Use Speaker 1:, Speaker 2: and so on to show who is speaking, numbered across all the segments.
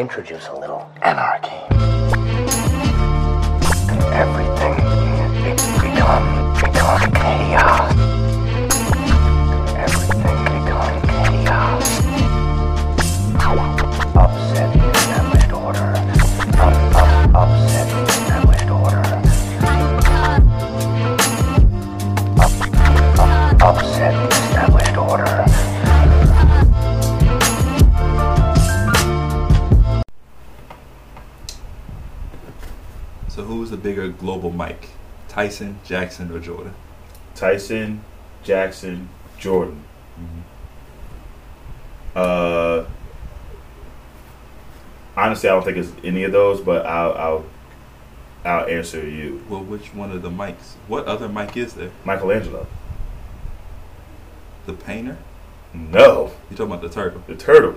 Speaker 1: introduce a little anarchy. And everything be- become become chaos. Everything become chaos. Upset the established order. Up, up, upset the established order. Up, up, upset the established order.
Speaker 2: So who was the bigger global mic? Tyson, Jackson, or Jordan?
Speaker 3: Tyson, Jackson, Jordan. Uh, honestly, I don't think it's any of those, but I'll I'll, I'll answer you,
Speaker 2: Well, which one of the mics? What other mic is there?
Speaker 3: Michelangelo.
Speaker 2: The painter?
Speaker 3: No,
Speaker 2: You talking about the turtle?
Speaker 3: the turtle.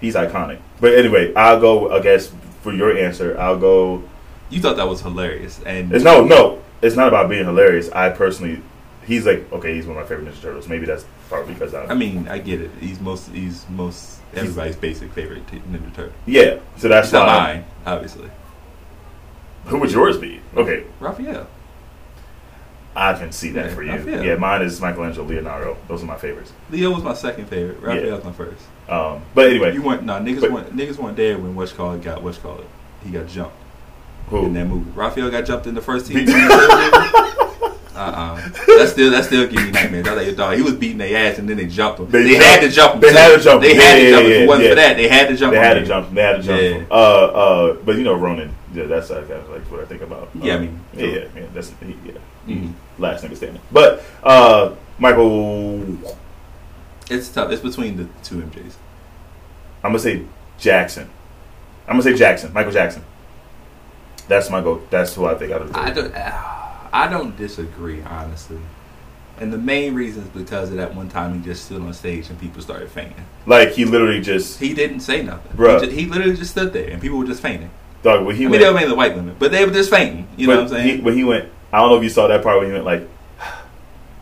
Speaker 3: He's iconic. But anyway, I'll go. I guess for your answer, I'll go.
Speaker 2: You thought that was hilarious, and
Speaker 3: It's no, no. It's not about being hilarious. I personally, he's like okay. He's one of my favorite Ninja Turtles. Maybe that's partly because I.
Speaker 2: I mean, I get it. He's most, he's most everybody's basic favorite t- Ninja Turtle.
Speaker 3: yeah. So that's
Speaker 2: He's not
Speaker 3: why.
Speaker 2: mine, obviously.
Speaker 3: Who would yours be? Okay.
Speaker 2: Raphael.
Speaker 3: I can see that
Speaker 2: Yeah,
Speaker 3: for
Speaker 2: I
Speaker 3: you.
Speaker 2: feel.
Speaker 3: Yeah, mine is Michelangelo, Leonardo. Those are my favorites.
Speaker 2: Leo was my second favorite. Raphael's my first.
Speaker 3: Um, but anyway,
Speaker 2: You weren't. Nah, niggas
Speaker 3: But-
Speaker 2: weren't. Niggas weren't there when what's called got what's called. He got jumped in
Speaker 3: who?
Speaker 2: that movie. Raphael got jumped in the first team. uh uh That still that still give me nightmares. I was like, dog, he was beating their ass and then they jumped him. They,
Speaker 3: They
Speaker 2: had
Speaker 3: jumped-
Speaker 2: to jump him.
Speaker 3: they
Speaker 2: too.
Speaker 3: had to jump
Speaker 2: They
Speaker 3: him.
Speaker 2: had
Speaker 3: Yeah,
Speaker 2: to jump him. If
Speaker 3: yeah,
Speaker 2: it wasn't
Speaker 3: yeah.
Speaker 2: for that, they had to jump
Speaker 3: They
Speaker 2: him.
Speaker 3: had to jump. They had to jump.
Speaker 2: Yeah.
Speaker 3: Uh, uh, but you know Ronan. Yeah, that's uh, kind of like what I think about.
Speaker 2: Yeah, I
Speaker 3: Um,
Speaker 2: mean,
Speaker 3: yeah,
Speaker 2: sure.
Speaker 3: yeah, yeah, that's he, yeah.
Speaker 2: Mhm.
Speaker 3: Last nigga standing. But uh, Michael, I'm
Speaker 2: It's tough. It's between the two MJs.
Speaker 3: gonna say Jackson. I'm gonna say Jackson. Michael Jackson. That's my go. That's who I think out of the
Speaker 2: I
Speaker 3: three.
Speaker 2: don't. I don't disagree, honestly. And the main reason is because of that one time he just stood on stage and people started fainting.
Speaker 3: Like he literally just
Speaker 2: He didn't say nothing.
Speaker 3: Bruh.
Speaker 2: He, ju- he literally just stood there and people were just fainting.
Speaker 3: dog when
Speaker 2: I
Speaker 3: he
Speaker 2: mean,
Speaker 3: went.
Speaker 2: they were mainly white women, but they were just fainting. You know
Speaker 3: when
Speaker 2: what I'm saying?
Speaker 3: He, when he went, I don't know if you saw that part when he went like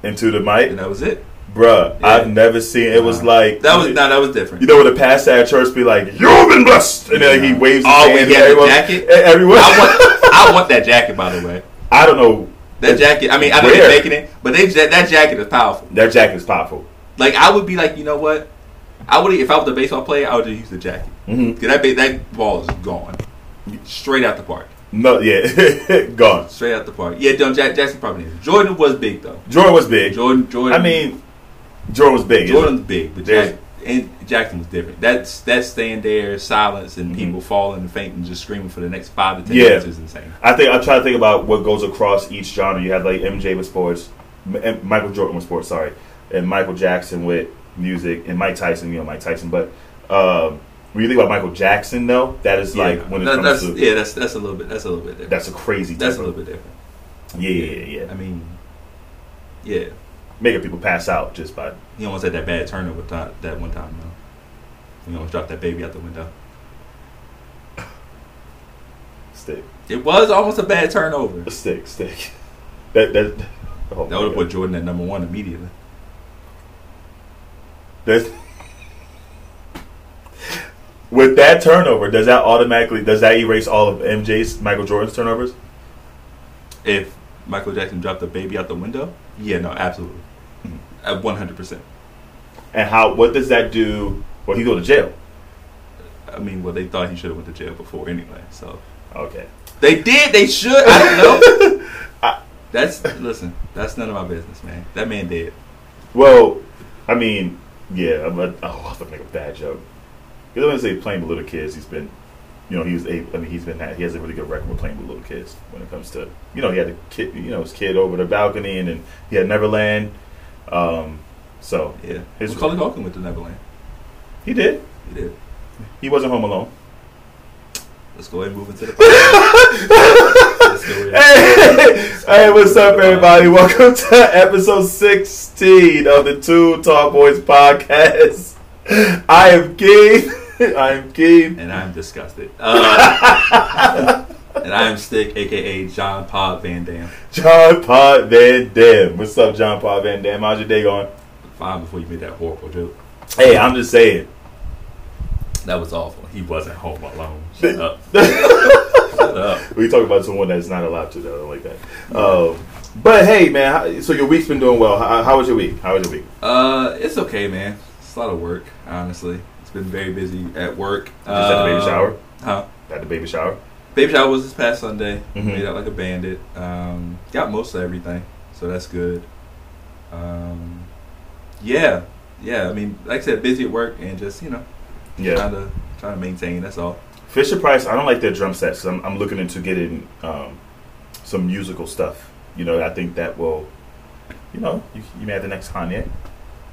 Speaker 3: into the mic.
Speaker 2: and that was it.
Speaker 3: Bruh,
Speaker 2: Yeah.
Speaker 3: I've never seen. It was
Speaker 2: Nah.
Speaker 3: like
Speaker 2: That was no, that was different.
Speaker 3: You know when the pastor at church be like, "You've been blessed," and then
Speaker 2: Yeah.
Speaker 3: he waves.
Speaker 2: Oh, when
Speaker 3: hand
Speaker 2: he
Speaker 3: to
Speaker 2: had the
Speaker 3: everyone,
Speaker 2: jacket?
Speaker 3: e- Everyone.
Speaker 2: I want, I want that jacket. By the way,
Speaker 3: I don't know.
Speaker 2: that jacket. I mean, I know they're
Speaker 3: Where?
Speaker 2: making it, but they that that jacket is powerful.
Speaker 3: That jacket is powerful.
Speaker 2: Like I would be like, you know what? I would if I was a baseball player, I would just use the jacket
Speaker 3: Mhm.
Speaker 2: 'Cause that ba- that ball is gone straight out the park.
Speaker 3: No, yeah, gone.
Speaker 2: Straight out the park. Yeah, no, Jack, Jackson probably is. Jordan was big though.
Speaker 3: Jordan was big.
Speaker 2: Jordan, Jordan.
Speaker 3: I mean, Jordan was big.
Speaker 2: Jordan's big, but
Speaker 3: There's-
Speaker 2: Jack, and Jackson was different. That's that's staying there, silence, and
Speaker 3: Mhm.
Speaker 2: people falling and fainting, just screaming for the next five to ten
Speaker 3: Yeah.
Speaker 2: minutes is insane.
Speaker 3: I think I try to think about what goes across each genre. You have like MJ with sports, M- M- Michael Jordan with sports, sorry, and Michael Jackson with music, and Mike Tyson. You know Mike Tyson, but um, when you think about Michael Jackson, though, that is like
Speaker 2: yeah.
Speaker 3: when it
Speaker 2: That-
Speaker 3: comes
Speaker 2: that's,
Speaker 3: to
Speaker 2: yeah, that's that's a little bit that's a little bit different.
Speaker 3: that's a crazy.
Speaker 2: That's a
Speaker 3: type
Speaker 2: little
Speaker 3: of-
Speaker 2: bit different.
Speaker 3: Yeah, yeah, yeah.
Speaker 2: I mean, yeah.
Speaker 3: Making people pass out just by
Speaker 2: He almost had that bad turnover that, that one time, though. He almost dropped that baby out the window.
Speaker 3: stick,
Speaker 2: It was almost a bad turnover.
Speaker 3: stick, stick. That that. Oh
Speaker 2: That would have put Jordan at number one immediately.
Speaker 3: That's, with that turnover, does that automatically does that erase all of MJ's Michael Jordan's turnovers?
Speaker 2: If Michael Jackson dropped the baby out the window, yeah, no, absolutely. Mm-hmm. At 100%.
Speaker 3: And how what does that do? Well, he go to jail.
Speaker 2: I mean, well, they thought he should have went to jail before anyway, so.
Speaker 3: Okay.
Speaker 2: They did, they should, I don't know. That's, listen, that's none of my business, man. That man did.
Speaker 3: Well, I mean, yeah. I'm a, oh, I was gonna make a bad joke. Because I'm gonna say playing with little kids. He's been, you know, he was able. I mean, he's been he has a really good record with playing with little kids when it comes to you know he had a kid you know his kid over the balcony and then he had Neverland. Um, so
Speaker 2: Yeah.
Speaker 3: His-
Speaker 2: Macaulay Culkin went to Neverland.
Speaker 3: he did.
Speaker 2: He did.
Speaker 3: He wasn't home alone.
Speaker 2: Let's go ahead and move into the podcast. Let's go ahead.
Speaker 3: Hey, hey, what's up, everybody? Welcome to episode 16 of the Two Tall Boys podcast. I am King. I am King.
Speaker 2: And I'm disgusted. Uh, and I'm Stick, aka John Pod Van Dam.
Speaker 3: John Pod Van Dam. What's up, John Pod Van Dam? How's your day going?
Speaker 2: Fine before you made that horrible joke.
Speaker 3: Hey, I'm just saying.
Speaker 2: That was awful. He wasn't home alone. Shut up. Shut up.
Speaker 3: We talk about someone that's not allowed to though, like that. Um, but hey, man. how- So your week's been doing well. How, how was your week? How was your week?
Speaker 2: Uh, it's okay, man. It's a lot of work, honestly. It's been very busy at work. Just
Speaker 3: Just at the
Speaker 2: Uh,
Speaker 3: baby shower.
Speaker 2: Huh?
Speaker 3: At the baby shower.
Speaker 2: Baby shower was this past Sunday.
Speaker 3: Mhm.
Speaker 2: Made out like a bandit. Um, got most of everything, so that's good. Um, yeah, yeah. I mean, like I said, busy at work and just you know
Speaker 3: Yeah.
Speaker 2: trying to trying to maintain. That's all.
Speaker 3: Fisher Price. I don't like their drum sets. 'cause I'm, I'm looking into getting um, some musical stuff. You know, I think that will. You know, you, you may have the next Kanye.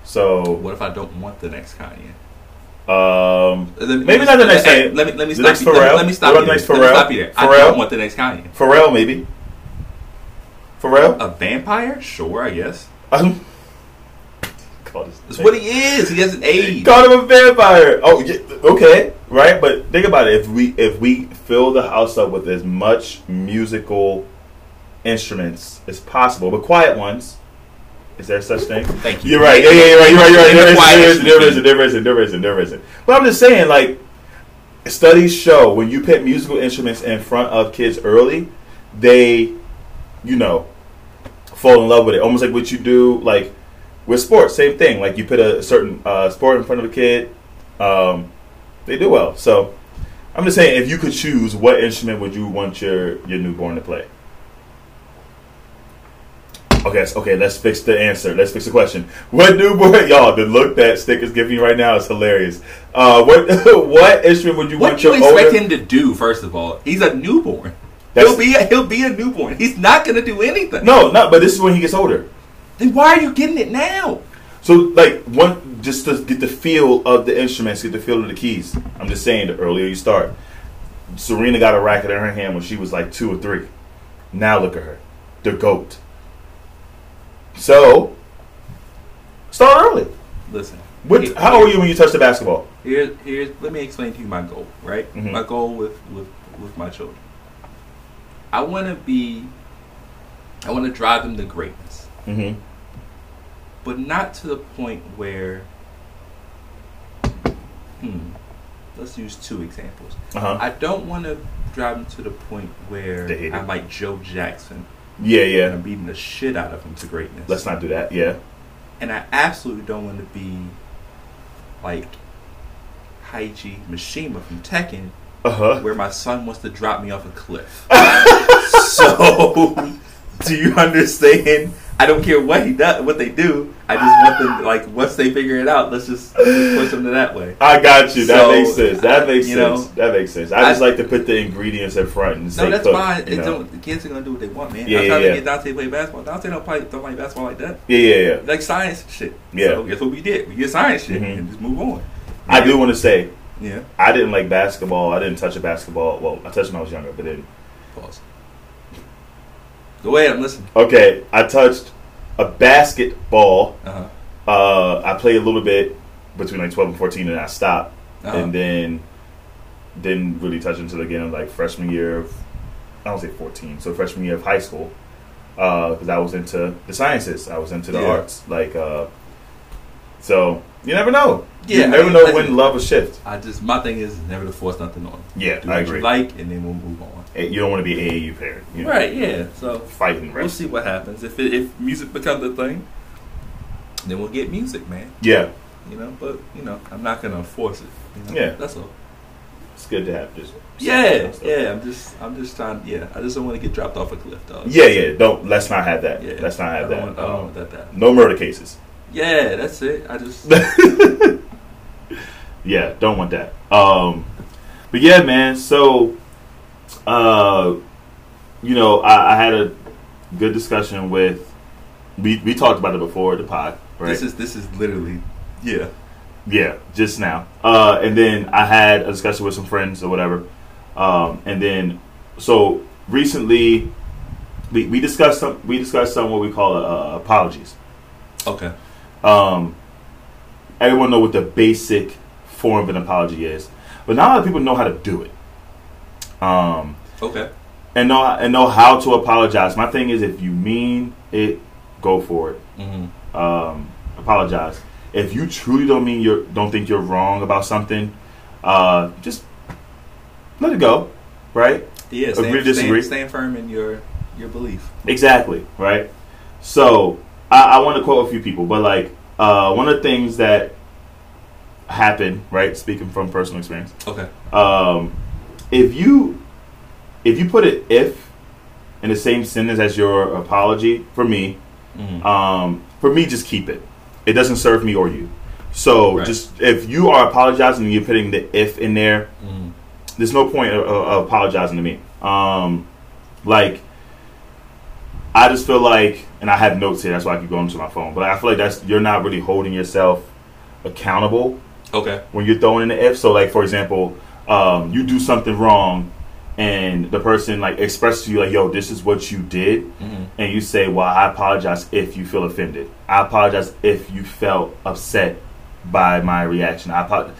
Speaker 3: So
Speaker 2: What if I don't want the next Kanye?
Speaker 3: um,
Speaker 2: Let me-
Speaker 3: Maybe
Speaker 2: let
Speaker 3: not
Speaker 2: me-
Speaker 3: the next
Speaker 2: hey,
Speaker 3: Kanye.
Speaker 2: Let me let me
Speaker 3: The
Speaker 2: stop.
Speaker 3: next
Speaker 2: you- Let me-
Speaker 3: Pharrell.
Speaker 2: let me stop
Speaker 3: What
Speaker 2: you
Speaker 3: about
Speaker 2: there.
Speaker 3: next
Speaker 2: Let me
Speaker 3: Pharrell?
Speaker 2: stop you there. I
Speaker 3: Pharrell?
Speaker 2: don't want the next Kanye.
Speaker 3: Pharrell maybe. Pharrell.
Speaker 2: A vampire? Sure, I guess.
Speaker 3: Um, called his
Speaker 2: That's what he is. He has an age.
Speaker 3: Called him a vampire. Oh, yeah, okay, right. But think about it. If we if we fill the house up with as much musical instruments as possible, but quiet ones, is there such thing?
Speaker 2: Thank you.
Speaker 3: You're right. Yeah, yeah, you're right. You're right. You're right. There
Speaker 2: They're
Speaker 3: isn't.
Speaker 2: quiet
Speaker 3: There isn't. There
Speaker 2: instruments.
Speaker 3: isn't. There isn't. There isn't. There isn't. But I'm just saying, like, studies show when you put musical instruments in front of kids early, they, you know, fall in love with it. Almost like what you do, like, with sports. Same thing. Like, you put a certain uh, sport in front of a kid, um, they do well. So, I'm just saying, if you could choose, what instrument would you want your your newborn to play? Okay, so- okay, let's fix the answer. Let's fix the question. What newborn, y'all? The look that Stick is giving you right now is hilarious. Uh, what what instrument would you
Speaker 2: What
Speaker 3: want
Speaker 2: do you
Speaker 3: your
Speaker 2: expect
Speaker 3: older?
Speaker 2: him to do? First of all, he's a newborn.
Speaker 3: That's-
Speaker 2: he'll be a, he'll be a newborn. He's not going to do anything.
Speaker 3: no, no, but this is when he gets older.
Speaker 2: Then why are you getting it now?
Speaker 3: So like one, just to get the feel of the instruments, get the feel of the keys. I'm just saying, the earlier you start, Serena got a racket in her hand when she was like two or three. Now look at her, the goat. So start early.
Speaker 2: Listen.
Speaker 3: What?
Speaker 2: here-
Speaker 3: How old were you when you touched the basketball?
Speaker 2: Here, here. Let me explain to you my goal. Right.
Speaker 3: Mhm.
Speaker 2: My goal with with with my children. I want to be. I want to drive them to greatness.
Speaker 3: Mm-hmm.
Speaker 2: but not to the point where. Hmm. Let's use two examples.
Speaker 3: Uh huh.
Speaker 2: I don't want to drive him to the point where
Speaker 3: They hate
Speaker 2: I'm
Speaker 3: him.
Speaker 2: like Joe Jackson
Speaker 3: Yeah,
Speaker 2: and
Speaker 3: yeah.
Speaker 2: I'm beating the shit out of him to greatness.
Speaker 3: Let's not do that. Yeah.
Speaker 2: and I absolutely don't want to be like Haiji Mishima from Tekken,
Speaker 3: Uh huh.
Speaker 2: where my son wants to drop me off a cliff. so, do you understand? I don't care what he does, what they do. I just want them like once they figure it out, let's just, let's just push them to that way.
Speaker 3: I got you. That
Speaker 2: So,
Speaker 3: makes sense. That makes
Speaker 2: you know,
Speaker 3: sense. that makes sense. I, just like to put the ingredients in front and say,
Speaker 2: No, that's
Speaker 3: cook,
Speaker 2: fine.
Speaker 3: you
Speaker 2: It
Speaker 3: know.
Speaker 2: don't, the kids are gonna do what they want, man.
Speaker 3: Yeah,
Speaker 2: I'm
Speaker 3: yeah,
Speaker 2: trying
Speaker 3: yeah.
Speaker 2: to get Dante to play basketball. Dante don't play don't like basketball like that.
Speaker 3: Yeah, yeah, yeah.
Speaker 2: Like science shit.
Speaker 3: Yeah.
Speaker 2: So guess what we did? We did science shit
Speaker 3: Mhm.
Speaker 2: and just move on.
Speaker 3: I do want to say
Speaker 2: Yeah.
Speaker 3: I didn't like basketball. I didn't touch a basketball. Well, I touched when I was younger, but then
Speaker 2: Pause. Go ahead. I'm listening.
Speaker 3: okay, I touched a basketball.
Speaker 2: Uh-huh.
Speaker 3: Uh, I played a little bit between like twelve and fourteen, and I stopped,
Speaker 2: Uh-huh.
Speaker 3: and then didn't really touch until again like freshman year of I don't say fourteen, so freshman year of high school because I was into the sciences. I was into the
Speaker 2: Yeah.
Speaker 3: arts, like uh, so you never know.
Speaker 2: Yeah,
Speaker 3: you
Speaker 2: I
Speaker 3: never
Speaker 2: mean,
Speaker 3: know
Speaker 2: listen.
Speaker 3: when love will shift.
Speaker 2: I just my thing is never to force nothing on.
Speaker 3: Yeah,
Speaker 2: Do
Speaker 3: I
Speaker 2: what
Speaker 3: agree.
Speaker 2: you like, and then we'll move on.
Speaker 3: Eh, You don't want to be an AAU parent, you know,
Speaker 2: Right, yeah. So
Speaker 3: Fighting, right?
Speaker 2: we'll see what happens. If it, if music becomes a thing, then we'll get music, man.
Speaker 3: Yeah.
Speaker 2: You know, but you know, I'm not gonna force it. You know?
Speaker 3: Yeah.
Speaker 2: that's all.
Speaker 3: It's good to have just
Speaker 2: Yeah, yeah. I'm just, I'm just trying. Yeah, I just don't want to get dropped off a cliff, dog.
Speaker 3: yeah, yeah. Don't let's not have that.
Speaker 2: yeah.
Speaker 3: Let's not
Speaker 2: I
Speaker 3: have
Speaker 2: don't Want,
Speaker 3: that.
Speaker 2: I don't
Speaker 3: Um,
Speaker 2: want that. That.
Speaker 3: no murder cases.
Speaker 2: Yeah, that's it. I just.
Speaker 3: Yeah, don't want that. Um, but yeah, man. So, uh, you know, I, I had a good discussion with. We we talked about it before the pod, right?
Speaker 2: This is this is literally. Yeah.
Speaker 3: Yeah, just now. Uh, and then I had a discussion with some friends or whatever. Um, and then, so recently, we, we discussed some we discussed some what we call uh, apologies.
Speaker 2: Okay.
Speaker 3: Um, everyone know what the basic form of an apology is, but not a lot of people know how to do it. Um,
Speaker 2: Okay.
Speaker 3: and know and know how to apologize. My thing is, if you mean it, go for it.
Speaker 2: Mm-hmm.
Speaker 3: Um, apologize. If you truly don't mean you are don't think you're wrong about something, Uh, just let it go, right?
Speaker 2: Yeah,
Speaker 3: Agree to
Speaker 2: stand,
Speaker 3: disagree.
Speaker 2: stand, stand firm in your your belief.
Speaker 3: Exactly, right? So I, I want to quote a few people, but like uh, one of the things that happened, right? Speaking from personal experience,
Speaker 2: Okay.
Speaker 3: um, if you if you put an if in the same sentence as your apology, for me,
Speaker 2: Mm-hmm.
Speaker 3: um, for me, just keep it. It doesn't serve me or you. So
Speaker 2: Right.
Speaker 3: just if you are apologizing and you're putting the if in there,
Speaker 2: Mm-hmm.
Speaker 3: there's no point of, of of apologizing to me. Um, like, I just feel like, and I have notes here, that's why I keep going to my phone. But I feel like that's you're not really holding yourself accountable
Speaker 2: Okay.
Speaker 3: when you're throwing in the if. So, like for example, um, you do something wrong, and the person like expresses to you like, "Yo, this is what you did,"
Speaker 2: Mm-hmm.
Speaker 3: and you say, "Well, I apologize if you feel offended. I apologize if you felt upset by my reaction. I apologize."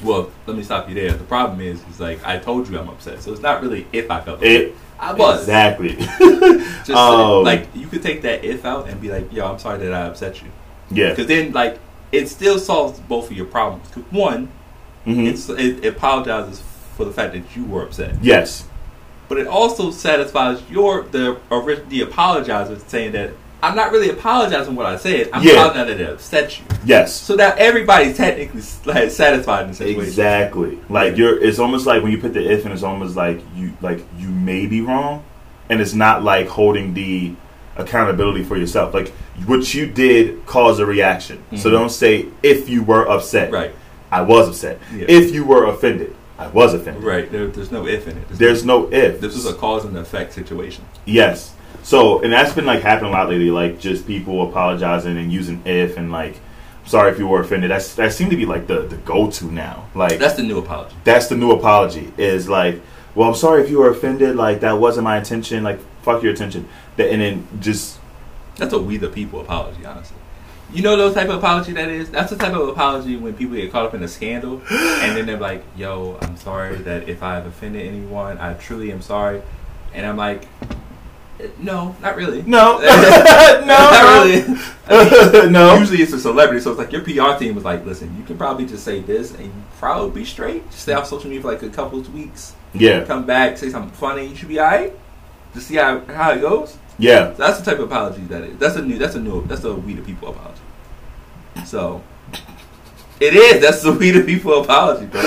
Speaker 2: Well, let me stop you there. The problem is, is like I told you I'm upset, so it's not really if I felt
Speaker 3: It-
Speaker 2: upset. I was
Speaker 3: Exactly.
Speaker 2: Just
Speaker 3: Um,
Speaker 2: like you could take that if out and be like, "Yo, I'm sorry that I upset you,"
Speaker 3: yeah.
Speaker 2: because then like it still solves both of your problems. 'Cause one,
Speaker 3: Mhm.
Speaker 2: it's, it, it apologizes for the fact that you were upset,
Speaker 3: Yes.
Speaker 2: but it also satisfies your the ori- the apologizer saying that I'm not really apologizing what I said. I'm
Speaker 3: Yeah.
Speaker 2: apologizing that it upset you.
Speaker 3: Yes.
Speaker 2: So now everybody's technically like, satisfied in the situation.
Speaker 3: Exactly. Like you're it's almost like when you put the if in it's almost like you like you may be wrong and it's not like holding the accountability for yourself. Like what you did caused a reaction. So
Speaker 2: Mhm.
Speaker 3: don't say if you were upset.
Speaker 2: Right.
Speaker 3: I was upset.
Speaker 2: Yeah.
Speaker 3: If you were offended, I was offended.
Speaker 2: Right. There, there's no if in it.
Speaker 3: There's no if.
Speaker 2: This is a cause and effect situation.
Speaker 3: Yes. So, and that's been like happening a lot lately. Like just people apologizing and using if and like, sorry if you were offended. That's that seemed to be like the the go to now. Like
Speaker 2: That's the new apology.
Speaker 3: that's the new apology is like, well, I'm sorry if you were offended. Like that wasn't my intention. Like fuck your intention. That and then just
Speaker 2: That's a we the people apology, honestly. You know those type of apology that is? That's the type of apology when people get caught up in a scandal and then they're like, yo, I'm sorry that if I've offended anyone, I truly am sorry. And I'm like, "Eh, no, not really.
Speaker 3: no,
Speaker 2: not
Speaker 3: no,
Speaker 2: really.
Speaker 3: no.
Speaker 2: Usually it's a celebrity, so it's like your PR team was like, listen, you can probably just say this and you probably be straight. Just stay off social media for like a couple of weeks.
Speaker 3: Yeah,
Speaker 2: Come back, say something funny, you should be alright. Just see how, how it goes.
Speaker 3: yeah.
Speaker 2: That's the type of apology that is. That's a new. That's a new. That's a we the people apology. So it is. That's the we the people apology, bro.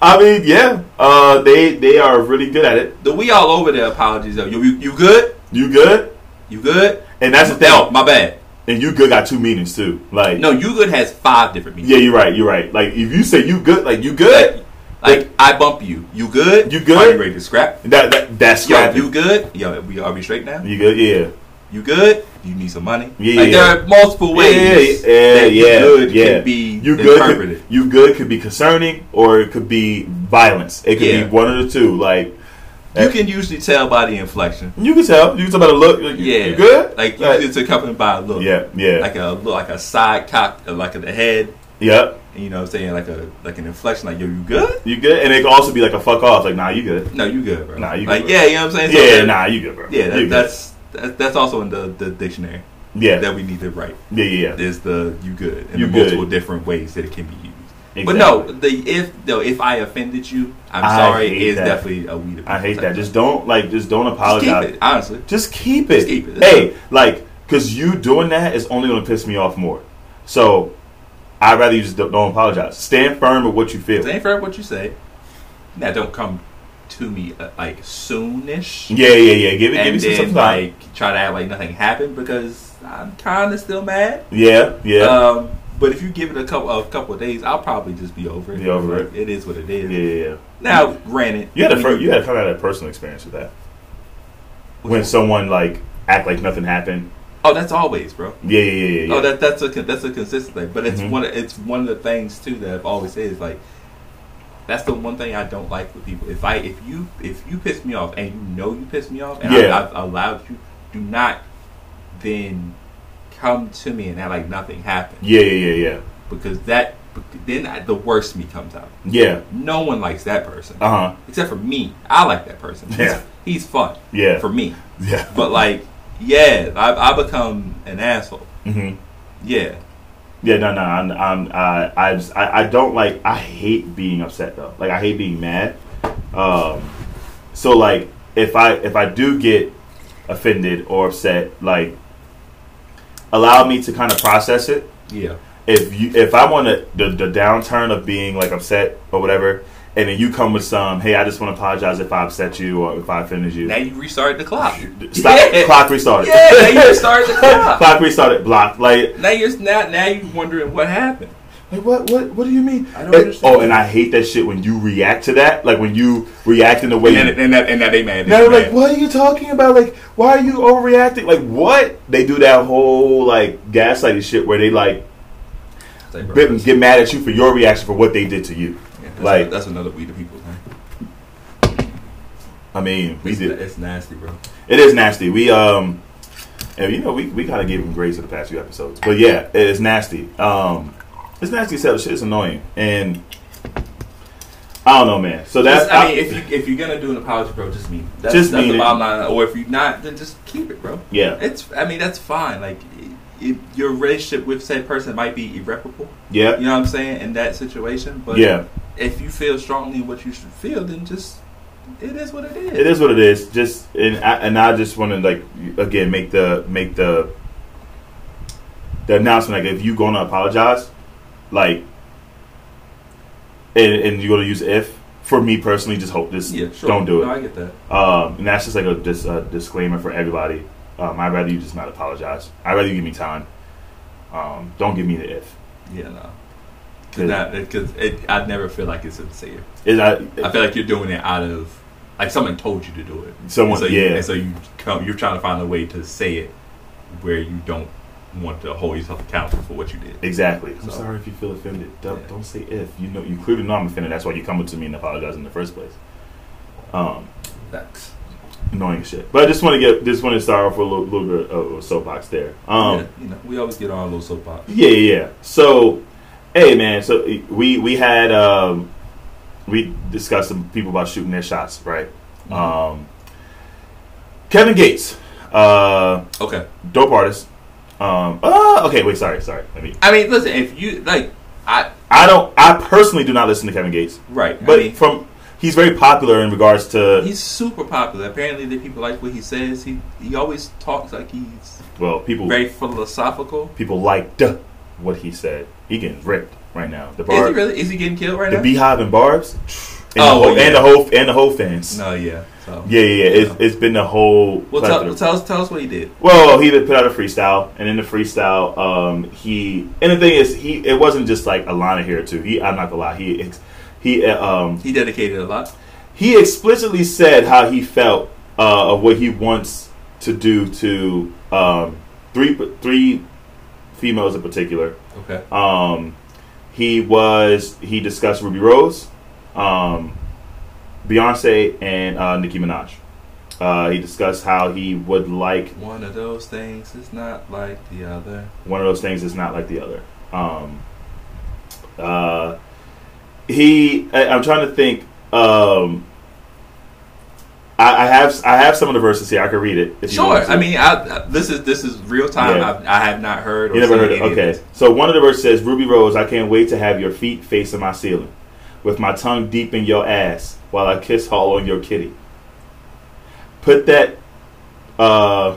Speaker 3: I mean, yeah. Uh, they they are really good at it.
Speaker 2: The we all over the apologies though. You, you you good?
Speaker 3: You good?
Speaker 2: You good?
Speaker 3: And that's the thing.
Speaker 2: No, my bad.
Speaker 3: And you good got two meanings too. Like
Speaker 2: No, you good has five different meanings.
Speaker 3: Yeah, you're right. You're right. Like if you say you good, like you good,
Speaker 2: Like, like I bump you. You good?
Speaker 3: You good?
Speaker 2: Are you ready to scrap?
Speaker 3: that, that that's
Speaker 2: Yo,
Speaker 3: scrappy.
Speaker 2: you good? Yo, we are we straight now?
Speaker 3: You good? Yeah.
Speaker 2: You good? You need some money?
Speaker 3: Yeah,
Speaker 2: Like
Speaker 3: yeah.
Speaker 2: there are multiple ways
Speaker 3: yeah, yeah,
Speaker 2: that you
Speaker 3: yeah,
Speaker 2: good
Speaker 3: yeah.
Speaker 2: can be
Speaker 3: You good?
Speaker 2: interpreted.
Speaker 3: Could, you good could be concerning, or it could be violence. It could
Speaker 2: Yeah.
Speaker 3: be one of the two. Like
Speaker 2: You can usually tell by the inflection.
Speaker 3: you can tell. You can tell by the look. Like, you,
Speaker 2: Yeah,
Speaker 3: You good?
Speaker 2: Like
Speaker 3: Like,
Speaker 2: usually it's accompanied by a look.
Speaker 3: yeah, yeah,
Speaker 2: like a look, like a side cock, uh, like of the head.
Speaker 3: yep.
Speaker 2: You know, what I'm saying like a like an inflection, like yo, you good?
Speaker 3: You good? And it could also be like a fuck off. Like nah, you good?
Speaker 2: No, you good, bro.
Speaker 3: Nah, you
Speaker 2: like
Speaker 3: good, bro.
Speaker 2: yeah, you know what I'm saying.
Speaker 3: yeah,
Speaker 2: that-
Speaker 3: nah, you good, bro?
Speaker 2: yeah.
Speaker 3: You
Speaker 2: That,
Speaker 3: good.
Speaker 2: that's that, that's also in the the dictionary
Speaker 3: yeah,
Speaker 2: that we need to write
Speaker 3: yeah, yeah, yeah.
Speaker 2: is the you good and
Speaker 3: You
Speaker 2: the
Speaker 3: good.
Speaker 2: multiple different ways that it can be used. But no,
Speaker 3: Exactly.
Speaker 2: the if though if I offended you, I'm
Speaker 3: I
Speaker 2: sorry
Speaker 3: hate
Speaker 2: is
Speaker 3: that.
Speaker 2: definitely a we. the
Speaker 3: I hate
Speaker 2: people
Speaker 3: that.
Speaker 2: type.
Speaker 3: Just don't like. Just don't
Speaker 2: Just keep
Speaker 3: apologize.
Speaker 2: it, honestly.
Speaker 3: Just keep it.
Speaker 2: Just keep it.
Speaker 3: Hey, like, cause you doing that is only gonna piss me off more. So I'd rather you just don't, don't apologize. Stand firm with what you feel.
Speaker 2: It ain't fair what you say. Now don't come to me uh, like soonish.
Speaker 3: Yeah, yeah, yeah. Give it, give
Speaker 2: and
Speaker 3: me some,
Speaker 2: then
Speaker 3: some time.
Speaker 2: like try to act like nothing happened because I'm kind of still mad.
Speaker 3: yeah, yeah,
Speaker 2: Um, but if you give it a couple a couple of days, I'll probably just be over it.
Speaker 3: Be over it.
Speaker 2: Like, It is what it
Speaker 3: yeah,
Speaker 2: is.
Speaker 3: yeah. yeah.
Speaker 2: Now, granted,
Speaker 3: You had a
Speaker 2: when
Speaker 3: fir- you had kind of a personal experience with that when someone like act like nothing happened.
Speaker 2: oh, that's always, bro.
Speaker 3: Yeah, yeah, yeah, yeah.
Speaker 2: Oh, that that's a con- that's a consistent thing. But it's
Speaker 3: Mhm.
Speaker 2: one of- it's one of the things too that I've always said is like that's the one thing I don't like with people. If I if you if you piss me off and you know you piss me off and
Speaker 3: Yeah.
Speaker 2: I, I've allowed you, do not then come to me and act like nothing happened.
Speaker 3: yeah, yeah, yeah,
Speaker 2: because that then I, the worst me comes out.
Speaker 3: yeah, yeah.
Speaker 2: No one likes that person
Speaker 3: Uh huh.
Speaker 2: except for me. I like that person. He's-
Speaker 3: Yeah.
Speaker 2: he's, fun
Speaker 3: Yeah,
Speaker 2: for me.
Speaker 3: yeah.
Speaker 2: But like, yeah, I, I become an asshole.
Speaker 3: hmm
Speaker 2: Yeah,
Speaker 3: Yeah, no, no, I'm, I'm, uh, I, just, I, I don't like. I hate being upset though. Like I hate being mad. Um, so like, if I if I do get offended or upset, like, allow me to kind of process it.
Speaker 2: Yeah.
Speaker 3: If you if I want to the, the downturn of being like upset or whatever, and then you come with some, hey, I just want to apologize if I upset you or if I offended you.
Speaker 2: Now you restart the clock.
Speaker 3: Stop.
Speaker 2: Yeah.
Speaker 3: Clock restarted.
Speaker 2: Yeah, now you restart the clock.
Speaker 3: clock restarted. Blocked. Like,
Speaker 2: Now you're now now you wondering what happened.
Speaker 3: like what? What? What do you mean?
Speaker 2: I don't
Speaker 3: And-
Speaker 2: understand.
Speaker 3: Oh, and I hate that shit when you react to that. Like when you react in the way.
Speaker 2: And then, and that and now they mad.
Speaker 3: now they're
Speaker 2: They
Speaker 3: like,
Speaker 2: mad.
Speaker 3: what are you talking about? Like, why are you overreacting? Like, what? They do that whole like gaslighting shit where they like
Speaker 2: It's like, bro,
Speaker 3: bit- get mad at you for your reaction for what they did to you.
Speaker 2: yeah, that's,
Speaker 3: like-
Speaker 2: that's another we the people thing.
Speaker 3: I mean, we
Speaker 2: It's,
Speaker 3: did.
Speaker 2: it's nasty, bro.
Speaker 3: It is nasty. We um, and you know we we kind of gave him grace in the past few episodes, but yeah, it's nasty. Um, it's nasty as hell. Shit is annoying, and I don't know, man. So that's
Speaker 2: Just- I mean, if you if you're gonna do an apology, bro, just mean it. That's,
Speaker 3: Just
Speaker 2: that's
Speaker 3: mean
Speaker 2: the
Speaker 3: it.
Speaker 2: bottom line. Or if you're not, then just keep it, bro.
Speaker 3: yeah,
Speaker 2: It's I mean that's fine. Like i i your relationship with said person might be irreparable. You
Speaker 3: yeah,
Speaker 2: know what I'm saying in that situation. But
Speaker 3: yeah.
Speaker 2: if you feel strongly what you should feel, then just it is what it is.
Speaker 3: It is what it is. Just and I, and I just want to like again make the make the the announcement like if you gonna apologize, like, and, and you're gonna use if for me personally, just hope this
Speaker 2: Yeah, sure.
Speaker 3: don't do it.
Speaker 2: No, I get that.
Speaker 3: Um, and that's just like a, dis- a disclaimer for everybody. Um, I'd rather you just not apologize. I'd rather you give me time. Um, don't give me the if.
Speaker 2: Yeah, no.
Speaker 3: Yeah.
Speaker 2: Cause, not- it- 'cause it, I never feel like it's sincere.
Speaker 3: Is I,
Speaker 2: I feel like you're doing it out of like someone told you to do it.
Speaker 3: someone,
Speaker 2: so You,
Speaker 3: yeah,
Speaker 2: and so you come, you're trying to find a way to say it where you don't want to hold yourself accountable for what you did.
Speaker 3: exactly. I'm
Speaker 2: So-
Speaker 3: sorry if you feel offended. Don't,
Speaker 2: Yeah.
Speaker 3: don't say if. You know, you clearly know I'm offended. That's why you come up to me and apologize in the first place. Um,
Speaker 2: That's
Speaker 3: annoying as shit. But I just want to get, just want to start off with a little, little bit of a soapbox there. Um,
Speaker 2: yeah, you know, we always get on a little soapbox.
Speaker 3: Yeah, yeah. yeah. So, hey, man. So we we had um, we discussed some people about shooting their shots, right?
Speaker 2: Mhm.
Speaker 3: Um, Kevin Gates, uh,
Speaker 2: Okay.
Speaker 3: dope artist. Um, uh, okay, wait, sorry, sorry. Let me.
Speaker 2: I mean, listen, if you like, I
Speaker 3: I don't. I personally do not listen to Kevin Gates,
Speaker 2: right,
Speaker 3: but
Speaker 2: I mean,
Speaker 3: from he's very popular in regards to
Speaker 2: he's super popular. Apparently, the people like what he says. He he always talks like he's
Speaker 3: well people.
Speaker 2: very philosophical.
Speaker 3: People liked what he said. He getting ripped right now. The
Speaker 2: Is he
Speaker 3: bar,
Speaker 2: really? Is he getting killed right
Speaker 3: the
Speaker 2: now?
Speaker 3: Beehive and Barb's, and, the,
Speaker 2: Oh,
Speaker 3: whole,
Speaker 2: yeah.
Speaker 3: and the whole and the whole fans.
Speaker 2: no, yeah. So
Speaker 3: Yeah, yeah, yeah. It's, it's been the whole.
Speaker 2: Well,
Speaker 3: plethora.
Speaker 2: tell, tell us tell us what he did.
Speaker 3: well, he did put out a freestyle, and in the freestyle, um, he and the thing is, he it wasn't just like a line of here too. He, I'm not gonna lie, he ex- he uh, um
Speaker 2: He dedicated a lot.
Speaker 3: he explicitly said how he felt uh, of what he wants to do to um three three females in particular.
Speaker 2: Okay.
Speaker 3: Um, he was he discussed Ruby Rose, um, Beyonce, and uh, Nicki Minaj. Uh, he discussed how he would like
Speaker 2: One of those things is not like the other.
Speaker 3: one of those things is not like the other. Um, uh, he, I, I'm trying to think. Um, I, I have I have some of the verses here. I could read it. If you
Speaker 2: Sure.
Speaker 3: want to.
Speaker 2: I mean, I, I- this is this is real time.
Speaker 3: Yeah.
Speaker 2: I've, I have not heard. Or
Speaker 3: You never
Speaker 2: seen
Speaker 3: heard it.
Speaker 2: any of
Speaker 3: Okay.
Speaker 2: this.
Speaker 3: So one of the verses says, Ruby Rose, I can't wait to have your feet facing my ceiling, with my tongue deep in your ass while I kiss haul on your kitty. Put that uh,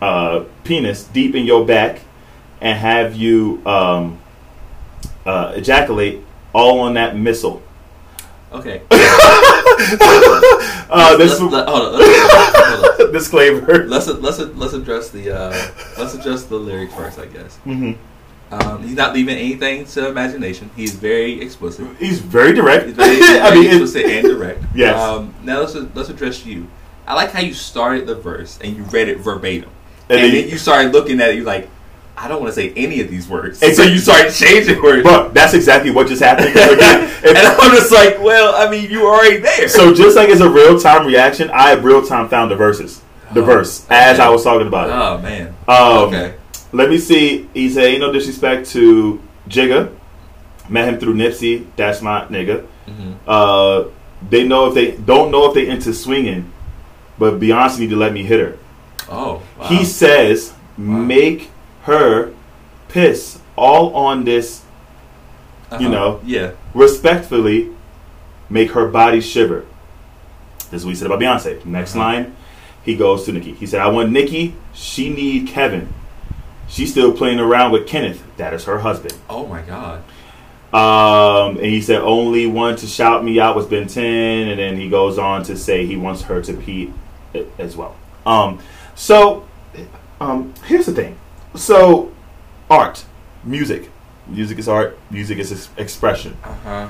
Speaker 3: uh, penis deep in your back and have you um, uh, ejaculate all on that missile.
Speaker 2: Okay.
Speaker 3: Uh, this
Speaker 2: let's, let- hold on. Let's, hold on.
Speaker 3: disclaimer.
Speaker 2: Let's, let's let's address the uh, let's address the lyric first, I guess.
Speaker 3: hmm
Speaker 2: Um, he's not leaving anything to imagination. He's very explicit.
Speaker 3: He's very direct.
Speaker 2: He's very,
Speaker 3: I
Speaker 2: very
Speaker 3: mean, it's-
Speaker 2: explicit and direct.
Speaker 3: Yes.
Speaker 2: Um, now let's let's address you. I like how you started the verse and you read it verbatim,
Speaker 3: And
Speaker 2: and,
Speaker 3: then
Speaker 2: then
Speaker 3: you-
Speaker 2: you started looking at it. You're like, I don't want to say any of these words,
Speaker 3: And
Speaker 2: and so
Speaker 3: so-
Speaker 2: you started changing words.
Speaker 3: But that's exactly what just happened. Again, if-
Speaker 2: and I'm just like, well, I mean, you already there.
Speaker 3: So just like it's a real time reaction, I real time found the verses, the
Speaker 2: Oh,
Speaker 3: verse as
Speaker 2: okay.
Speaker 3: I was talking about it.
Speaker 2: oh man.
Speaker 3: Um,
Speaker 2: okay.
Speaker 3: Let me see. He said, "Ain't no disrespect to Jigga. Met him through Nipsey. That's my nigga.
Speaker 2: hmm
Speaker 3: Uh, they know if they don't know if they into swinging, but Beyonce need to let me hit her."
Speaker 2: Oh. Wow.
Speaker 3: He says,
Speaker 2: Wow.
Speaker 3: "Make her piss all on this You
Speaker 2: Uh-huh.
Speaker 3: know.
Speaker 2: Yeah.
Speaker 3: respectfully make her body shiver. This is what he said about Beyonce. Next
Speaker 2: Mhm.
Speaker 3: line, he goes to Nikki. He said, I want Nikki. She need Kevin. She's still playing around with Kenneth. That is her husband.
Speaker 2: Oh my God.
Speaker 3: Um, and he said, only one to shout me out was Ben 10. And then he goes on to say he wants her to Pete a- as well. Um, so, um, here's the thing. So, art, music. Music is art. Music is ex- expression.
Speaker 2: Uh huh.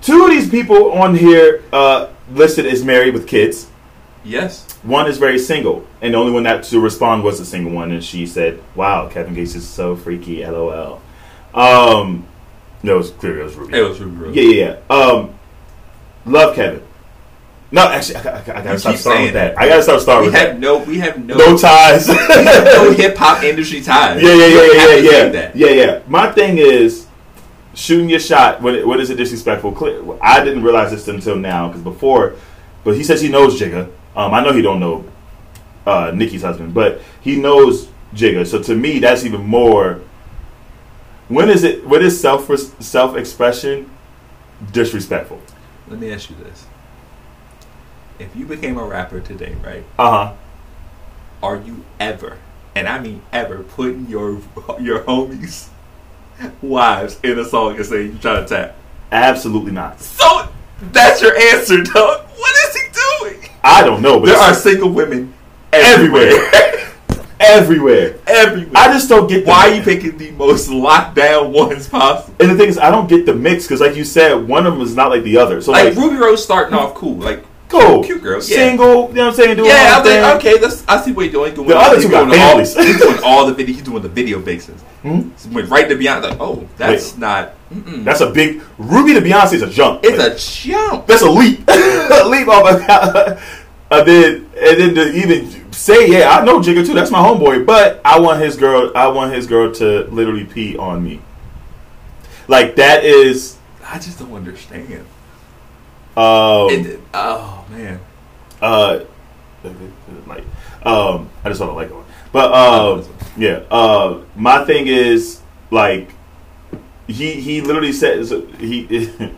Speaker 3: Two of these people on here uh, listed as married with kids.
Speaker 2: Yes.
Speaker 3: One is very single, and the only one that to respond was the single one, and she said, "Wow, Kevin Gates is so freaky." LOL. Um, no, it was clear it was Ruby.
Speaker 2: It was Ruby Rose.
Speaker 3: yeah, yeah, yeah. Um, love Kevin. No, actually, I, I, I gotta
Speaker 2: You
Speaker 3: stop
Speaker 2: keep
Speaker 3: starting
Speaker 2: saying
Speaker 3: with that. I gotta stop starting
Speaker 2: We
Speaker 3: with
Speaker 2: have
Speaker 3: that.
Speaker 2: no. We have no.
Speaker 3: No ties.
Speaker 2: no hip hop industry ties.
Speaker 3: Yeah, yeah,
Speaker 2: You
Speaker 3: yeah, yeah,
Speaker 2: have to
Speaker 3: yeah,
Speaker 2: say
Speaker 3: yeah,
Speaker 2: that.
Speaker 3: yeah, yeah. My thing is shooting your shot. What, what is it disrespectful? Clear. I didn't realize this until now because before, but he says he knows Jigga. Um, I know he don't know uh, Nikki's husband, but he knows Jigga. So to me, that's even more. When is it? What is self self expression disrespectful?
Speaker 2: Let me ask you this: If you became a rapper today, right?
Speaker 3: Uh huh.
Speaker 2: Are you ever, and I mean ever, putting your your homies' wives in a song and saying you trying to tap?
Speaker 3: Absolutely not.
Speaker 2: So that's your answer, dog. What is he doing?
Speaker 3: I don't know, but
Speaker 2: There are
Speaker 3: it's
Speaker 2: single women
Speaker 3: everywhere, everywhere.
Speaker 2: everywhere.
Speaker 3: I just don't get the-
Speaker 2: Why are you picking the most lockdown ones possible?
Speaker 3: And the thing is, I don't get the mix because, like you said, one of them is not like the other. So
Speaker 2: Like,
Speaker 3: like,
Speaker 2: Ruby Rose starting off cool, like
Speaker 3: cool,
Speaker 2: cute girl, yeah.
Speaker 3: single. You know what I'm saying? Doing
Speaker 2: yeah,
Speaker 3: her
Speaker 2: I'm
Speaker 3: thing.
Speaker 2: like okay, that's I see what you're doing. He's Doing
Speaker 3: The
Speaker 2: all-
Speaker 3: other
Speaker 2: he's
Speaker 3: two got
Speaker 2: doing all,
Speaker 3: families.
Speaker 2: he's doing all the video. He's doing the video bases.
Speaker 3: Hmm?
Speaker 2: So went right to Beyonce. Like, oh, that's not. Mm-mm.
Speaker 3: That's a big Ruby to Beyonce is a jump.
Speaker 2: it's a jump.
Speaker 3: that's a leap, a leap off. Of, and then and then to even say, yeah, I know Jigga too. That's my homeboy, but I want his girl. I want his girl to literally pee on me. Like that is.
Speaker 2: I just don't understand.
Speaker 3: Um,
Speaker 2: It- oh man,
Speaker 3: uh, like, um, I just saw the light go on. But um, yeah, uh, my thing is like he he literally says he.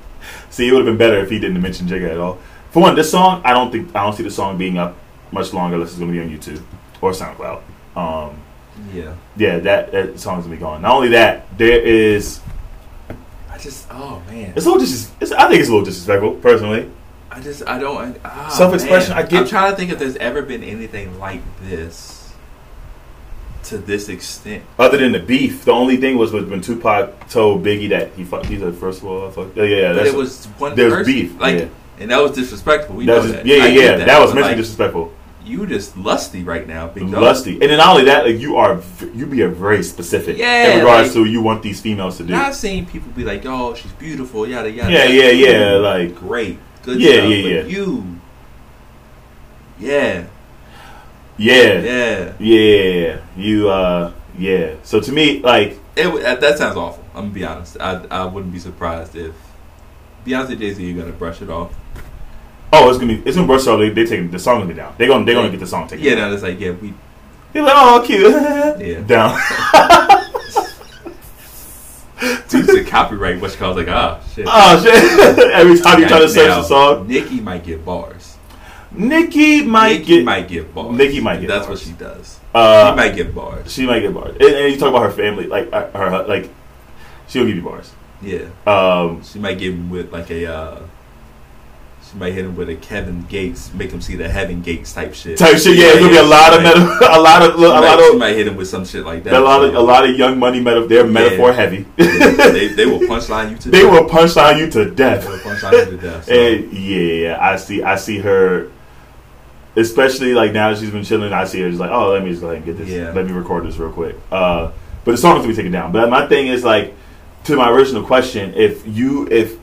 Speaker 3: see, it would have been better if he didn't mention Jigga at all. For one, this song I don't think I don't see the song being up much longer unless it's going to be on YouTube or SoundCloud. Um,
Speaker 2: yeah.
Speaker 3: yeah, that, that song's going to be gone. Not only that, there is
Speaker 2: I just oh man.
Speaker 3: it's a little dis- it's, I think it's a little disrespectful personally.
Speaker 2: I just I don't ah,
Speaker 3: Self-expression,
Speaker 2: man.
Speaker 3: I get-
Speaker 2: I'm trying to think if there's ever been anything like this to this extent.
Speaker 3: Other than the beef, the only thing was was when Tupac told Biggie that he fucked. He said, first of all, I fucked. Yeah, yeah,
Speaker 2: But
Speaker 3: that's
Speaker 2: it was one
Speaker 3: there's
Speaker 2: person,
Speaker 3: beef,
Speaker 2: like,
Speaker 3: yeah.
Speaker 2: and that was disrespectful. We
Speaker 3: that's
Speaker 2: know
Speaker 3: just-
Speaker 2: that.
Speaker 3: yeah, yeah,
Speaker 2: I get
Speaker 3: yeah. That, was
Speaker 2: but,
Speaker 3: mentally
Speaker 2: like,
Speaker 3: disrespectful,
Speaker 2: You just lusty right now, big dog.
Speaker 3: lusty, and then not only that, like you are, v- you be a very specific
Speaker 2: Yeah,
Speaker 3: in regards
Speaker 2: like-
Speaker 3: to what you want these females to do.
Speaker 2: Now I've seen people be like, "Oh, she's beautiful," yada yada.
Speaker 3: yeah, yeah, yeah. Like
Speaker 2: Great, good
Speaker 3: Yeah,
Speaker 2: stuff.
Speaker 3: yeah,
Speaker 2: but
Speaker 3: yeah.
Speaker 2: You, yeah,
Speaker 3: yeah,
Speaker 2: yeah.
Speaker 3: yeah, You uh, yeah. So to me, like
Speaker 2: It, w- that that sounds awful. I'm gonna be honest. I I wouldn't be surprised if Beyonce Jay Z you're gonna brush it off.
Speaker 3: oh, it's gonna be it's gonna brush off. They, they take the song gonna be down. They gonna they gonna get the song taken.
Speaker 2: Yeah,
Speaker 3: down.
Speaker 2: no, it's like yeah, we
Speaker 3: They're like oh cute.
Speaker 2: Yeah.
Speaker 3: down.
Speaker 2: do the copyright. What you call it, like ah shit.
Speaker 3: oh shit! Every time you try to search
Speaker 2: Now,
Speaker 3: the song,
Speaker 2: Nicki might get bars.
Speaker 3: Nikki might
Speaker 2: Nicki
Speaker 3: get
Speaker 2: might get bars.
Speaker 3: Nicki might get
Speaker 2: That's
Speaker 3: bars.
Speaker 2: what she does.
Speaker 3: Uh,
Speaker 2: she might get bars.
Speaker 3: She might get bars. And, and you talk about her family, like uh, her, hu- like she'll give you bars.
Speaker 2: Yeah.
Speaker 3: Um,
Speaker 2: She might get him with like a. Uh, she might hit him with a Kevin Gates, make him see the Heaven Gates type shit.
Speaker 3: type shit. Yeah, it's gonna be a lot of meta, a lot of, a
Speaker 2: She might,
Speaker 3: lot
Speaker 2: she
Speaker 3: of,
Speaker 2: might hit him with some shit like that.
Speaker 3: a lot of, a lot of young money meta. They're metaphor heavy.
Speaker 2: they, they will punchline you to
Speaker 3: They
Speaker 2: death.
Speaker 3: will punchline you to
Speaker 2: They will
Speaker 3: death.
Speaker 2: punchline you to death. So.
Speaker 3: And Eh, yeah, I see, I see her. Especially like now that she's been chilling, I see her just like, oh, let me just go ahead and get this.
Speaker 2: Yeah.
Speaker 3: Let me record this real quick. Uh, but the song's gonna be taken down. But my thing is like, to my original question, if you if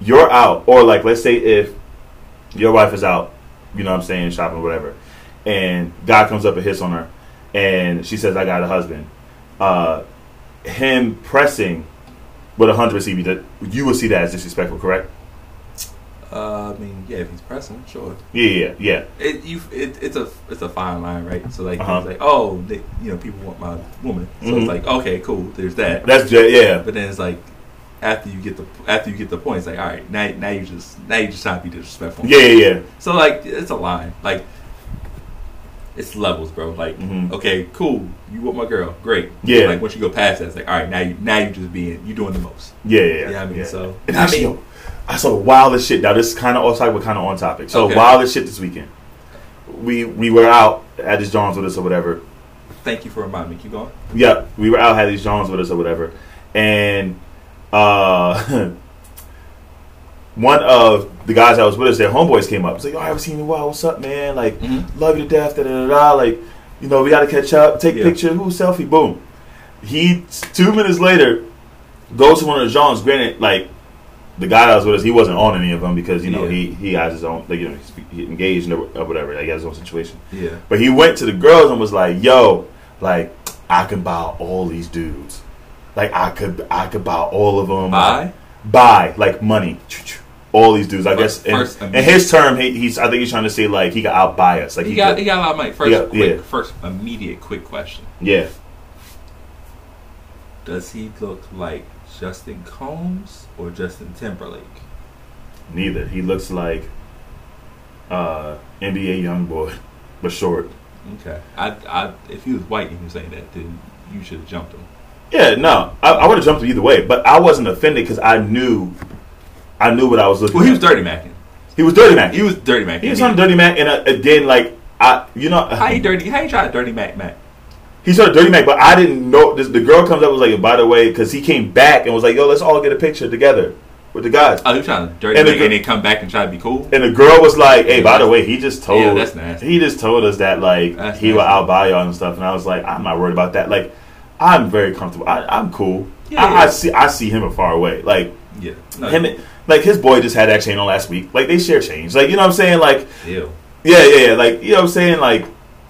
Speaker 3: you're out, or like let's say if your wife is out, you know what I'm saying, shopping, whatever, and God comes up and hits on her, and she says, I got a husband, uh, him pressing would 100% be that you would see that as disrespectful, correct?
Speaker 2: uh, Uh, I mean, yeah, if he's pressing, sure.
Speaker 3: Yeah, yeah, yeah.
Speaker 2: It you it, it's a it's a fine line, right? So like
Speaker 3: Uh-huh.
Speaker 2: he's like, oh, they, you know, people want my woman, so
Speaker 3: Mhm.
Speaker 2: it's like, okay, cool. There's that.
Speaker 3: That's just, yeah.
Speaker 2: But then it's like after you get the after you get the point, it's like all right, now now you just now you just trying to be disrespectful.
Speaker 3: Yeah, yeah, yeah.
Speaker 2: So like it's a line. Like it's levels, bro. Like
Speaker 3: Mhm.
Speaker 2: okay, cool. You want my girl, great.
Speaker 3: Yeah.
Speaker 2: Like once you go past that, it's like all right, now you now you just being you doing the most.
Speaker 3: Yeah, yeah, yeah.
Speaker 2: You know what I mean? So
Speaker 3: And
Speaker 2: I
Speaker 3: actually,
Speaker 2: mean-
Speaker 3: yo, I saw the wildest shit. Now this is kind of off topic, but kind of on topic. So
Speaker 2: Okay.
Speaker 3: wildest shit this weekend. We we were out at this Johns with us or whatever.
Speaker 2: Thank you for reminding me. Keep going.
Speaker 3: Yep, we were out had these Johns with us or whatever, and uh, one of the guys that was with us, their homeboys came up. It's like, "Yo, I haven't seen you in a while. What's up, man? Like,
Speaker 2: Mhm.
Speaker 3: love you to death. Da da da. da. Like, you know, we got to catch up. Take a
Speaker 2: Yeah.
Speaker 3: picture. Who selfie? Boom. He two minutes later goes to one of the Johns. Granted, like the guy that was with us, he wasn't on any of them because you know
Speaker 2: Yeah.
Speaker 3: he he has his own like you know he's he engaged or or whatever. Like, he has his own situation.
Speaker 2: Yeah.
Speaker 3: But he went to the girls and was like, "Yo, like I can buy all these dudes. Like I could, I could buy all of them.
Speaker 2: Bye.
Speaker 3: buy like money. All these dudes. I
Speaker 2: First-
Speaker 3: guess in,
Speaker 2: first
Speaker 3: in his term, he, he's. I think he's trying to say like he could outbuy us. Like
Speaker 2: You got
Speaker 3: could-
Speaker 2: you got a lot of money. First,
Speaker 3: Yeah,
Speaker 2: quick,
Speaker 3: yeah.
Speaker 2: first immediate quick question:
Speaker 3: yeah.
Speaker 2: Does he look like Justin Combs or Justin Timberlake?
Speaker 3: Neither. He looks like uh NBA young boy, but short.
Speaker 2: Okay, I, I if he was white and he was saying that, then you should have jumped him.
Speaker 3: Yeah, no, I, I would have jumped him either way, but I wasn't offended because I knew, I knew what I was looking.
Speaker 2: Well, he was
Speaker 3: at.
Speaker 2: dirty macking.
Speaker 3: He was dirty man.
Speaker 2: He was dirty macking.
Speaker 3: He was on Dirty Mac, and uh, again, like I, you know,
Speaker 2: How you dirty? How you try to dirty Mac Mac?
Speaker 3: he started Dirty Mac, but I didn't know. This, the girl comes up and was like, by the way, because he came back and was like, yo, let's all get a picture together with the guys.
Speaker 2: Oh, you trying to dirty
Speaker 3: And
Speaker 2: and
Speaker 3: the
Speaker 2: Mac
Speaker 3: gir-
Speaker 2: and then come back and try to be cool?
Speaker 3: And the girl was like, hey, by the way, he just told
Speaker 2: Yeah, that's nasty.
Speaker 3: he just told us that like
Speaker 2: That's
Speaker 3: he will
Speaker 2: nasty.
Speaker 3: outbuy y'all and stuff, and I was like, I'm not worried about that. Like, I'm very comfortable. I, I'm cool.
Speaker 2: Yeah,
Speaker 3: I, I
Speaker 2: yeah.
Speaker 3: see. I see him from far away. Like
Speaker 2: Yeah. No,
Speaker 3: him, and- like his boy just had that chain on last week. Like they share change. Like you know what I'm saying. Like
Speaker 2: Ew.
Speaker 3: Yeah, yeah, yeah. Like you know what I'm saying? Like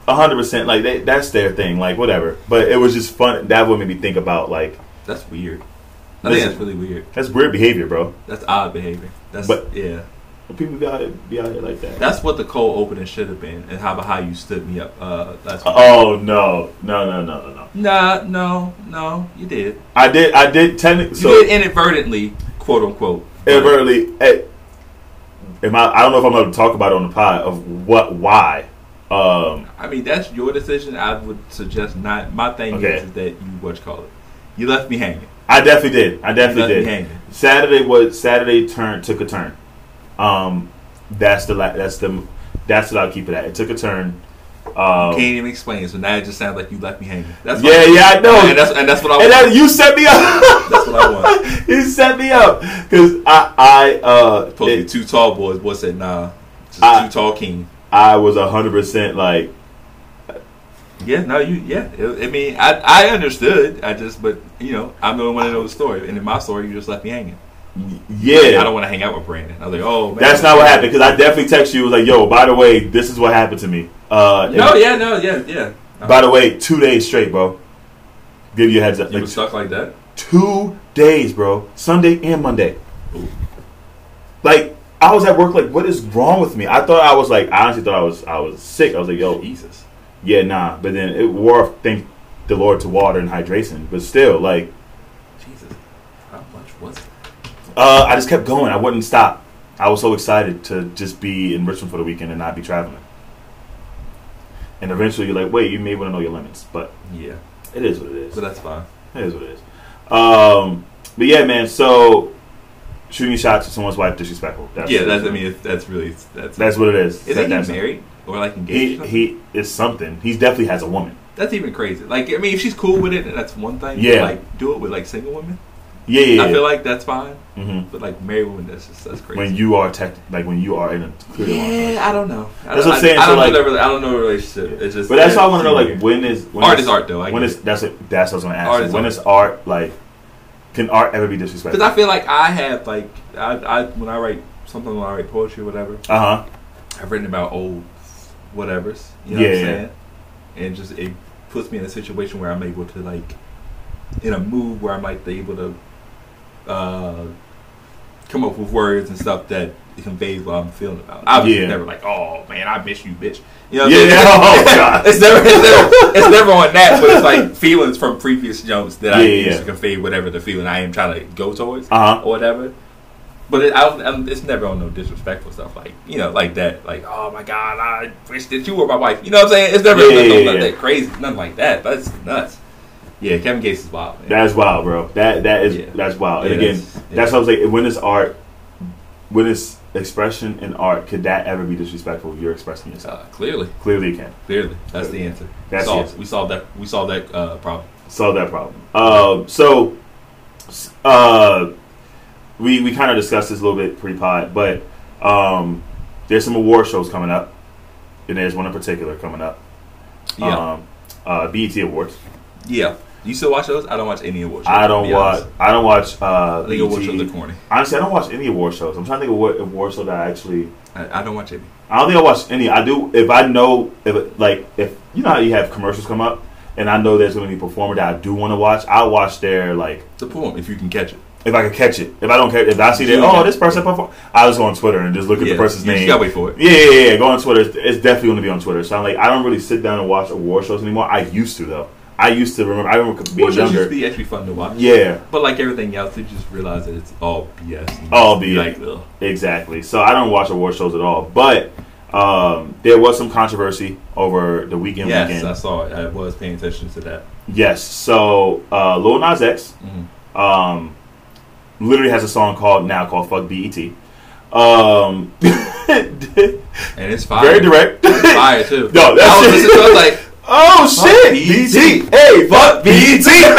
Speaker 3: hundred percent like they, that's their thing, like whatever. But it was just fun that would make me think about like
Speaker 2: That's weird. I
Speaker 3: Listen.
Speaker 2: think that's really weird.
Speaker 3: that's weird behavior, bro.
Speaker 2: That's odd behavior. That's
Speaker 3: But-
Speaker 2: yeah.
Speaker 3: People be out here, be out here like that.
Speaker 2: That's what the cold opening should have been. And how about how you stood me up? Uh, that's
Speaker 3: oh no. No no no no no.
Speaker 2: nah, no, no, you did.
Speaker 3: I did I did technically
Speaker 2: You
Speaker 3: so
Speaker 2: did inadvertently, quote unquote.
Speaker 3: inadvertently eh, am I I don't know if I'm gonna talk about it on the pod of what why. Um
Speaker 2: I mean, that's your decision. I would suggest not. My thing
Speaker 3: Okay.
Speaker 2: is, is that you what you call it. You left me hanging.
Speaker 3: I definitely did. I
Speaker 2: You left
Speaker 3: definitely
Speaker 2: me
Speaker 3: did.
Speaker 2: hanging.
Speaker 3: Saturday was Saturday turn took a turn. Um, that's the la- that's the that's what I'll keep it at. It took a turn. Um,
Speaker 2: Can't even explain. it, So now it just sounds like you left me hanging. That's
Speaker 3: yeah,
Speaker 2: what,
Speaker 3: yeah, I know.
Speaker 2: And that's and that's what I
Speaker 3: And
Speaker 2: want.
Speaker 3: that, you set me up.
Speaker 2: that's what I want.
Speaker 3: you set me up because I I uh
Speaker 2: Supposed to be
Speaker 3: it-
Speaker 2: two tall boys. Boy said nah. Just
Speaker 3: I-
Speaker 2: too tall king.
Speaker 3: I was hundred percent like
Speaker 2: Yeah, no, you. Yeah, It- I mean, I I understood. I just, but you know, I'm the only one that knows the story. And in my story, you just left me hanging.
Speaker 3: y-
Speaker 2: I
Speaker 3: yeah.
Speaker 2: don't want to hang out with Brandon. I was like, oh, man.
Speaker 3: That's not what happened because I definitely text you was like yo by the way this is what happened to me. Uh,
Speaker 2: No,
Speaker 3: and-
Speaker 2: yeah, no, yeah, yeah.
Speaker 3: By the way, two days straight, bro. Give you a heads up.
Speaker 2: you
Speaker 3: Like,
Speaker 2: were stuck like that.
Speaker 3: two days, bro. Sunday and Monday.
Speaker 2: Ooh.
Speaker 3: Like I was at work. Like, what is wrong with me? I thought I was like, I honestly thought I was, I was sick. I was like, yo,
Speaker 2: Jesus.
Speaker 3: yeah, nah. But then it wore. off, Thank the Lord to water and hydration. But still, like,
Speaker 2: Jesus. How much was it?
Speaker 3: uh, I just kept going. I wouldn't stop. I was so excited to just be in Richmond for the weekend and not be traveling. And eventually, you're like, wait, you may want to know your limits, but
Speaker 2: Yeah,
Speaker 3: it is what it is.
Speaker 2: but that's fine.
Speaker 3: It is what it is. Um, but yeah, man. So shooting shots at someone's wife disrespectful. That's
Speaker 2: yeah, that's. I mean, it's, that's really that's.
Speaker 3: that's what it is.
Speaker 2: is
Speaker 3: That-
Speaker 2: that
Speaker 3: that's
Speaker 2: he married or like engaged? or
Speaker 3: He
Speaker 2: something?
Speaker 3: he is something. He definitely has a woman.
Speaker 2: That's even crazy. Like, I mean, if she's cool with it, that's one thing. but,
Speaker 3: Yeah.
Speaker 2: like, do it with like single women.
Speaker 3: Yeah, yeah.
Speaker 2: I
Speaker 3: yeah.
Speaker 2: feel like that's fine.
Speaker 3: Mhm.
Speaker 2: But like married women, that's just that's crazy.
Speaker 3: When you are tech, like when you are in a clear
Speaker 2: yeah, I don't know. I
Speaker 3: That's
Speaker 2: don't-
Speaker 3: what I'm saying,
Speaker 2: I,
Speaker 3: so,
Speaker 2: don't
Speaker 3: like-
Speaker 2: know. The, rela- I don't know the relationship. It's just.
Speaker 3: But that's
Speaker 2: yeah,
Speaker 3: why I want to know,
Speaker 2: yeah.
Speaker 3: like, when is when
Speaker 2: Art is art, though, I
Speaker 3: when
Speaker 2: get
Speaker 3: is that's what that's what I was gonna ask.
Speaker 2: Art
Speaker 3: you.
Speaker 2: is
Speaker 3: when
Speaker 2: art.
Speaker 3: is art like? Can art ever be
Speaker 2: Because
Speaker 3: disrespectful?
Speaker 2: I feel like I have like I, I when I write something when I write poetry or whatever
Speaker 3: Uh huh.
Speaker 2: I've written about old whatever's you know
Speaker 3: Yeah,
Speaker 2: what I'm
Speaker 3: yeah.
Speaker 2: saying and just it puts me in a situation where I'm able to like in a mood where I'm like able to uh, come up with words and stuff that conveys what I'm feeling about. Obviously,
Speaker 3: Yeah.
Speaker 2: it's never like, oh man, I miss you, bitch. You know, what I'm
Speaker 3: Yeah,
Speaker 2: saying?
Speaker 3: oh, God.
Speaker 2: it's never, it's never, it's never on that. But it's like feelings from previous jumps that I
Speaker 3: Yeah,
Speaker 2: use
Speaker 3: yeah.
Speaker 2: to convey whatever the feeling I am trying to go towards
Speaker 3: Uh-huh.
Speaker 2: or whatever. But it, I, I'm, it's never on no disrespectful stuff like you know, like that, like oh my god, I wish that you were my wife. You know what I'm saying? It's never
Speaker 3: Yeah,
Speaker 2: it's no-
Speaker 3: yeah,
Speaker 2: nothing
Speaker 3: yeah.
Speaker 2: that crazy, nothing like that. That's nuts. Yeah, Kevin Gates is wild. Man.
Speaker 3: That's wild, bro. That that is
Speaker 2: Yeah.
Speaker 3: that's wild. And
Speaker 2: Yeah,
Speaker 3: again,
Speaker 2: that's-
Speaker 3: that's,
Speaker 2: yeah.
Speaker 3: what I was like. When is art? When is expression in art? Could that ever be disrespectful? You're expressing yourself.
Speaker 2: uh, clearly,
Speaker 3: Clearly, it can.
Speaker 2: clearly, that's the answer.
Speaker 3: That's
Speaker 2: Solved.
Speaker 3: the answer.
Speaker 2: We solved that. We solved that uh, problem.
Speaker 3: Solve that problem. Um, so, s- uh, we we kind of discussed this a little bit pre-pod, but um, there's some award shows coming up, and there's one in particular coming up.
Speaker 2: Yeah,
Speaker 3: Um, uh, BET Awards.
Speaker 2: yeah. You still watch those? I don't watch any award shows.
Speaker 3: I
Speaker 2: to
Speaker 3: don't
Speaker 2: be
Speaker 3: watch.
Speaker 2: honest.
Speaker 3: I don't watch. Uh,
Speaker 2: I think award shows are
Speaker 3: BET.
Speaker 2: corny.
Speaker 3: Honestly, I don't watch any award shows. I'm trying to think of what award show that I actually.
Speaker 2: I, I don't watch any.
Speaker 3: I don't think I watch any. I do if I know if it- like if you know how you have commercials come up and I know there's going to be a performer that I do want to watch. I'll watch their like
Speaker 2: The poem, if you can catch it.
Speaker 3: if I can catch it. If I don't catch if I see that oh this person perform, I just go on Twitter and just look at
Speaker 2: Yeah,
Speaker 3: the person's
Speaker 2: you just
Speaker 3: name.
Speaker 2: gotta wait for it.
Speaker 3: Yeah, yeah, yeah, yeah. Go on Twitter. It's, it's definitely going to be on Twitter. So I'm like I don't really sit down and watch award shows anymore. I used to though. I used to remember. I remember being
Speaker 2: Award shows used
Speaker 3: younger.
Speaker 2: to be actually fun to watch.
Speaker 3: yeah,
Speaker 2: But like everything else, you just realize that it's all BS.
Speaker 3: All
Speaker 2: Be
Speaker 3: BS.
Speaker 2: Like, ugh.
Speaker 3: Exactly. So I don't watch award shows at all. But um, there was some controversy over the weekend.
Speaker 2: yes,
Speaker 3: weekend.
Speaker 2: I saw it. I was paying attention to that.
Speaker 3: Yes. So uh, Lil Nas X
Speaker 2: Mhm.
Speaker 3: um, literally has a song called now called "Fuck BET." Um,
Speaker 2: And it's fire.
Speaker 3: very direct.
Speaker 2: Fire, too.
Speaker 3: No, that's
Speaker 2: I was
Speaker 3: it.
Speaker 2: listening to it, I was like,
Speaker 3: oh shit!
Speaker 2: BET.
Speaker 3: BET. Hey, fuck E BET.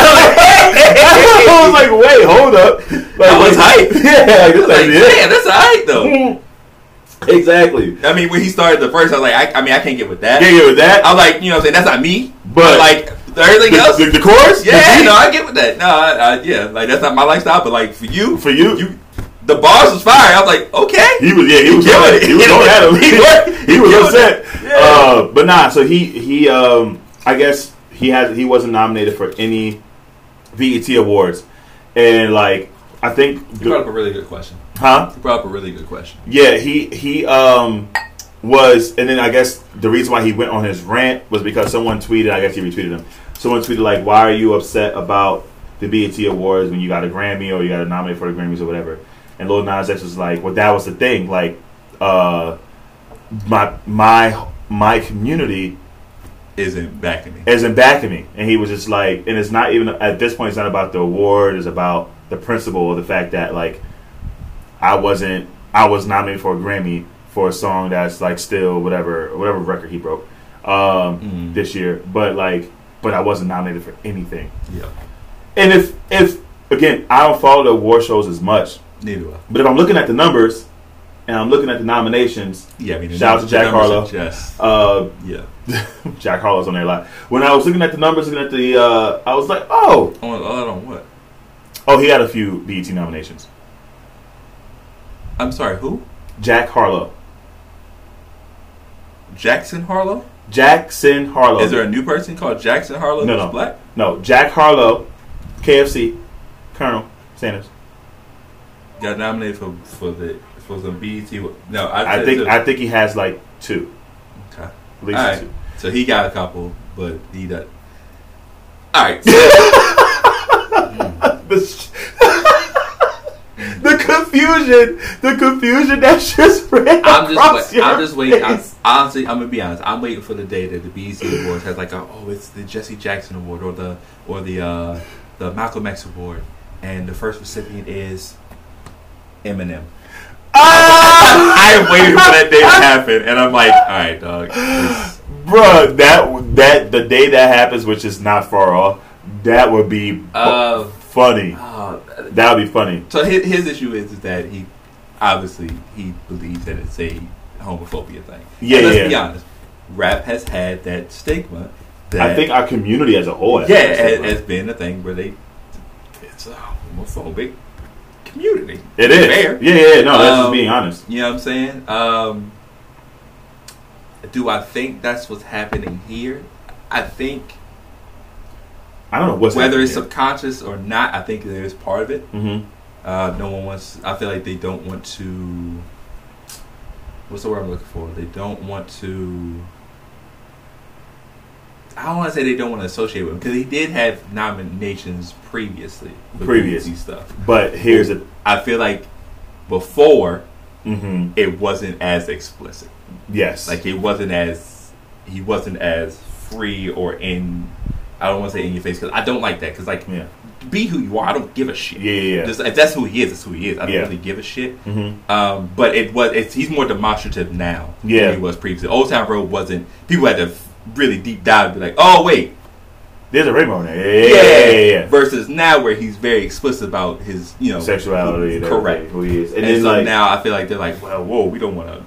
Speaker 3: I was like, wait, hold up. Like,
Speaker 2: That was
Speaker 3: wait.
Speaker 2: hype.
Speaker 3: Yeah, I
Speaker 2: I
Speaker 3: guess
Speaker 2: was like, man,
Speaker 3: I
Speaker 2: that's alright though.
Speaker 3: Mm-hmm. did. Exactly.
Speaker 2: I mean, when he started the first, I was like, I, I mean, I can't get with that.
Speaker 3: Yeah, yeah, with that.
Speaker 2: I was like, you know, what I'm saying that's not me.
Speaker 3: But-
Speaker 2: like everything
Speaker 3: the,
Speaker 2: else,
Speaker 3: the, the chorus? The
Speaker 2: yeah,
Speaker 3: beat?
Speaker 2: no, I get with that. No, I, I, yeah, like that's not my lifestyle. But like for you,
Speaker 3: For you?
Speaker 2: you, the bars was fire. I was like, okay,
Speaker 3: He was yeah, he was
Speaker 2: He
Speaker 3: going,
Speaker 2: killed it.
Speaker 3: he was going at him. He, he was
Speaker 2: Killed
Speaker 3: upset.
Speaker 2: it. Yeah.
Speaker 3: Uh, but nah, so he he um I guess he has he wasn't nominated for any BET awards. And like I think
Speaker 2: you brought up a really good question.
Speaker 3: huh?
Speaker 2: You brought up a really good question.
Speaker 3: Yeah, he he um was and then I guess the reason why he went on his rant was because someone tweeted, I guess he retweeted him. Someone tweeted like, Why are you upset about the BET awards when you got a Grammy or you got a nominee for the Grammys or whatever? And Lil Nas X was like, Well that was the thing, like uh my my my community
Speaker 2: Isn't backing me.
Speaker 3: isn't backing me. And he was just like, and it's not even at this point. It's not about the award. It's about the principle or the fact that like I wasn't, I was nominated for a Grammy for a song that's like still whatever, whatever record he broke um,
Speaker 2: Mhm.
Speaker 3: this year. But like, but I wasn't nominated for anything.
Speaker 2: Yeah,
Speaker 3: And if if again, I don't follow the award shows as much.
Speaker 2: neither do I.
Speaker 3: But if I'm looking at the numbers and I'm looking at the nominations,
Speaker 2: Yeah, I mean, the
Speaker 3: Shout out
Speaker 2: numbers-
Speaker 3: to Jack
Speaker 2: the numbers
Speaker 3: Harlow.
Speaker 2: are Just,
Speaker 3: uh,
Speaker 2: yeah,
Speaker 3: Jack Harlow's on there a lot. When I was looking at the numbers, looking at the, uh, I was like, oh.
Speaker 2: on, all on what?
Speaker 3: Oh, he had a few BET nominations.
Speaker 2: I'm sorry, who?
Speaker 3: Jack Harlow.
Speaker 2: Jackson Harlow?
Speaker 3: Jackson Harlow.
Speaker 2: Is there a new person called Jackson Harlow
Speaker 3: Oh. No,
Speaker 2: who's
Speaker 3: no.
Speaker 2: black?
Speaker 3: no, Jack Harlow, KFC, Colonel Sanders.
Speaker 2: Got nominated for for the for some BET. wa- No, I,
Speaker 3: I think I think he has like two.
Speaker 2: okay.
Speaker 3: At least
Speaker 2: All right.
Speaker 3: two.
Speaker 2: So he got a couple, but he doesn't. All right. So,
Speaker 3: The, sh- the confusion, the confusion that just ran
Speaker 2: I'm
Speaker 3: across
Speaker 2: just wait, I'm
Speaker 3: your
Speaker 2: just waiting. I'm,
Speaker 3: face.
Speaker 2: honestly, I'm gonna be honest. I'm waiting for the day that the BET Awards has like, a, oh, it's the Jesse Jackson Award or the or the uh, the Malcolm X Award, and the first recipient is Eminem.
Speaker 3: Ah,
Speaker 2: I am waiting for that day to happen, and I'm like, all right, dog. this-
Speaker 3: bruh, that that the day that happens, which is not far off, that would be bu-
Speaker 2: Uh,
Speaker 3: Um, funny.
Speaker 2: uh,
Speaker 3: That would be funny.
Speaker 2: So his, his issue is, is that he obviously he believes that it's a homophobia thing.
Speaker 3: Yeah,
Speaker 2: And let's
Speaker 3: yeah.
Speaker 2: be honest. Rap has had that stigma. That,
Speaker 3: I think our community as a whole. has
Speaker 2: yeah,
Speaker 3: that stigma.
Speaker 2: as, as being a thing where they it's a homophobic community.
Speaker 3: It is.
Speaker 2: Fair.
Speaker 3: Yeah, yeah, yeah. No, that's
Speaker 2: Um,
Speaker 3: just being honest.
Speaker 2: You know what I'm saying? Um, do I think that's what's happening here? I think
Speaker 3: I don't know what's
Speaker 2: whether it's subconscious or not, I think there's part of it.
Speaker 3: hmm
Speaker 2: Uh, no one wants. I feel like they don't want to what's the word I'm looking for? They don't want to. I don't want to say they don't want to associate with him because he did have nominations previously. for
Speaker 3: Previous.
Speaker 2: Gucci stuff.
Speaker 3: But here's a
Speaker 2: I feel like before
Speaker 3: mm-hmm.
Speaker 2: it wasn't as explicit.
Speaker 3: yes,
Speaker 2: Like it wasn't as he wasn't as free or in. I don't want to say in your face because I don't like that because like
Speaker 3: yeah,
Speaker 2: be who you are. I don't give a shit.
Speaker 3: yeah, yeah, yeah.
Speaker 2: Just, if that's who he is, that's who he is. I don't
Speaker 3: Yeah.
Speaker 2: really give a shit.
Speaker 3: mm-hmm.
Speaker 2: Um, but it was it's, he's more demonstrative now
Speaker 3: Yeah.
Speaker 2: than he was previously. Old Town Road wasn't. People had to f- really deep dive, and be like, "Oh wait,
Speaker 3: There's a rainbow in there. Yeah, yeah, yeah. yeah.
Speaker 2: Versus now, where he's very explicit about his, you know,
Speaker 3: Sexuality, and
Speaker 2: Correct.
Speaker 3: everything, Who he is, and,
Speaker 2: And,
Speaker 3: then
Speaker 2: so
Speaker 3: like,
Speaker 2: now I feel like they're like, "Well, whoa, we don't want to,"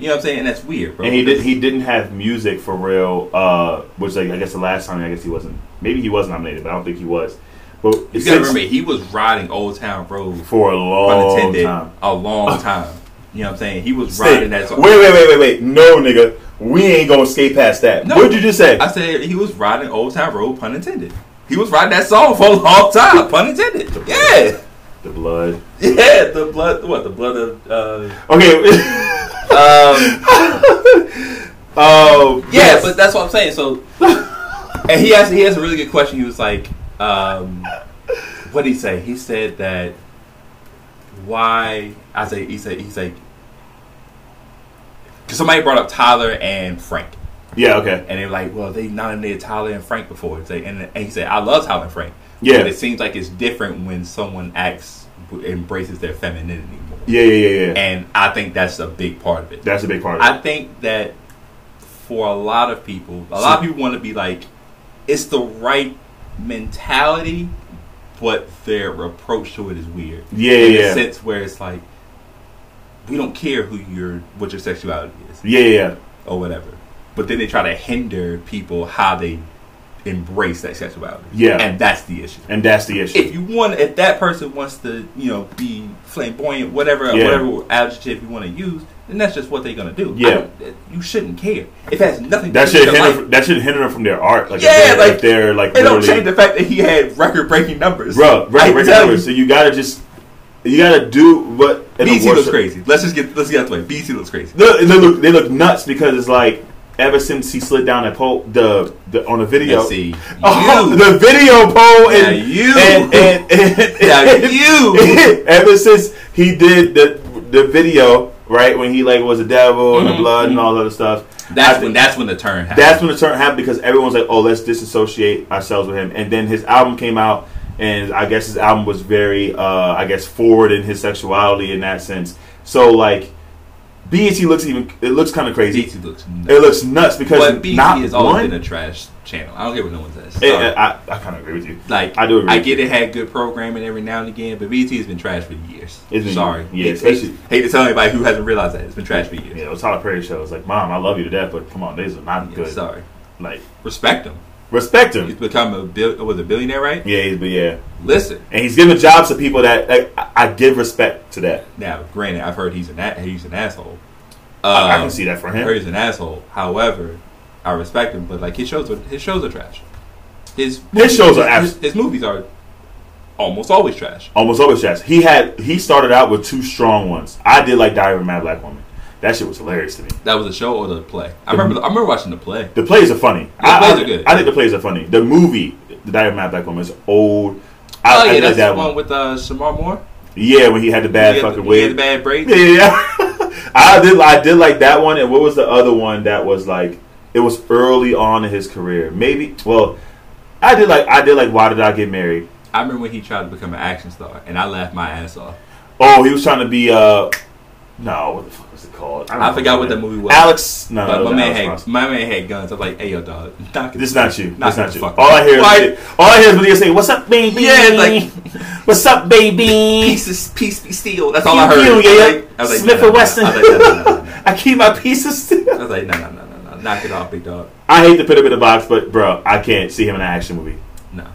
Speaker 2: you know what I'm saying? And that's weird, bro.
Speaker 3: and he did. He didn't have music for real, uh, which like I guess the last time I guess he wasn't. Maybe he was nominated, but I don't think he was. But
Speaker 2: you
Speaker 3: since-
Speaker 2: gotta remember, he was riding Old Town Road
Speaker 3: for a long
Speaker 2: unattended
Speaker 3: time.
Speaker 2: a long time. You know what I'm saying? He was
Speaker 3: Stay-
Speaker 2: riding that.
Speaker 3: wait, wait, wait, wait, wait. No, nigga, we ain't gonna skate past that.
Speaker 2: No.
Speaker 3: What'd you just say?
Speaker 2: I said he was riding Old Town Road, pun intended. He was riding that song for a long time, pun intended. Yeah.
Speaker 3: the blood.
Speaker 2: Yeah, the blood. What the blood of? Uh,
Speaker 3: Okay.
Speaker 2: um,
Speaker 3: Oh
Speaker 2: yeah, but that's what I'm saying. So, and he asked. He has a really good question. He was like, um, "What did he say?" He said that why I say he said he's like because somebody brought up Tyler and Frank,
Speaker 3: yeah, okay,
Speaker 2: and they were like, "Well, they nominated Tyler and Frank before." It's like, and, and he said, "I love Tyler and Frank."
Speaker 3: Yeah.
Speaker 2: but it seems like it's different when someone acts embraces their femininity more.
Speaker 3: yeah, yeah, yeah, yeah.
Speaker 2: And I think that's a big part of it.
Speaker 3: That's a big part of
Speaker 2: I
Speaker 3: it.
Speaker 2: think that for a lot of people, a lot of people want to be like, it's the right mentality, but their approach to it is weird.
Speaker 3: Yeah,
Speaker 2: in
Speaker 3: yeah,
Speaker 2: a
Speaker 3: yeah,
Speaker 2: sense where it's like, we don't care who your what your sexuality is
Speaker 3: yeah, yeah,
Speaker 2: or whatever, but then they try to hinder people how they embrace that sexuality.
Speaker 3: Yeah.
Speaker 2: and that's the issue.
Speaker 3: and that's the issue.
Speaker 2: If you want, if that person wants to, you know, be flamboyant, whatever,
Speaker 3: Yeah.
Speaker 2: whatever adjective you want to use, then that's just what they're gonna do. I
Speaker 3: Yeah.
Speaker 2: don't- you shouldn't care. It has nothing.
Speaker 3: That
Speaker 2: to do
Speaker 3: should
Speaker 2: with your
Speaker 3: hinder.
Speaker 2: life.
Speaker 3: That should hinder them from their art. Like,
Speaker 2: Yeah,
Speaker 3: if they're,
Speaker 2: like,
Speaker 3: if they're like
Speaker 2: It don't
Speaker 3: literally,
Speaker 2: change the fact that he had record-breaking numbers,
Speaker 3: bro.
Speaker 2: I
Speaker 3: Right, right
Speaker 2: tell
Speaker 3: numbers. So
Speaker 2: you,
Speaker 3: you gotta just, you gotta do what. in the
Speaker 2: BC
Speaker 3: worst-
Speaker 2: looks crazy. Let's just get let's get out the way. BC looks crazy.
Speaker 3: No, they look, they look nuts because it's like ever since he slid down that pole, the, the on the video,
Speaker 2: And see,
Speaker 3: Oh,
Speaker 2: you,
Speaker 3: the video
Speaker 2: Now
Speaker 3: pole, and
Speaker 2: you.
Speaker 3: and and, and,
Speaker 2: Now you.
Speaker 3: ever since he did the the video, right when he like was a devil and
Speaker 2: Mhm,
Speaker 3: the blood and
Speaker 2: mhm.
Speaker 3: all that other stuff. I
Speaker 2: that's
Speaker 3: think-
Speaker 2: when that's when the turn happens.
Speaker 3: that's when the turn happened because everyone's like, "Oh, let's disassociate ourselves with him." And then his album came out, and I guess his album was very, uh, I guess, forward in his sexuality in that sense. So like, BET looks even it looks kind of crazy.
Speaker 2: BC looks.
Speaker 3: It looks nuts because
Speaker 2: E But
Speaker 3: not
Speaker 2: BC has always
Speaker 3: one.
Speaker 2: been a trash channel. I don't care what no one says.
Speaker 3: Eh,
Speaker 2: Sorry.
Speaker 3: eh, I, I kind of agree with you.
Speaker 2: Like
Speaker 3: I do agree
Speaker 2: I
Speaker 3: with
Speaker 2: get it had good programming every now and again, but BT has been trash for years.
Speaker 3: It's been-
Speaker 2: Sorry, Hate-
Speaker 3: yeah,
Speaker 2: hate,
Speaker 3: especially-
Speaker 2: hate to tell anybody who hasn't realized that it's been trash for years.
Speaker 3: You know, Tyler Perry show. It's like, Mom, I love you to death, but come on, these are not
Speaker 2: Yeah,
Speaker 3: good.
Speaker 2: Sorry,
Speaker 3: Like,
Speaker 2: respect him.
Speaker 3: respect
Speaker 2: He's
Speaker 3: him.
Speaker 2: become a bill- was a billionaire, right?
Speaker 3: Yeah, he's, but yeah,
Speaker 2: Listen,
Speaker 3: and he's giving jobs to people that like, I, I give respect to that.
Speaker 2: now granted, I've heard he's an a- he's an asshole.
Speaker 3: I, I
Speaker 2: Um,
Speaker 3: can see that for
Speaker 2: I
Speaker 3: him.
Speaker 2: heard he's an asshole. However, I respect him, but like his shows are his shows are trash. His movies-
Speaker 3: shows are
Speaker 2: his,
Speaker 3: abs-
Speaker 2: his movies are almost always trash.
Speaker 3: Almost always trash. He had he started out with two strong ones. I did like Diary of a Mad Black Woman. That shit was hilarious to me.
Speaker 2: That was a show or the play. I
Speaker 3: Mm-hmm.
Speaker 2: remember I remember watching the play.
Speaker 3: The plays are funny.
Speaker 2: The
Speaker 3: I,
Speaker 2: plays
Speaker 3: I-
Speaker 2: are good.
Speaker 3: I think the plays are funny. The movie, The Diary of a Mad Black Woman, is old.
Speaker 2: Oh
Speaker 3: I, I
Speaker 2: yeah,
Speaker 3: did
Speaker 2: that's
Speaker 3: that
Speaker 2: the one
Speaker 3: one.
Speaker 2: with uh, Shamar Moore.
Speaker 3: Yeah, when he had the bad
Speaker 2: he had
Speaker 3: fucking
Speaker 2: the,
Speaker 3: wig.
Speaker 2: He had the bad braids.
Speaker 3: Yeah, yeah. yeah. I did. I did like that one. And what was the other one that was like? It was early on in his career. Maybe. Well, I did like. I did like. Why did I get married?
Speaker 2: I remember when he tried to become an action star, and I laughed my ass off.
Speaker 3: Oh, he was trying to be. uh No, what the fuck was it called? don't
Speaker 2: I
Speaker 3: know,
Speaker 2: forgot what
Speaker 3: man.
Speaker 2: the movie was.
Speaker 3: Alex. No,
Speaker 2: But
Speaker 3: no,
Speaker 2: my
Speaker 3: no
Speaker 2: man
Speaker 3: Alex
Speaker 2: had
Speaker 3: Ross.
Speaker 2: my man had guns. I'm like, hey yo, dog, knock it.
Speaker 3: This is not you.
Speaker 2: Knock
Speaker 3: This is not
Speaker 2: the
Speaker 3: you.
Speaker 2: fuck
Speaker 3: All I
Speaker 2: off.
Speaker 3: hear
Speaker 2: Like-
Speaker 3: is all I hear is video saying, "What's up, baby?
Speaker 2: Yeah, it's
Speaker 3: what's up, baby?
Speaker 2: pieces, piece be steel. That's all I
Speaker 3: Pew,
Speaker 2: heard.
Speaker 3: pew, yeah,
Speaker 2: I was
Speaker 3: yeah.
Speaker 2: like, I was like,
Speaker 3: Smith
Speaker 2: nah, nah,
Speaker 3: and Wesson.
Speaker 2: Nah, I was like, nah, nah, nah, nah.
Speaker 3: I keep my pieces."
Speaker 2: I was like, nah, nah, nah, nah, nah, knock it off, big dog.
Speaker 3: I hate to put him in the box, but bro, I can't see him in an action movie.
Speaker 2: No.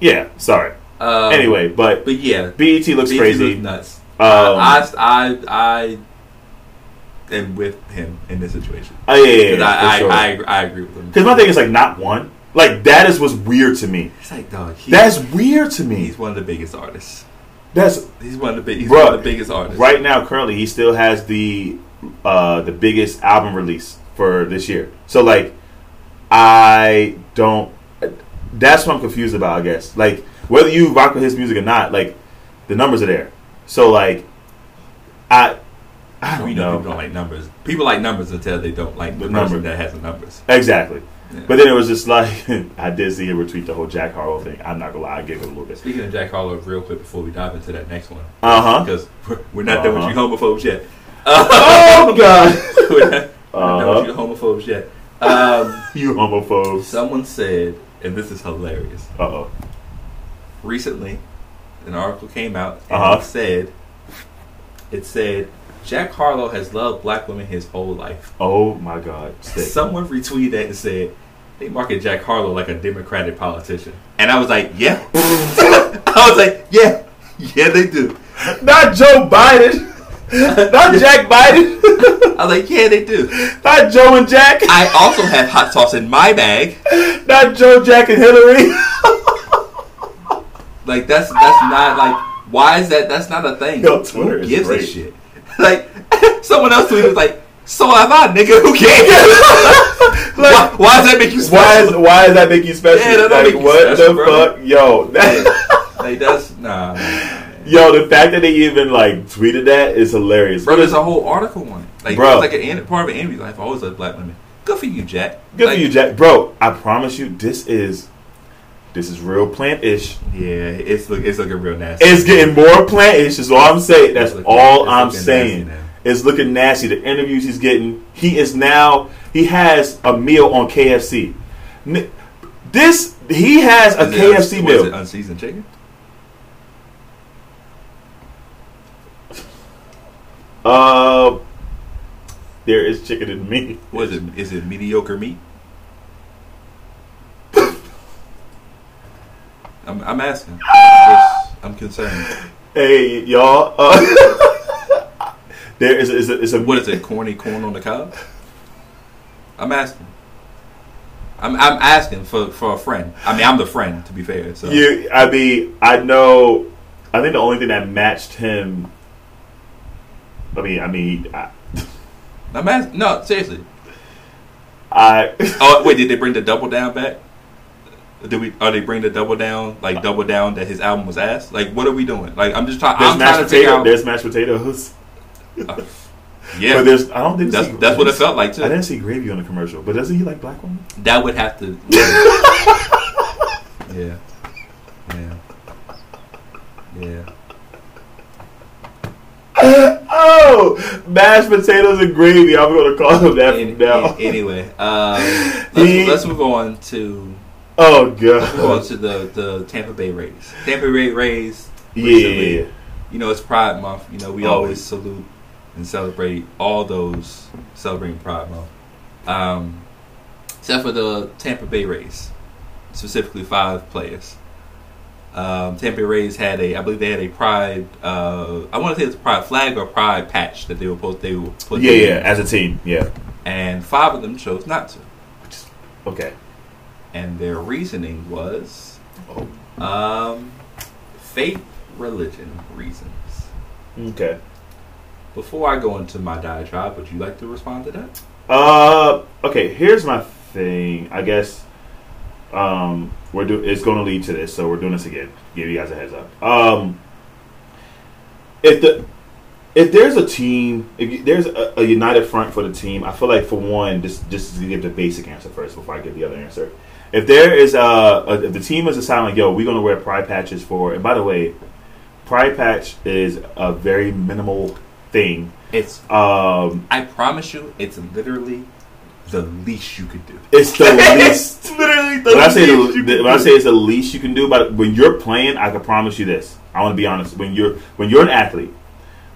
Speaker 3: Yeah, sorry.
Speaker 2: Um,
Speaker 3: anyway, but
Speaker 2: but yeah,
Speaker 3: BET looks
Speaker 2: BET
Speaker 3: crazy.
Speaker 2: E looks nuts.
Speaker 3: Um,
Speaker 2: I, I, I, I am with him in this situation.
Speaker 3: oh, yeah, yeah,
Speaker 2: 'Cause
Speaker 3: yeah,
Speaker 2: I,
Speaker 3: for sure.
Speaker 2: I, I, I agree with him.
Speaker 3: 'Cause my thing is like not one. Like that is what's weird to me.
Speaker 2: it's like, dog, he,
Speaker 3: That's weird to me.
Speaker 2: he's one of the biggest artists.
Speaker 3: That's
Speaker 2: He's one of the big. He's
Speaker 3: Bruh,
Speaker 2: one of the biggest artists.
Speaker 3: right now currently he still has the uh, the biggest album release for this year. So like, I don't. That's what I'm confused about. I guess like whether you rock with his music or not, like the numbers are there. So like, I I don't
Speaker 2: we know
Speaker 3: know
Speaker 2: people don't like numbers. People like numbers until they don't like the,
Speaker 3: The
Speaker 2: person
Speaker 3: number.
Speaker 2: that has the numbers.
Speaker 3: exactly.
Speaker 2: Yeah.
Speaker 3: But then it was just like I did see him retweet the whole Jack Harlow thing. I'm not gonna lie, I giggled a little bit.
Speaker 2: Speaking of Jack Harlow, real quick before we dive into that next one,
Speaker 3: Uh huh.
Speaker 2: because we're, we're not done with you homophobes yet.
Speaker 3: Uh-huh. Oh God,
Speaker 2: we're not, we're not
Speaker 3: Uh-huh.
Speaker 2: with you homophobes yet. Um,
Speaker 3: you homophobes.
Speaker 2: someone said, and this is hilarious.
Speaker 3: Uh oh.
Speaker 2: Recently, an article came out and
Speaker 3: Uh-huh.
Speaker 2: it said, it said Jack Harlow has loved black women his whole life.
Speaker 3: Oh my God. Sick.
Speaker 2: Someone retweeted that and said they market Jack Harlow like a Democratic politician, and I was like, yeah. I was like, yeah, yeah, they do.
Speaker 3: Not Joe Biden. Not Jack Biden.
Speaker 2: I was like, yeah, they do.
Speaker 3: Not Joe and Jack.
Speaker 2: I also have hot sauce in my bag.
Speaker 3: Not Joe, Jack, and Hillary.
Speaker 2: Like that's that's not like why is that that's not a thing.
Speaker 3: Yo, Twitter
Speaker 2: Who
Speaker 3: is
Speaker 2: gives a
Speaker 3: great.
Speaker 2: shit? Like someone else tweeted like, so have I, nigga. Who cares? why,
Speaker 3: Like,
Speaker 2: why does that make you special?
Speaker 3: Why is why does that make you special?
Speaker 2: Yeah, that don't
Speaker 3: like,
Speaker 2: make you
Speaker 3: what
Speaker 2: special,
Speaker 3: the
Speaker 2: bro.
Speaker 3: fuck, yo? That,
Speaker 2: like that's nah. man.
Speaker 3: yo, the fact that they even like tweeted that is hilarious.
Speaker 2: Bro, there's a whole article on it. Like
Speaker 3: Bro.
Speaker 2: it's like an en- part of an enemy life. I always love black women. Good for you, Jack.
Speaker 3: Good
Speaker 2: Like,
Speaker 3: for you, Jack. Bro, I promise you, this is this is real plant ish.
Speaker 2: Yeah, it's look it's looking real nasty.
Speaker 3: It's getting more plant ish. Is all I'm saying. That's
Speaker 2: It's looking-
Speaker 3: all
Speaker 2: it's
Speaker 3: I'm
Speaker 2: looking nasty
Speaker 3: saying.
Speaker 2: now.
Speaker 3: It's looking nasty. The interviews he's getting, he is now he has a meal on KFC. N- This he has a
Speaker 2: Is it-
Speaker 3: KFC
Speaker 2: what is
Speaker 3: meal.
Speaker 2: it, unseasoned chicken.
Speaker 3: Uh, there is chicken in me.
Speaker 2: What is it? Is it mediocre meat? I'm, I'm asking. Just- I'm concerned.
Speaker 3: Hey y'all. Uh, there is is a, is a
Speaker 2: What is it? Corny corn on the cob? I'm asking. I'm, I'm asking for, for a friend. I mean, I'm the friend, to be fair. So
Speaker 3: You, I mean, I know. I think the only thing that matched him. I mean, I mean, I.
Speaker 2: I'm asking. No, seriously.
Speaker 3: I
Speaker 2: Oh wait, did they bring the double down back? Did we? Are they bring the double down? Like double down that his album was ass? Like what are we doing? Like I'm just trying.
Speaker 3: there's
Speaker 2: Oh, I'm trying
Speaker 3: mashed
Speaker 2: to figure
Speaker 3: potato.
Speaker 2: out.
Speaker 3: There's mashed potatoes. But
Speaker 2: Yeah,
Speaker 3: there's. I don't think
Speaker 2: that's that's what it felt like
Speaker 3: I
Speaker 2: too.
Speaker 3: didn't see gravy on the commercial, but doesn't he like black women?
Speaker 2: That would have to. yeah. Yeah. Yeah.
Speaker 3: Oh, mashed potatoes and gravy. I'm gonna call him that
Speaker 2: An-
Speaker 3: from now.
Speaker 2: an- anyway, um, let's,
Speaker 3: He-
Speaker 2: let's move on to
Speaker 3: oh
Speaker 2: move on
Speaker 3: god.
Speaker 2: to the, the Tampa Bay Rays. Tampa Bay Rays. recently,
Speaker 3: Yeah.
Speaker 2: You know it's Pride Month. You know we
Speaker 3: Oh.
Speaker 2: always salute and celebrate all those celebrating Pride Month, um, except for the Tampa Bay Rays, specifically five players. Um, Tampa Bay Rays had a, I believe they had a Pride. Uh, I want to say it's a Pride flag or Pride patch that they were supposed they were put.
Speaker 3: Yeah, yeah.
Speaker 2: in,
Speaker 3: As a team, yeah.
Speaker 2: And five of them chose not to.
Speaker 3: Okay.
Speaker 2: and their reasoning was
Speaker 3: Oh.
Speaker 2: um, faith religion reasons.
Speaker 3: Okay.
Speaker 2: Before I go into my diatribe, would you like to respond to that?
Speaker 3: Uh, okay. Here's my thing. I guess um, we're do it's going to lead to this, so we're doing this again. Give you guys a heads up. Um, if the if there's a team, if you, there's a, a united front for the team, I feel like for one, just just to give the basic answer first before I give the other answer. If there is a, a if the team is deciding like, yo, we're gonna wear pride patches for, and by the way, pride patch is a very minimal thing.
Speaker 2: It's
Speaker 3: Um,
Speaker 2: I promise you, it's literally the least you could do.
Speaker 3: It's the least.
Speaker 2: literally the
Speaker 3: When I say the, the- when I say it's the least you can do, but when you're playing, I can promise you this. I want to be honest. When you're when you're an athlete,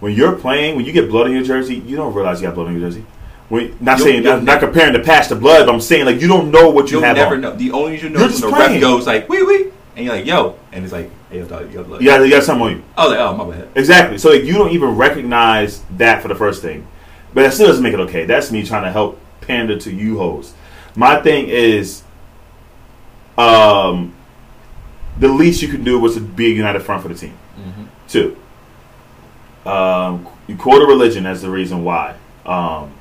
Speaker 3: when you're playing, when you get blood on your jersey, you don't realize you got blood on your jersey. When, not
Speaker 2: You'll-
Speaker 3: saying
Speaker 2: you'll
Speaker 3: I'm not comparing the past to blood, but I'm saying like you don't know what you
Speaker 2: You'll
Speaker 3: have
Speaker 2: never
Speaker 3: on.
Speaker 2: know. The only you know
Speaker 3: You're
Speaker 2: is
Speaker 3: just
Speaker 2: when the ref
Speaker 3: playing.
Speaker 2: goes like wee wee, and you're like yo, and it's like hey yo dog, you got blood.
Speaker 3: You got, you got something on you.
Speaker 2: Oh, like, oh my bad.
Speaker 3: Exactly. So like, you don't even recognize that for the first thing, but that still doesn't make it okay. That's me trying to help pander to you hoes. My thing is, um, the least you could do was to be a united front for the team.
Speaker 2: Mhm.
Speaker 3: Two. Um, you quote a religion as the reason why. Um,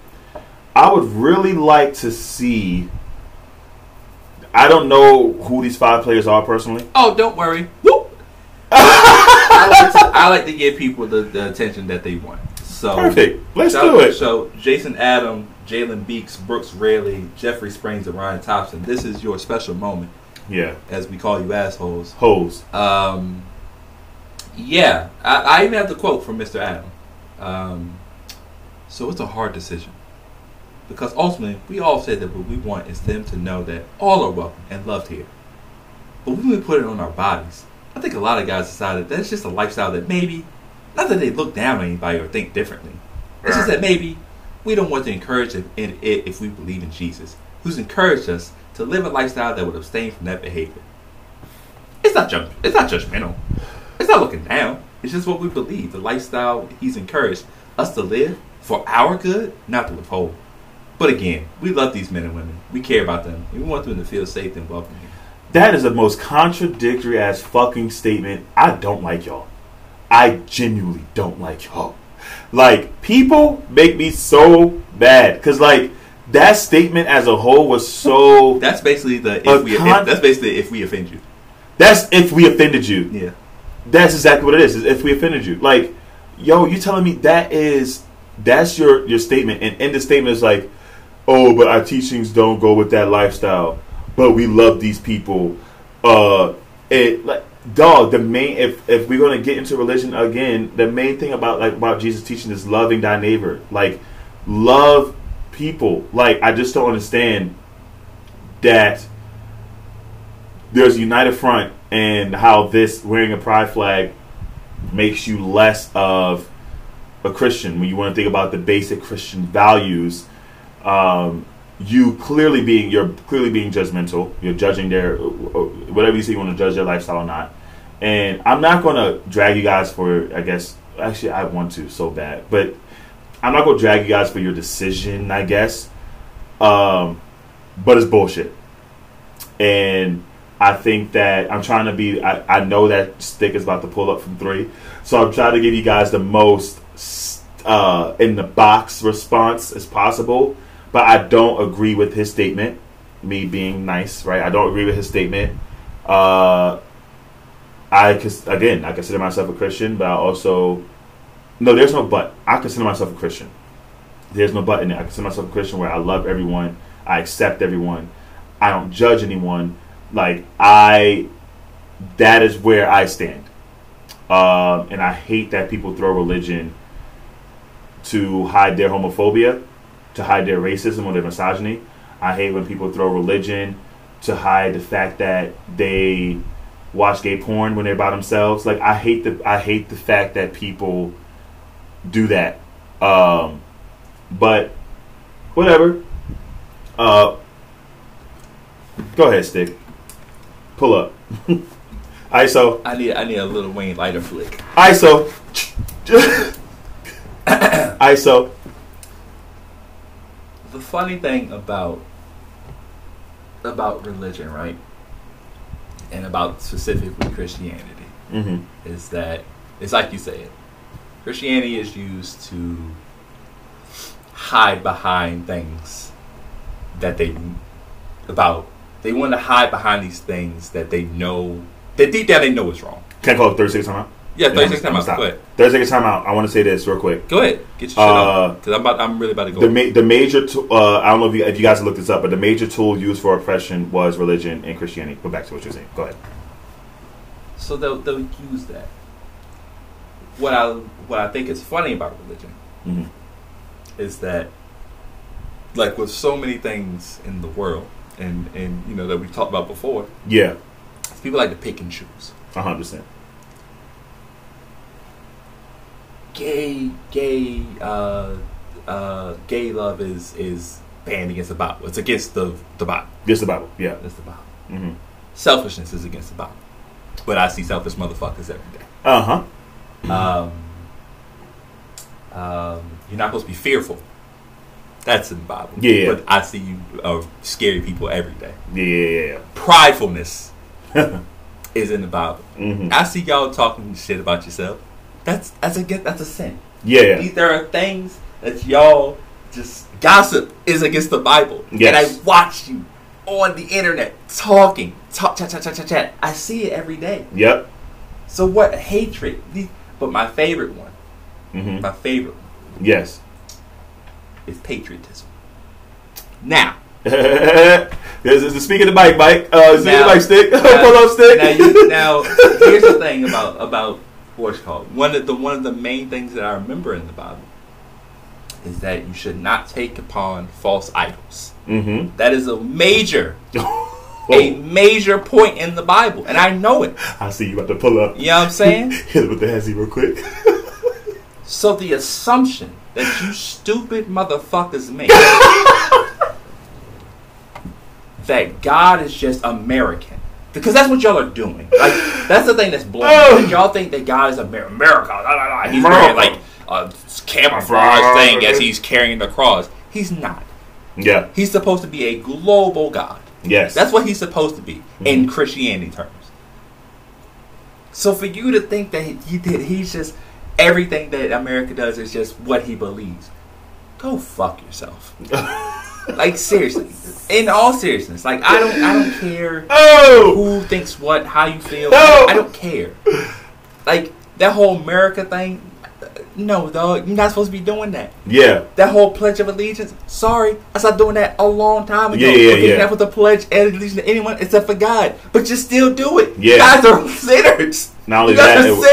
Speaker 3: I would really like to see. I don't know who these five players are personally.
Speaker 2: Oh, don't worry. Whoop. I, like to, I like to give people the, the attention that they want. So
Speaker 3: Perfect. Let's
Speaker 2: so,
Speaker 3: do it.
Speaker 2: So Jason Adam, Jalen Beeks, Brooks Raley, Jeffrey Springs, and Ryan Thompson. This is your special moment,
Speaker 3: Yeah.
Speaker 2: as we call you assholes.
Speaker 3: Hoes.
Speaker 2: Um, yeah, I, I even have the quote from Mr. Adam. Um, so it's a hard decision. Because ultimately, we all said that what we want is them to know that all are welcome and loved here. But when we put it on our bodies, I think a lot of guys decided that's just a lifestyle that maybe, not that they look down on anybody or think differently, it's just that maybe we don't want to encourage it, in it if we believe in Jesus, who's encouraged us to live a lifestyle that would abstain from that behavior. It's not judge, it's not judgmental. It's not looking down. It's just what we believe, the lifestyle he's encouraged us to live for our good, not to withhold. But again, we love these men and women. We care about them. and We want them to feel safe and welcome.
Speaker 3: That is the most contradictory ass fucking statement. I don't like y'all. I genuinely don't like y'all. Like, people make me so mad. Cause like that statement as a whole was so
Speaker 2: That's basically the
Speaker 3: A
Speaker 2: if we
Speaker 3: con-
Speaker 2: if, that's basically if we offend you.
Speaker 3: that's if we offended you.
Speaker 2: Yeah.
Speaker 3: That's exactly what it is, is if we offended you. Like, yo, you telling me that is that's your your statement and in the statement is like, oh, but our teachings don't go with that lifestyle. But we love these people. Uh it like dog, the main if if we're gonna get into religion again, the main thing about like about Jesus teaching is loving thy neighbor. Like love people. Like I just don't understand that there's a united front and how this wearing a pride flag makes you less of a Christian when you want to think about the basic Christian values. Um, you clearly being you're clearly being judgmental. You're judging their uh, whatever you say you want to judge their lifestyle or not. And I'm not going to drag you guys for I guess actually I want to so bad, but I'm not going to drag you guys for your decision. I guess, um, but it's bullshit and I think that I'm trying to be. I, I know that stick is about to pull up from three, so I'm trying to give you guys the most s- uh, in the box response as possible. But I don't agree with his statement. Me being nice, right? I don't agree with his statement. Uh, I cons- again, I consider myself a Christian, but I also no. There's no but. I consider myself a Christian. There's no but in it. I consider myself a Christian where I love everyone. I accept everyone. I don't judge anyone. Like I, that is where I stand. Um, and I hate that people throw religion to hide their homophobia, to hide their racism or their misogyny. I hate when people throw religion to hide the fact that they watch gay porn when they're by themselves. Like I hate the I hate the fact that people do that. Um, but whatever. Uh, Go ahead, Stick. Pull up. ISO.
Speaker 2: I need I need a little Wayne lighter flick.
Speaker 3: ISO. ISO.
Speaker 2: The funny thing about about religion, right? And about specifically Christianity
Speaker 3: Mm-hmm.
Speaker 2: is that it's like you said, Christianity is used to hide behind things that they about. They want to hide behind these things that they know that deep down they know is wrong.
Speaker 3: Can I call it 36 time out?
Speaker 2: Yeah, thirty six
Speaker 3: I'm
Speaker 2: times.
Speaker 3: gonna
Speaker 2: Go
Speaker 3: stop.
Speaker 2: ahead,
Speaker 3: 36 time out. I want to say this real quick.
Speaker 2: go ahead, get your shit
Speaker 3: Uh,
Speaker 2: off because I'm about, I'm really about to go.
Speaker 3: The, ma- the major, t- uh, I don't know if you, if you guys looked this up, but the major tool used for oppression was religion and Christianity. Go back to what you were saying. Go ahead.
Speaker 2: So they'll, they'll use that. What I what I think is funny about religion
Speaker 3: Mhm.
Speaker 2: is that, like with so many things in the world, and and you know that we've talked about before,
Speaker 3: Yeah,
Speaker 2: is people like to pick and choose.
Speaker 3: 100%.
Speaker 2: Gay gay uh, uh, gay love is is banned against the Bible. It's against the the Bible.
Speaker 3: Just the Bible. Yeah.
Speaker 2: It's the Bible.
Speaker 3: hmm
Speaker 2: Selfishness is against the Bible. But I see selfish motherfuckers every day.
Speaker 3: Uh huh.
Speaker 2: Um, um, you're not supposed to be fearful. That's in the Bible.
Speaker 3: Yeah.
Speaker 2: But I see you uh, scary people every day.
Speaker 3: Yeah, yeah,
Speaker 2: Pridefulness is in the Bible.
Speaker 3: yeah. hmm
Speaker 2: I see y'all talking shit about yourself. That's that's a that's a sin.
Speaker 3: Yeah.
Speaker 2: These there are things that y'all just gossip is against the Bible.
Speaker 3: Yes.
Speaker 2: And I watch you on the internet talking, talk, chat, chat, chat, chat, chat. I see it every day.
Speaker 3: Yep.
Speaker 2: So what hatred? The- But my favorite one,
Speaker 3: hmm
Speaker 2: my favorite one,
Speaker 3: Yes.
Speaker 2: is patriotism. Now,
Speaker 3: this is the speaking of the bike, Mike. Uh, is
Speaker 2: Now-
Speaker 3: it bike stick?
Speaker 2: now-
Speaker 3: Pull up stick.
Speaker 2: now, you, now here's the thing about about what's called one of the one of the main things that I remember in the Bible is that you should not take upon false idols.
Speaker 3: mm-hmm.
Speaker 2: That is a major a
Speaker 3: oh,
Speaker 2: major point in the Bible, and I know it.
Speaker 3: I see you about to pull up.
Speaker 2: You know what I'm saying?
Speaker 3: Hit it with the hezzy real quick.
Speaker 2: So the assumption that you stupid motherfuckers make that God is just American. Because that's what y'all are doing. Like that's the thing that's blowing. me. Like, y'all think that God is Amer- America. La, la, la. He's wearing like a camouflage thing as he's carrying the cross. He's not.
Speaker 3: yeah.
Speaker 2: He's supposed to be a global God.
Speaker 3: Yes.
Speaker 2: That's what he's supposed to be in Christianity terms. So for you to think that he did, he's just everything that America does is just what he believes. Go fuck yourself. like seriously, in all seriousness, like I don't, I don't care
Speaker 3: oh.
Speaker 2: who thinks what, how you feel.
Speaker 3: No!
Speaker 2: I don't care. Like that whole America thing. No, dog, you're not supposed to be doing that.
Speaker 3: Yeah.
Speaker 2: That whole Pledge of Allegiance. Sorry, I stopped doing that a long time ago.
Speaker 3: Yeah, yeah,
Speaker 2: Because
Speaker 3: yeah.
Speaker 2: That was a pledge and allegiance to anyone except for God. But you still do it.
Speaker 3: Yeah.
Speaker 2: You guys are sinners.
Speaker 3: Not only
Speaker 2: You guys
Speaker 3: that,
Speaker 2: are
Speaker 3: it, wa-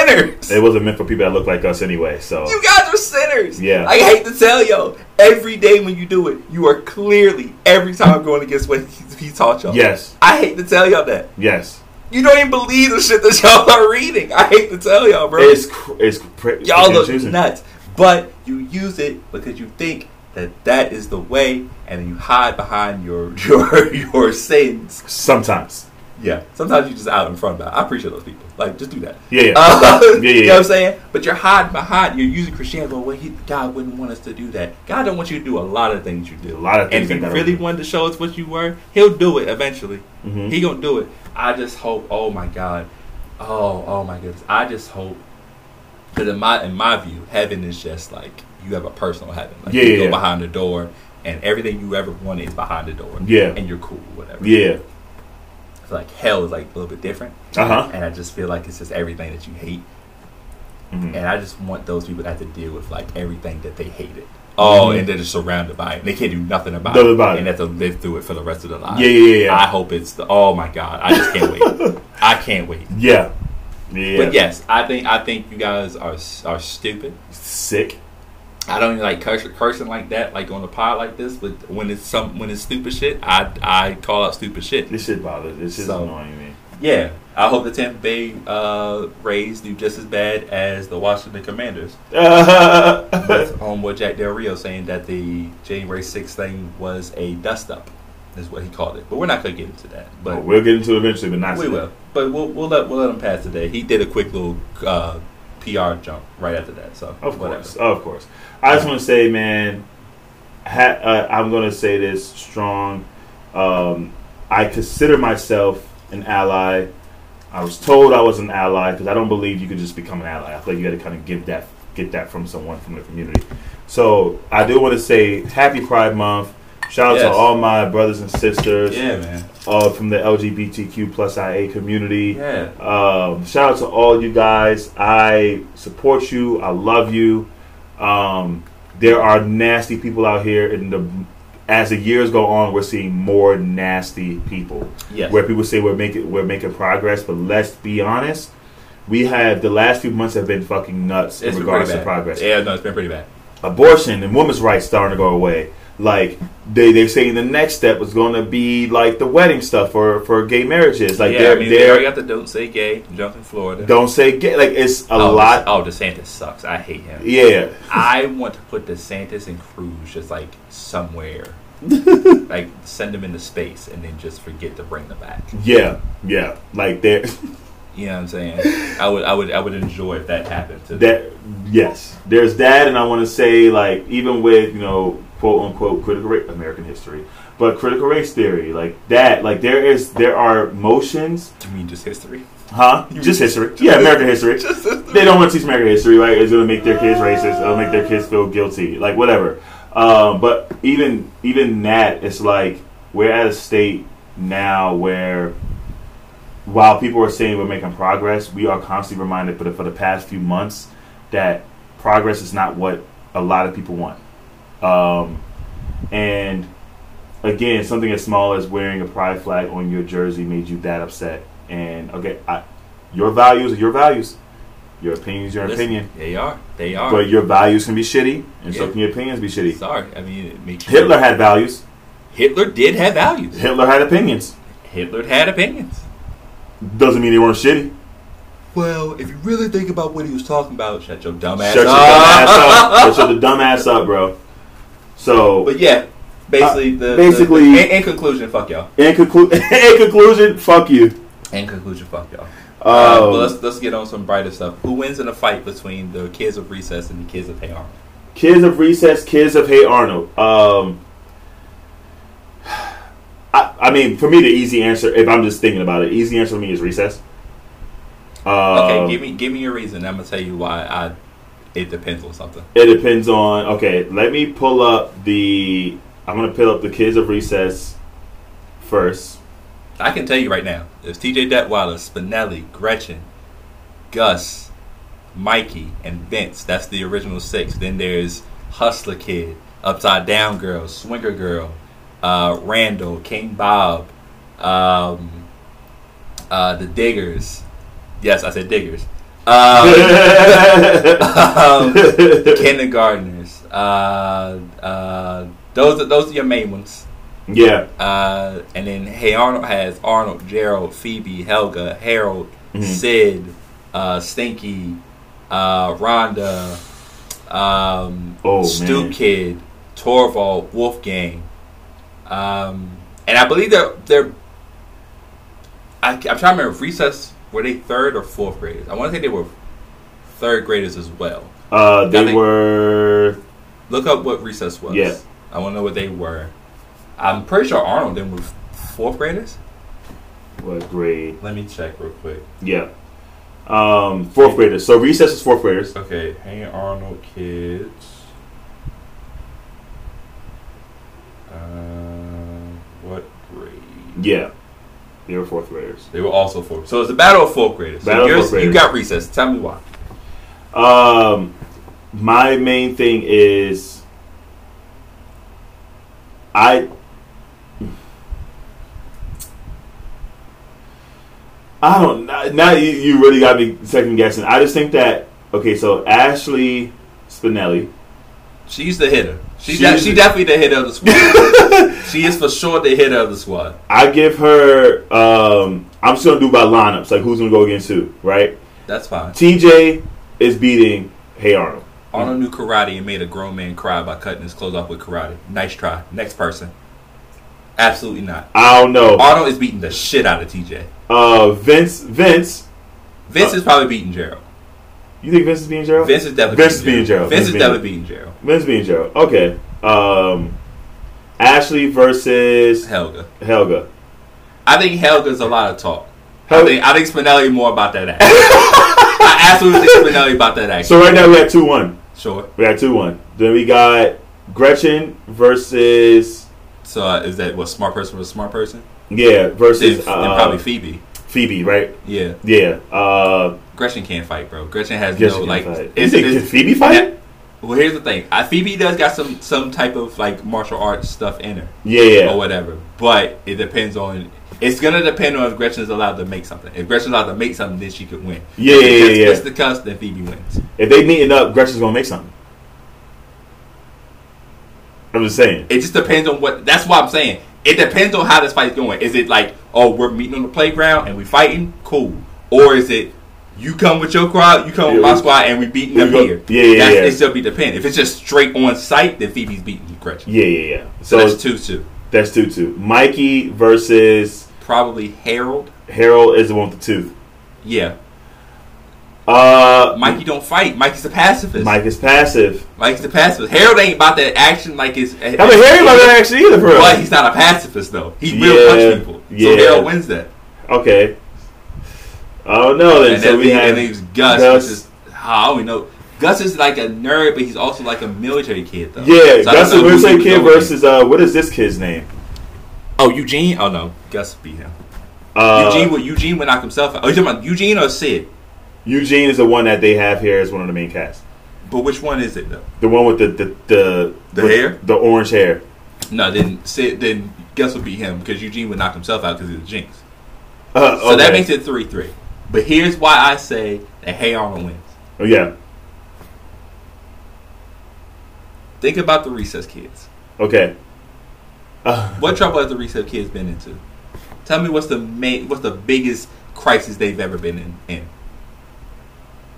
Speaker 2: sinners.
Speaker 3: it wasn't meant for people that look like us anyway. So
Speaker 2: you guys are sinners.
Speaker 3: Yeah.
Speaker 2: I hate to tell y'all. Every day when you do it, you are clearly every time going against what he, he taught y'all.
Speaker 3: yes,
Speaker 2: I hate to tell y'all that.
Speaker 3: yes.
Speaker 2: You don't even believe the shit that y'all are reading. I hate to tell y'all, bro.
Speaker 3: It's cr- it's cr-
Speaker 2: Y'all look
Speaker 3: confusing.
Speaker 2: nuts. But you use it because you think that that is the way, and you hide behind your your your sins.
Speaker 3: sometimes.
Speaker 2: Yeah. Sometimes you just out in front of it. I appreciate those people. Like, just do that.
Speaker 3: Yeah, yeah.
Speaker 2: Uh,
Speaker 3: Yeah, yeah,
Speaker 2: You know
Speaker 3: yeah.
Speaker 2: what I'm saying? But you're hiding behind. You're using Christianity. Well, he, God wouldn't want us to do that. God don't want you to do a lot of things you do.
Speaker 3: A lot of things
Speaker 2: And
Speaker 3: I
Speaker 2: if
Speaker 3: gotta
Speaker 2: you really
Speaker 3: do.
Speaker 2: wanted to show us what you were, He'll do it eventually.
Speaker 3: Mhm.
Speaker 2: He gonna do it. I just hope. Oh my God. Oh, oh my goodness. I just hope because in my in my view, heaven is just like you have a personal heaven. Like
Speaker 3: Yeah,
Speaker 2: you
Speaker 3: yeah,
Speaker 2: go
Speaker 3: yeah.
Speaker 2: behind the door, and everything you ever wanted is behind the door.
Speaker 3: Yeah.
Speaker 2: and you're cool, whatever.
Speaker 3: yeah.
Speaker 2: So like hell is like a little bit different.
Speaker 3: Uh huh.
Speaker 2: And I just feel like it's just everything that you hate.
Speaker 3: Mhm.
Speaker 2: And I just want those people to have to deal with like everything that they hated. Oh,
Speaker 3: Mhm.
Speaker 2: and they're just surrounded by it. And they can't do nothing about
Speaker 3: Nothing
Speaker 2: it.
Speaker 3: about
Speaker 2: and
Speaker 3: it.
Speaker 2: have to live through it for the rest of their lives.
Speaker 3: Yeah, yeah, yeah, yeah.
Speaker 2: I hope it's the oh my god. I just can't wait. I can't wait.
Speaker 3: Yeah. Yeah.
Speaker 2: But yes, I think I think you guys are s- are stupid.
Speaker 3: Sick.
Speaker 2: I don't even like cursing, cursing like that, like on the pod like this. But when it's some when it's stupid shit, I I call out stupid shit.
Speaker 3: This shit bothers. This shit's
Speaker 2: So-
Speaker 3: annoying me.
Speaker 2: Yeah, I hope the Tampa Bay uh, Rays do just as bad as the Washington Commanders.
Speaker 3: Uh,
Speaker 2: With homeboy Jack Del Rio saying that the January 6th thing was a dust up, is what he called it. But we're not gonna get into that. But
Speaker 3: we'll get into it eventually, but not
Speaker 2: we
Speaker 3: today.
Speaker 2: will. But we'll, we'll let we'll let him pass today. He did a quick little uh, PR jump right after that. So
Speaker 3: Of course, of course. I just want to say, man, ha- uh, I'm going to say this strong. Um, I consider myself an ally. I was told I was an ally because I don't believe you could just become an ally. I feel like you got to kind of get that get that from someone from the community. So I do want to say Happy Pride Month. Shout out to
Speaker 2: Yes.
Speaker 3: all my brothers and sisters
Speaker 2: Yeah, man.
Speaker 3: uh, from the LGBTQ plus IA community.
Speaker 2: Yeah.
Speaker 3: Um, shout out to all you guys. I support you. I love you. Um, there are nasty people out here, and the, as the years go on, we're seeing more nasty people.
Speaker 2: Yes.
Speaker 3: Where people say we're making we're making progress, but let's be honest. We have the last few months have been fucking nuts
Speaker 2: It's
Speaker 3: in
Speaker 2: been
Speaker 3: regards
Speaker 2: pretty bad.
Speaker 3: to progress
Speaker 2: Yeah, no, it's been pretty bad.
Speaker 3: abortion and women's rights starting to go away. Like they they saying the next step is going to be like the wedding stuff for for gay marriages. Like
Speaker 2: yeah,
Speaker 3: they're
Speaker 2: I mean, they
Speaker 3: they're
Speaker 2: already got the don't say gay jump in Florida.
Speaker 3: don't say gay. Like it's a
Speaker 2: oh,
Speaker 3: lot.
Speaker 2: Oh, DeSantis sucks. I hate him.
Speaker 3: Yeah,
Speaker 2: I want to put DeSantis and Cruz just like somewhere, like send them into space and then just forget to bring them back.
Speaker 3: yeah, yeah. Like they're
Speaker 2: You know what I'm saying? I would, I would, I would enjoy if that happened. To
Speaker 3: that. Yes, there's that, and I want to say like even with you know quote unquote critical race American history, but critical race theory like that. Like there is there are motions,
Speaker 2: you mean just history?
Speaker 3: huh? Just history. Yeah, American history.
Speaker 2: Just history.
Speaker 3: they don't want to teach American history, right? It's going to make their kids racist. It'll make their kids feel guilty, like whatever. Um, but even even that, it's like we're at a state now where, while people are saying we're making progress, we are constantly reminded, for the, for the past few months, that progress is not what a lot of people want. Um, and again, something as small as wearing a pride flag on your jersey made you that upset. And okay, I, your values are your values. Your opinion is your
Speaker 2: Listen,
Speaker 3: opinion.
Speaker 2: They are. They are.
Speaker 3: But your values can be shitty, and so
Speaker 2: Yeah.
Speaker 3: can your opinions be shitty.
Speaker 2: Sorry. I mean, it makes you-
Speaker 3: Hitler had values.
Speaker 2: Hitler did have values.
Speaker 3: Hitler had opinions.
Speaker 2: Hitler had opinions.
Speaker 3: Doesn't mean they weren't shitty.
Speaker 2: Well, if you really think about what he was talking about, shut your dumb ass
Speaker 3: Shut your dumb ass up. Shut your dumb ass up, bro. So
Speaker 2: But yeah, basically,
Speaker 3: Uh,
Speaker 2: the, the-
Speaker 3: basically-
Speaker 2: the- in, in conclusion, fuck y'all.
Speaker 3: in, conclu- in conclusion, fuck you.
Speaker 2: In conclusion, fuck y'all. Uh, but
Speaker 3: Uh,
Speaker 2: let's let's get on some brighter stuff. Who wins in a fight between the kids of recess and the kids of Hey Arnold?
Speaker 3: kids of recess, kids of Hey Arnold. Um, I, I mean, for me, the easy answer, if I'm just thinking about it, easy answer for me is recess. Uh,
Speaker 2: Okay, give me give me a reason. I'm gonna tell you why I. It depends on something.
Speaker 3: It depends on. Okay, let me pull up the. I'm gonna pull up the kids of recess first.
Speaker 2: I can tell you right now. If T.J. Detweiler, Spinelli, Gretchen, Gus, Mikey, and Vince, that's the original six. Then there's Hustler Kid, Upside Down Girl, Swinger Girl, uh, Randall, King Bob, um, uh, the Diggers. Yes, I said Diggers. Um, um, kindergartners. Uh, uh, those are those are your main ones.
Speaker 3: yeah,
Speaker 2: Uh, and then Hey Arnold has Arnold, Gerald, Phoebe, Helga, Harold,
Speaker 3: Mhm.
Speaker 2: Sid, uh, Stinky, uh, Rhonda, um,
Speaker 3: Oh,
Speaker 2: Stu
Speaker 3: man.
Speaker 2: Kid, Torvald, Wolfgang, um, and I believe they're they're. I, am trying to remember. If recess were they third or fourth graders? I want to say they were third graders as well.
Speaker 3: uh, they
Speaker 2: Nothing.
Speaker 3: were.
Speaker 2: Look up what recess was.
Speaker 3: Yeah.
Speaker 2: I want to know what they were. I'm pretty sure Arnold then was fourth graders.
Speaker 3: What grade?
Speaker 2: Let me check real quick.
Speaker 3: Yeah, um, fourth graders. So recess is fourth graders.
Speaker 2: Okay, hey Arnold kids. Uh, what grade?
Speaker 3: Yeah, they were fourth graders.
Speaker 2: They were also fourth. So it's a battle of fourth graders.
Speaker 3: Battle
Speaker 2: so
Speaker 3: of
Speaker 2: yours,
Speaker 3: fourth
Speaker 2: You
Speaker 3: graders.
Speaker 2: got recess. Tell me why.
Speaker 3: Um, my main thing is, I, I don't. Now now you, you really got me second guessing. I just think that okay. So Ashley Spinelli,
Speaker 2: She's the hitter. She's
Speaker 3: She's
Speaker 2: de- she
Speaker 3: the-
Speaker 2: definitely the hitter of the squad. she is for sure the hitter of the squad.
Speaker 3: I give her. Um, I'm just gonna do by lineups, like who's gonna go against who, right?
Speaker 2: That's fine.
Speaker 3: TJ is beating Hey Arnold.
Speaker 2: Arnold knew karate and made a grown man cry by cutting his clothes off with karate. Nice try. Next person. Absolutely not.
Speaker 3: I don't know.
Speaker 2: Arnold is beating the shit out of TJ.
Speaker 3: Uh, Vince, Vince.
Speaker 2: Vince is probably beating Gerald.
Speaker 3: You think Vince is beating Gerald?
Speaker 2: Vince is definitely
Speaker 3: Vince is beating Gerald.
Speaker 2: Vince is
Speaker 3: Vince is
Speaker 2: definitely beating Gerald.
Speaker 3: Men's being Gerald. Okay. Um, Ashley versus
Speaker 2: Helga.
Speaker 3: Helga.
Speaker 2: I think Helga's a lot of talk. I
Speaker 3: Helga.
Speaker 2: think, I think Spinelli more about that action. I absolutely think Spinelli about that action.
Speaker 3: So right now we have two one.
Speaker 2: sure.
Speaker 3: We have two one. Then we got Gretchen versus
Speaker 2: So uh, is that what smart person was a smart person?
Speaker 3: yeah versus
Speaker 2: Then, then
Speaker 3: uh,
Speaker 2: probably Phoebe.
Speaker 3: Phoebe, right?
Speaker 2: Yeah.
Speaker 3: Yeah. Uh,
Speaker 2: Gretchen can't fight, bro. Gretchen has
Speaker 3: guess
Speaker 2: no
Speaker 3: you can
Speaker 2: like.
Speaker 3: fight. You
Speaker 2: it's-
Speaker 3: think
Speaker 2: it's-
Speaker 3: can Phoebe fight?
Speaker 2: Well, here's the thing. I, Phoebe does got some some type of like martial arts stuff in her
Speaker 3: Yeah.
Speaker 2: or
Speaker 3: yeah.
Speaker 2: whatever, but it depends on. It's gonna depend on if Gretchen's allowed to make something. If Gretchen's allowed to make something, then she could win.
Speaker 3: Yeah,
Speaker 2: If
Speaker 3: yeah,
Speaker 2: it's
Speaker 3: yeah,
Speaker 2: just
Speaker 3: yeah.
Speaker 2: the cuss, then Phoebe wins.
Speaker 3: If they meeting up, Gretchen's gonna make something. I'm just saying.
Speaker 2: It just depends on what. That's why I'm saying it depends on how this fight's going. Is it like, oh, we're meeting on the playground and we fighting, cool, or is it you come with your crowd, you come with
Speaker 3: Yeah,
Speaker 2: my
Speaker 3: we-
Speaker 2: squad, and we beating
Speaker 3: we
Speaker 2: them
Speaker 3: go-
Speaker 2: here?
Speaker 3: Yeah, yeah,
Speaker 2: That's,
Speaker 3: yeah.
Speaker 2: It still be dependent. If it's just straight on site, then Phoebe's beating Gretchen.
Speaker 3: Yeah, yeah, yeah.
Speaker 2: So,
Speaker 3: So,
Speaker 2: that's two two.
Speaker 3: that's two two. Mikey versus
Speaker 2: Probably Harold.
Speaker 3: Harold is the one with the tooth.
Speaker 2: Yeah,
Speaker 3: Uh,
Speaker 2: Mikey don't fight. Mikey's a pacifist.
Speaker 3: Mike is passive.
Speaker 2: Mikey's a pacifist. Harold ain't about that action like it's.
Speaker 3: I haven't heard about that actually either, for
Speaker 2: But
Speaker 3: real.
Speaker 2: he's not a pacifist though. He will
Speaker 3: Yeah,
Speaker 2: punch people.
Speaker 3: yeah.
Speaker 2: So Harold wins that.
Speaker 3: Okay. Oh no, then
Speaker 2: And
Speaker 3: so
Speaker 2: then
Speaker 3: we
Speaker 2: leaves-
Speaker 3: have
Speaker 2: leaves Gus, ah,
Speaker 3: Gus.
Speaker 2: which is how we know. Gus is like a nerd, but he's also like a military kid though.
Speaker 3: Yeah,
Speaker 2: So I don't
Speaker 3: Gus the
Speaker 2: know who he
Speaker 3: Wednesday
Speaker 2: would
Speaker 3: kid
Speaker 2: go with.
Speaker 3: versus uh, what is this kid's name?
Speaker 2: Oh Eugene? Oh no, Gus beat him.
Speaker 3: Uh,
Speaker 2: Eugene would Eugene would knock himself out. Oh, you talking about Eugene or Sid?
Speaker 3: Eugene is the one that they have here as one of the main cast.
Speaker 2: But which one is it though?
Speaker 3: The one with the the the,
Speaker 2: The
Speaker 3: with
Speaker 2: hair?
Speaker 3: the orange hair.
Speaker 2: No, then Sid then Gus would beat him because Eugene would knock himself out because he's a jinx.
Speaker 3: Uh,
Speaker 2: So that
Speaker 3: okay.
Speaker 2: makes it three three. But here's why I say that Hey Arnold wins.
Speaker 3: Oh, yeah.
Speaker 2: Think about the recess kids.
Speaker 3: Okay. Uh,
Speaker 2: What trouble has the recess kids been into? Tell me what's the main, what's the biggest crisis they've ever been in? in?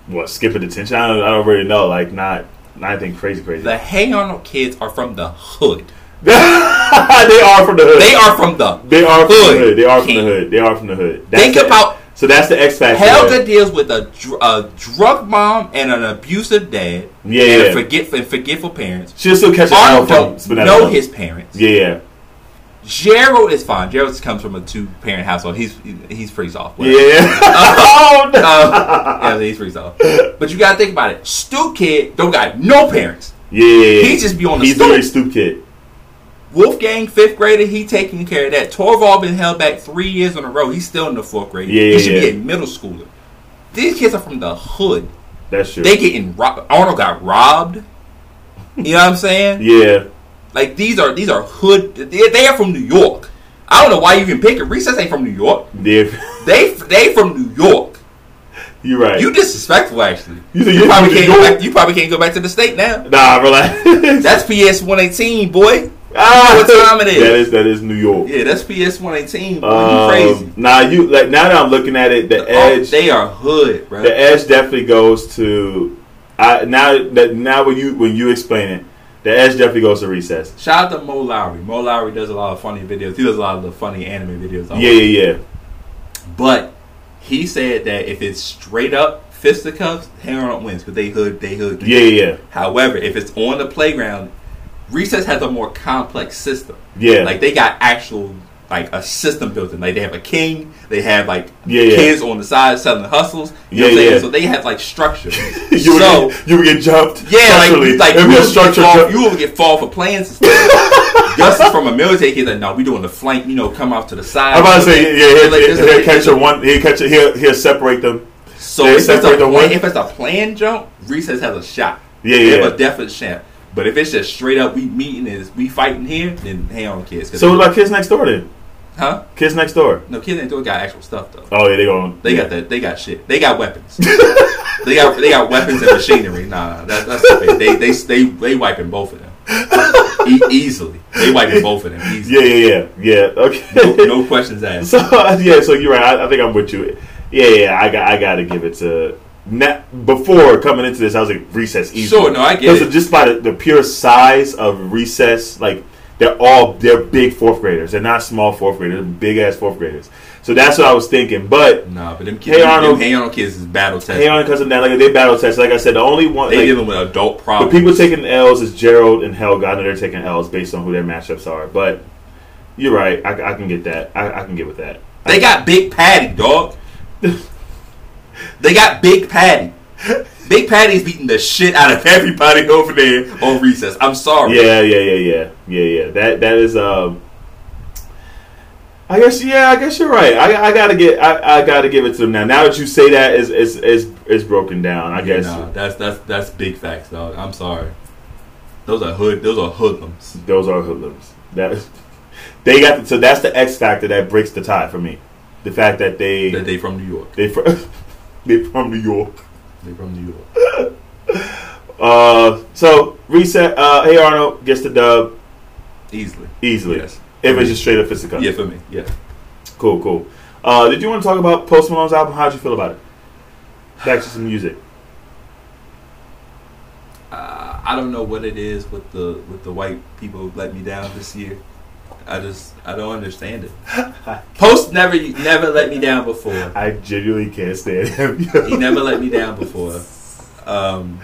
Speaker 3: what? Skip a detention? I don't, I don't really know. Like not not anything crazy crazy.
Speaker 2: The Hey Arnold kids are from the hood.
Speaker 3: they are from the hood.
Speaker 2: They are from the.
Speaker 3: They are from
Speaker 2: Hood.
Speaker 3: the hood. They are from the
Speaker 2: King.
Speaker 3: hood. They are from the hood.
Speaker 2: Think
Speaker 3: the-
Speaker 2: about-
Speaker 3: So that's the X factor.
Speaker 2: Helga deals with a, dr- a drunk mom and an abusive dad.
Speaker 3: Yeah,
Speaker 2: and
Speaker 3: yeah.
Speaker 2: forgetful and forgetful parents.
Speaker 3: She'll still catch an
Speaker 2: Arnold
Speaker 3: Arnold from
Speaker 2: don't
Speaker 3: Spinetta.
Speaker 2: know his parents.
Speaker 3: Yeah, yeah,
Speaker 2: Gerald is fine. Gerald comes from a two parent household. He's he's pretty soft.
Speaker 3: yeah. oh no.
Speaker 2: Uh, yeah, he's pretty soft. But you gotta think about it. Stu kid don't got no parents.
Speaker 3: Yeah, yeah, yeah.
Speaker 2: He just be on the
Speaker 3: He's
Speaker 2: stoop.
Speaker 3: very stoop kid.
Speaker 2: Wolfgang, fifth grader, he taking care of that. Torvald been held back three years in a row. He's still in the fourth grade.
Speaker 3: Yeah,
Speaker 2: he should
Speaker 3: yeah.
Speaker 2: be a middle schooler. These kids are from the hood.
Speaker 3: That's true.
Speaker 2: They getting robbed. Arnold got robbed. You know what I'm saying?
Speaker 3: yeah.
Speaker 2: Like these are these are hood. They, they are from New York. I don't know why you even pick it. Recess ain't from New York.
Speaker 3: Yeah.
Speaker 2: They they from New York.
Speaker 3: You're right.
Speaker 2: You disrespectful, actually. You,
Speaker 3: You think you
Speaker 2: probably
Speaker 3: from New
Speaker 2: can't go
Speaker 3: York?
Speaker 2: back. You probably can't go back to the state now.
Speaker 3: nah, relax.
Speaker 2: That's PS one eighteen, boy.
Speaker 3: ah,
Speaker 2: what time it is.
Speaker 3: That is that is New York.
Speaker 2: Yeah, that's PS one eighteen. Boy,
Speaker 3: Um,
Speaker 2: you crazy.
Speaker 3: Nah, you like now that I'm looking at it, the
Speaker 2: Oh,
Speaker 3: edge,
Speaker 2: they are hood, bro.
Speaker 3: the edge definitely goes to. I now that now when you when you explain it, the edge definitely goes to recess.
Speaker 2: Shout out to Mo Lowry. Mo Lowry does a lot of funny videos. He does a lot of the funny anime videos. I
Speaker 3: Yeah,
Speaker 2: watch.
Speaker 3: yeah, yeah.
Speaker 2: But he said that if it's straight up fisticuffs, Harold wins because they hood, they hood.
Speaker 3: Yeah, yeah,
Speaker 2: However, if it's on the playground, recess has a more complex system.
Speaker 3: yeah.
Speaker 2: Like they got actual like a system built in. Like they have a king, they have like
Speaker 3: Yeah, yeah.
Speaker 2: kids on the side selling hustles. You know
Speaker 3: Yeah,
Speaker 2: what I'm saying?
Speaker 3: yeah.
Speaker 2: So they have like structure.
Speaker 3: you, would
Speaker 2: so
Speaker 3: get, you would get jumped.
Speaker 2: yeah,
Speaker 3: structurally.
Speaker 2: like like
Speaker 3: It'd
Speaker 2: you
Speaker 3: be a
Speaker 2: will, get
Speaker 3: structure
Speaker 2: fall,
Speaker 3: jump.
Speaker 2: you will get fall for plans and stuff. Gus is from a military kid that no, we doing the flank, you know, come off to the side.
Speaker 3: I'm about to say, yeah, he'll,
Speaker 2: Like,
Speaker 3: he'll,
Speaker 2: there's a-
Speaker 3: he'll catch a one. He'll catch a, he'll, he'll separate them.
Speaker 2: So
Speaker 3: They
Speaker 2: if it's,
Speaker 3: separate
Speaker 2: a
Speaker 3: the
Speaker 2: plan,
Speaker 3: one-
Speaker 2: if it's a plan jump, recess has a shot.
Speaker 3: Yeah,
Speaker 2: They
Speaker 3: yeah.
Speaker 2: have a definite shot. But if it's just straight up, we meeting is we fighting here, then hang on, kids. 'Cause-
Speaker 3: So what about kids next door then?
Speaker 2: huh?
Speaker 3: Kids next door.
Speaker 2: No, kids ain't doing got actual stuff though.
Speaker 3: Oh yeah, they going.
Speaker 2: They got that. They got shit. They got weapons. they got they got weapons and machinery. Nah, that, that's the thing. They they they they wiping both of them e- easily. They wiping both of them
Speaker 3: Yeah,
Speaker 2: easily.
Speaker 3: yeah, yeah, yeah. Okay.
Speaker 2: No, no questions asked.
Speaker 3: So yeah, so you're right. I, I think I'm with you. Yeah, yeah. I got I got to give it to. Now, before coming into this, I was like recess. Easy.
Speaker 2: Sure, no, I get
Speaker 3: Because
Speaker 2: it.
Speaker 3: Just by the, the pure size of recess, like they're all they're big fourth graders. They're not small fourth graders. They're big ass fourth graders. So that's what I was thinking. But
Speaker 2: Nah, but them kids,
Speaker 3: Hey,
Speaker 2: them,
Speaker 3: Arnold.
Speaker 2: hey Arnold kids is battle tested.
Speaker 3: hey, on because of that, like they battle test. Like I said, the only one
Speaker 2: they
Speaker 3: like,
Speaker 2: dealing with adult
Speaker 3: The
Speaker 2: problems.
Speaker 3: people taking L's is Gerald and Helga. I know they're taking L's based on who their matchups are, but you're right. I, I can get that. I, I can get with that.
Speaker 2: They got Big Patty, dog. they got Big Patty. Big Patty's beating the shit out of everybody over there on recess. I'm sorry.
Speaker 3: Yeah, yeah, yeah, yeah, yeah, yeah. That that is. Um, I guess yeah. I guess you're right. I, I gotta get. I, I gotta give it to them now. Now that you say that, is is is is broken down. I guess
Speaker 2: Nah, uh, that's that's that's big facts, dog. I'm sorry. Those are hood. Those are hoodlums.
Speaker 3: those are hoodlums. That they got. so that's the X factor that breaks the tie for me. The fact that they
Speaker 2: That they from New York.
Speaker 3: they fr- they from New York.
Speaker 2: They from New York.
Speaker 3: Uh, so reset. Uh, hey Arnold gets the dub
Speaker 2: Easily.
Speaker 3: easily.
Speaker 2: Yes.
Speaker 3: If it's just straight up physical.
Speaker 2: Yeah, for me. Yeah.
Speaker 3: Cool, cool. Uh, did you want to talk about Post Malone's album? How'd you feel about it? Back to some music.
Speaker 2: Uh, I don't know what it is with the with the white people who let me down this year. I just I don't understand it. Post never never let me down before.
Speaker 3: I genuinely can't stand him.
Speaker 2: He never let me down before. Um,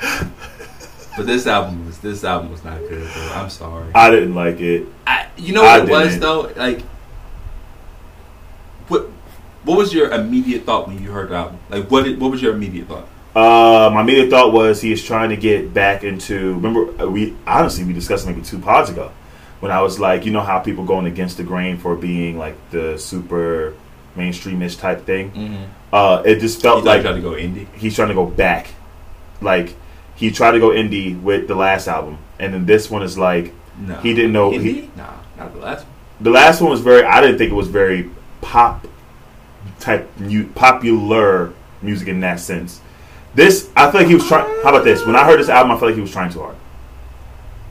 Speaker 2: but this album was this album was not good. Though. I'm sorry.
Speaker 3: I didn't like it.
Speaker 2: I, you know what
Speaker 3: I
Speaker 2: it was
Speaker 3: didn't.
Speaker 2: though? Like what what was your immediate thought when you heard the album? Like what what was your immediate thought?
Speaker 3: Uh, my immediate thought was he is trying to get back into. Remember, uh, we honestly we discussed maybe two pods ago when I was like, you know how people going against the grain for being like the super mainstreamish type thing.
Speaker 2: Mm-hmm.
Speaker 3: Uh, it just felt
Speaker 2: like
Speaker 3: like
Speaker 2: trying to go indie.
Speaker 3: he's trying to go back. Like he tried to go indie with the last album, and then this one is like
Speaker 2: No,
Speaker 3: He didn't know-
Speaker 2: Indie?
Speaker 3: he-
Speaker 2: nah, not the last. one.
Speaker 3: the last one was very. I didn't think it was very pop type mu- popular music in that sense. This I feel like he was trying. How about this? When I heard this album, I felt like he was trying too hard.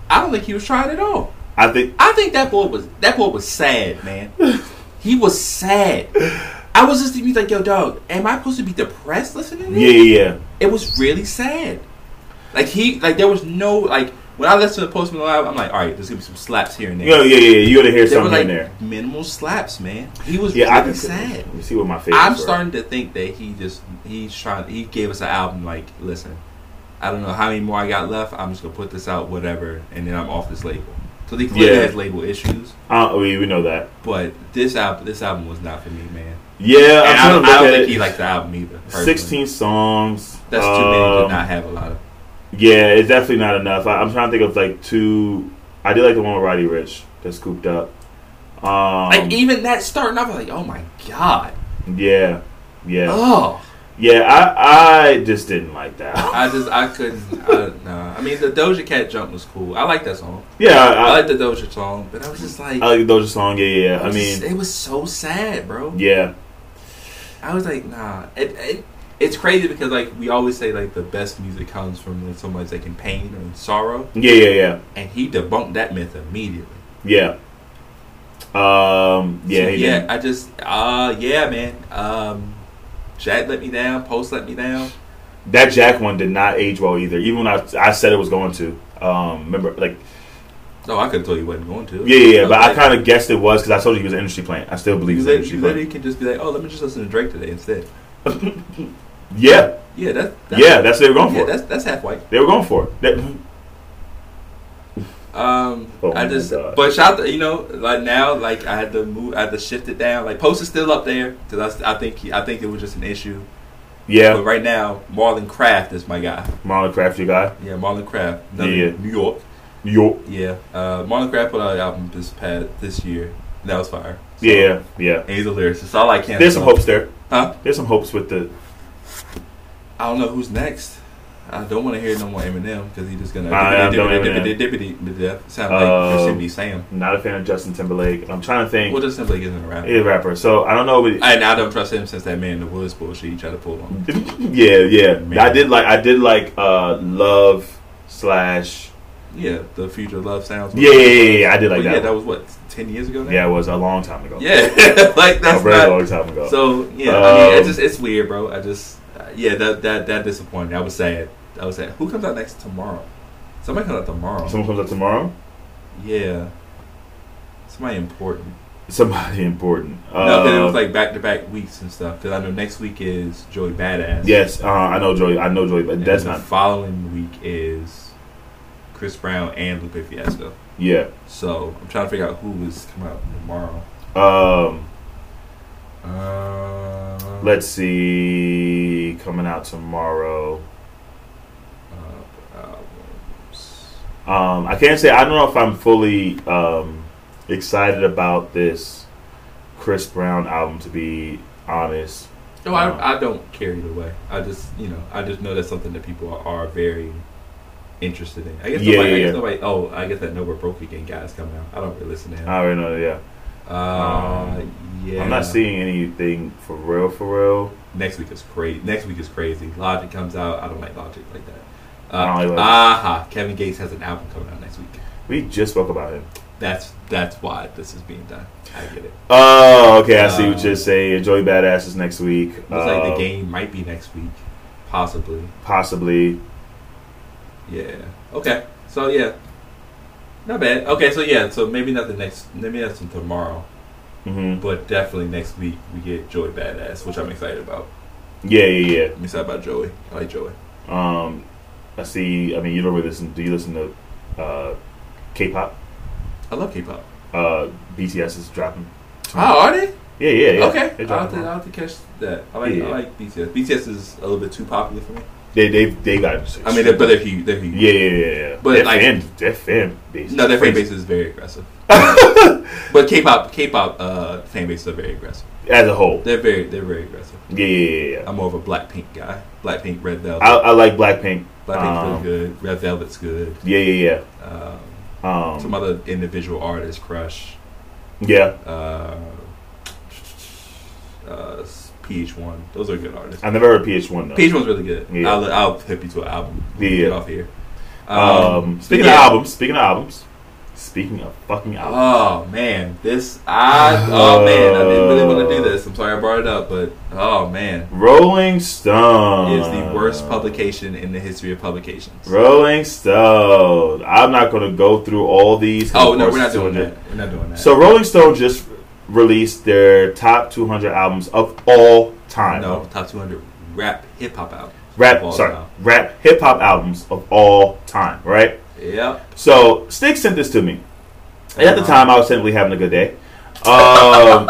Speaker 2: I don't think he was trying at all.
Speaker 3: I think
Speaker 2: I think that boy was that boy was sad, man. he was sad. I was just he's like, yo, dog, am I supposed to be depressed listening to this?
Speaker 3: yeah, yeah, yeah.
Speaker 2: It was really sad. Like he like there was no like when I listened to Post Malone, album, I'm like, all right, there's gonna be some slaps here and there.
Speaker 3: You know, yeah, yeah, yeah. You gotta hear
Speaker 2: there were
Speaker 3: something
Speaker 2: like
Speaker 3: in there.
Speaker 2: minimal slaps, man. He was
Speaker 3: Yeah, I
Speaker 2: really
Speaker 3: can
Speaker 2: sad.
Speaker 3: Let me see what my favorite.
Speaker 2: I'm starting to think that he just he's trying he gave us an album like, listen, I don't know how many more I got left, I'm just gonna put this out, whatever, and then I'm off this label. So they clearly
Speaker 3: Yeah.
Speaker 2: has label issues.
Speaker 3: Uh, we we know that.
Speaker 2: But this album, this album was not for me, man.
Speaker 3: Yeah,
Speaker 2: And I,
Speaker 3: I'm
Speaker 2: don't,
Speaker 3: trying to
Speaker 2: I
Speaker 3: look
Speaker 2: don't
Speaker 3: at
Speaker 2: think
Speaker 3: it.
Speaker 2: he liked the album either. personally.
Speaker 3: Sixteen songs.
Speaker 2: That's too many to
Speaker 3: um,
Speaker 2: not have a lot of.
Speaker 3: Yeah, it's definitely not enough. I, I'm trying to think of like two. I did like the one with Roddy Rich that's cooped up. Um,
Speaker 2: Like even that starting off, like oh my god,
Speaker 3: yeah, yeah,
Speaker 2: oh,
Speaker 3: yeah. I I just didn't like that.
Speaker 2: I just I couldn't. I, nah. I mean the Doja Cat jump was cool. I like that song.
Speaker 3: yeah,
Speaker 2: I
Speaker 3: I, I,
Speaker 2: like the Doja song, but I was just like,
Speaker 3: I like the Doja song. Yeah, yeah.
Speaker 2: it
Speaker 3: yeah. I
Speaker 2: was-
Speaker 3: mean,
Speaker 2: it was so sad, bro.
Speaker 3: yeah,
Speaker 2: I was like, nah. It, it, it's crazy because like we always say like the best music comes from when someone's like in pain or in sorrow,
Speaker 3: yeah, yeah, yeah,
Speaker 2: and he debunked that myth immediately.
Speaker 3: yeah. Um, yeah,
Speaker 2: So,
Speaker 3: he
Speaker 2: yeah.
Speaker 3: didn't.
Speaker 2: I just, uh, yeah, man. Um, Jack let me down. Post let me down.
Speaker 3: that Jack one did not age well either. Even when I I said it was going to. Um, remember like
Speaker 2: No, Oh, I could have told you wasn't going to.
Speaker 3: yeah, yeah, yeah but I kind of guessed it was because I told you he was an industry plant. I still believe
Speaker 2: You,
Speaker 3: he's an
Speaker 2: lit-
Speaker 3: industry
Speaker 2: you
Speaker 3: plant.
Speaker 2: literally can just be like, oh, let me just listen to Drake today instead.
Speaker 3: Yeah,
Speaker 2: Yeah, that, that's
Speaker 3: yeah, that's what they were going
Speaker 2: yeah,
Speaker 3: for.
Speaker 2: that's that's half white.
Speaker 3: They were going for it. That-
Speaker 2: Um,
Speaker 3: Oh
Speaker 2: I
Speaker 3: my
Speaker 2: just,
Speaker 3: God.
Speaker 2: but shout, to, you know, like now, like I had to move, I had to shift it down. Like Post is still up there because I, I think he, I think it was just an issue. But
Speaker 3: yeah,
Speaker 2: right now, Marlon Craft is my guy.
Speaker 3: Marlon Craft, your guy.
Speaker 2: Yeah, Marlon Craft, another
Speaker 3: Yeah.
Speaker 2: New York.
Speaker 3: Yo.
Speaker 2: Yeah, uh, Marlon Craft put out an album this past this year. That was fire. So-
Speaker 3: Yeah, yeah.
Speaker 2: And he's a lyricist. All I can.
Speaker 3: There's some hopes there.
Speaker 2: Huh?
Speaker 3: There's some hopes with the.
Speaker 2: I don't know who's next. I don't want to hear no more Eminem because he's just gonna
Speaker 3: Nah, yeah, I'm done with
Speaker 2: dippity-
Speaker 3: Eminem.
Speaker 2: dippity- dippity- dippity- sound like
Speaker 3: Uh,
Speaker 2: should be Sam.
Speaker 3: Not a fan of Justin Timberlake. I'm trying to think.
Speaker 2: Well, just simply isn't a
Speaker 3: He's
Speaker 2: rapper.
Speaker 3: a rapper, so I don't know. But
Speaker 2: And I don't trust him since that man in the woods bullshit he tried to pull on.
Speaker 3: yeah, yeah.
Speaker 2: Man.
Speaker 3: I did like. I did like. uh Love slash.
Speaker 2: Yeah, the future love sounds.
Speaker 3: Yeah, yeah, yeah. yeah, I did like
Speaker 2: But Oh, yeah,
Speaker 3: that.
Speaker 2: that
Speaker 3: one.
Speaker 2: was what ten years ago now.
Speaker 3: yeah, it was a long time ago.
Speaker 2: yeah, like
Speaker 3: a
Speaker 2: that's
Speaker 3: very
Speaker 2: not.
Speaker 3: long time ago.
Speaker 2: So yeah, I mean,
Speaker 3: Um,
Speaker 2: it's just it's weird, bro. I just uh, yeah, that that that disappointed. I was sad. I was sad. Who comes out next tomorrow? Somebody comes out tomorrow.
Speaker 3: Someone comes up tomorrow.
Speaker 2: yeah, somebody important.
Speaker 3: Somebody important. Uh,
Speaker 2: no, because it was like back to back weeks and stuff. Because I know next week is Joey Badass.
Speaker 3: yes, uh, I know Joey. I know Joey, but
Speaker 2: and
Speaker 3: that's
Speaker 2: then
Speaker 3: not.
Speaker 2: The following week is Chris Brown and Lupe Fiasco.
Speaker 3: Yeah.
Speaker 2: So I'm trying to figure out who is coming out tomorrow.
Speaker 3: Um.
Speaker 2: Uh,
Speaker 3: Let's see, coming out tomorrow.
Speaker 2: uh, albums.
Speaker 3: Um, I can't say I don't know if I'm fully um, excited about this Chris Brown album. To be honest,
Speaker 2: No, Oh, I, I don't care either way. I just you know I just know that's something that people are, are very interested in. I guess
Speaker 3: Yeah,
Speaker 2: nobody.
Speaker 3: yeah,
Speaker 2: I guess
Speaker 3: yeah.
Speaker 2: nobody. Oh, I guess that Nova Broke Again guy is coming out. I don't really listen to him.
Speaker 3: I already know. Yeah,
Speaker 2: uh, yeah,
Speaker 3: I'm not seeing anything for real. For real,
Speaker 2: Next week is crazy. Next week is crazy. Logic comes out. I don't like Logic like that.
Speaker 3: I
Speaker 2: Uh,
Speaker 3: don't like Logic.
Speaker 2: aha! Kevin Gates has an album coming out next week.
Speaker 3: we just spoke about him.
Speaker 2: That's that's why this is being done. I get it.
Speaker 3: Oh, okay. I see
Speaker 2: Um,
Speaker 3: what you're saying. Enjoy badasses next week.
Speaker 2: Looks like the
Speaker 3: Um,
Speaker 2: game might be next week, possibly.
Speaker 3: possibly.
Speaker 2: Yeah. Okay. So yeah, not bad. Okay. So yeah. So maybe not the next. Maybe that's some tomorrow,
Speaker 3: hmm
Speaker 2: but definitely next week we get Joey Badass, which I'm excited about.
Speaker 3: Yeah, yeah,
Speaker 2: I'm excited about Joey. I like Joey.
Speaker 3: yeah. Um, I see. I mean, you don't really listen. Do you listen to uh, K-pop?
Speaker 2: I love K-pop.
Speaker 3: uh, BTS is dropping.
Speaker 2: Oh, are they?
Speaker 3: Yeah, yeah, yeah.
Speaker 2: Okay.
Speaker 3: They're
Speaker 2: I'll have,
Speaker 3: dropping
Speaker 2: to, I'll have to catch that. I like
Speaker 3: Yeah.
Speaker 2: I like BTS. BTS is a little bit too popular for me.
Speaker 3: tomorrow. They they they got.
Speaker 2: I mean, they're, but they're huge. They're huge.
Speaker 3: yeah, yeah, yeah, yeah.
Speaker 2: But,
Speaker 3: Their
Speaker 2: like-
Speaker 3: fan, their fan base.
Speaker 2: No, their fan
Speaker 3: crazy.
Speaker 2: base is very aggressive. but K-pop, K-pop uh, fan bases are very aggressive.
Speaker 3: as a whole.
Speaker 2: They're very, they're very aggressive.
Speaker 3: Yeah, yeah, yeah. yeah.
Speaker 2: I'm more of a Blackpink guy. Blackpink, Red Velvet.
Speaker 3: I, I like Blackpink.
Speaker 2: Blackpink's
Speaker 3: um,
Speaker 2: really good. Red Velvet's good.
Speaker 3: Yeah, yeah,
Speaker 2: Um,
Speaker 3: yeah. Um,
Speaker 2: some other individual artists, Crush,
Speaker 3: yeah,
Speaker 2: uh, uh, PH1. Those are good artists.
Speaker 3: I never heard PH1 though.
Speaker 2: PH1's really good.
Speaker 3: Yeah.
Speaker 2: I'll, I'll hip you to an album.
Speaker 3: Yeah,
Speaker 2: Get
Speaker 3: yeah.
Speaker 2: off here.
Speaker 3: Um, speaking
Speaker 2: yeah.
Speaker 3: of albums, speaking of albums, speaking of fucking albums,
Speaker 2: Oh man, this I oh man, I didn't really want
Speaker 3: Uh.
Speaker 2: to do this. I'm sorry I brought it up, but oh man,
Speaker 3: Rolling Stone
Speaker 2: is the
Speaker 3: Uh.
Speaker 2: worst publication in the history of publications.
Speaker 3: Rolling Stone. I'm not going to go through all these. 'cause
Speaker 2: Oh no,
Speaker 3: Rolling
Speaker 2: we're not doing
Speaker 3: Stone
Speaker 2: that.
Speaker 3: did-
Speaker 2: We're not doing that.
Speaker 3: So Rolling Stone just released their top 200 albums of all time.
Speaker 2: no, top 200 rap hip hop album.
Speaker 3: Rap, sorry, rap hip hop albums of all time, right?
Speaker 2: Yep.
Speaker 3: So Stig sent this to me. And at the
Speaker 2: Uh-huh.
Speaker 3: time, I was simply having a good day. Um, I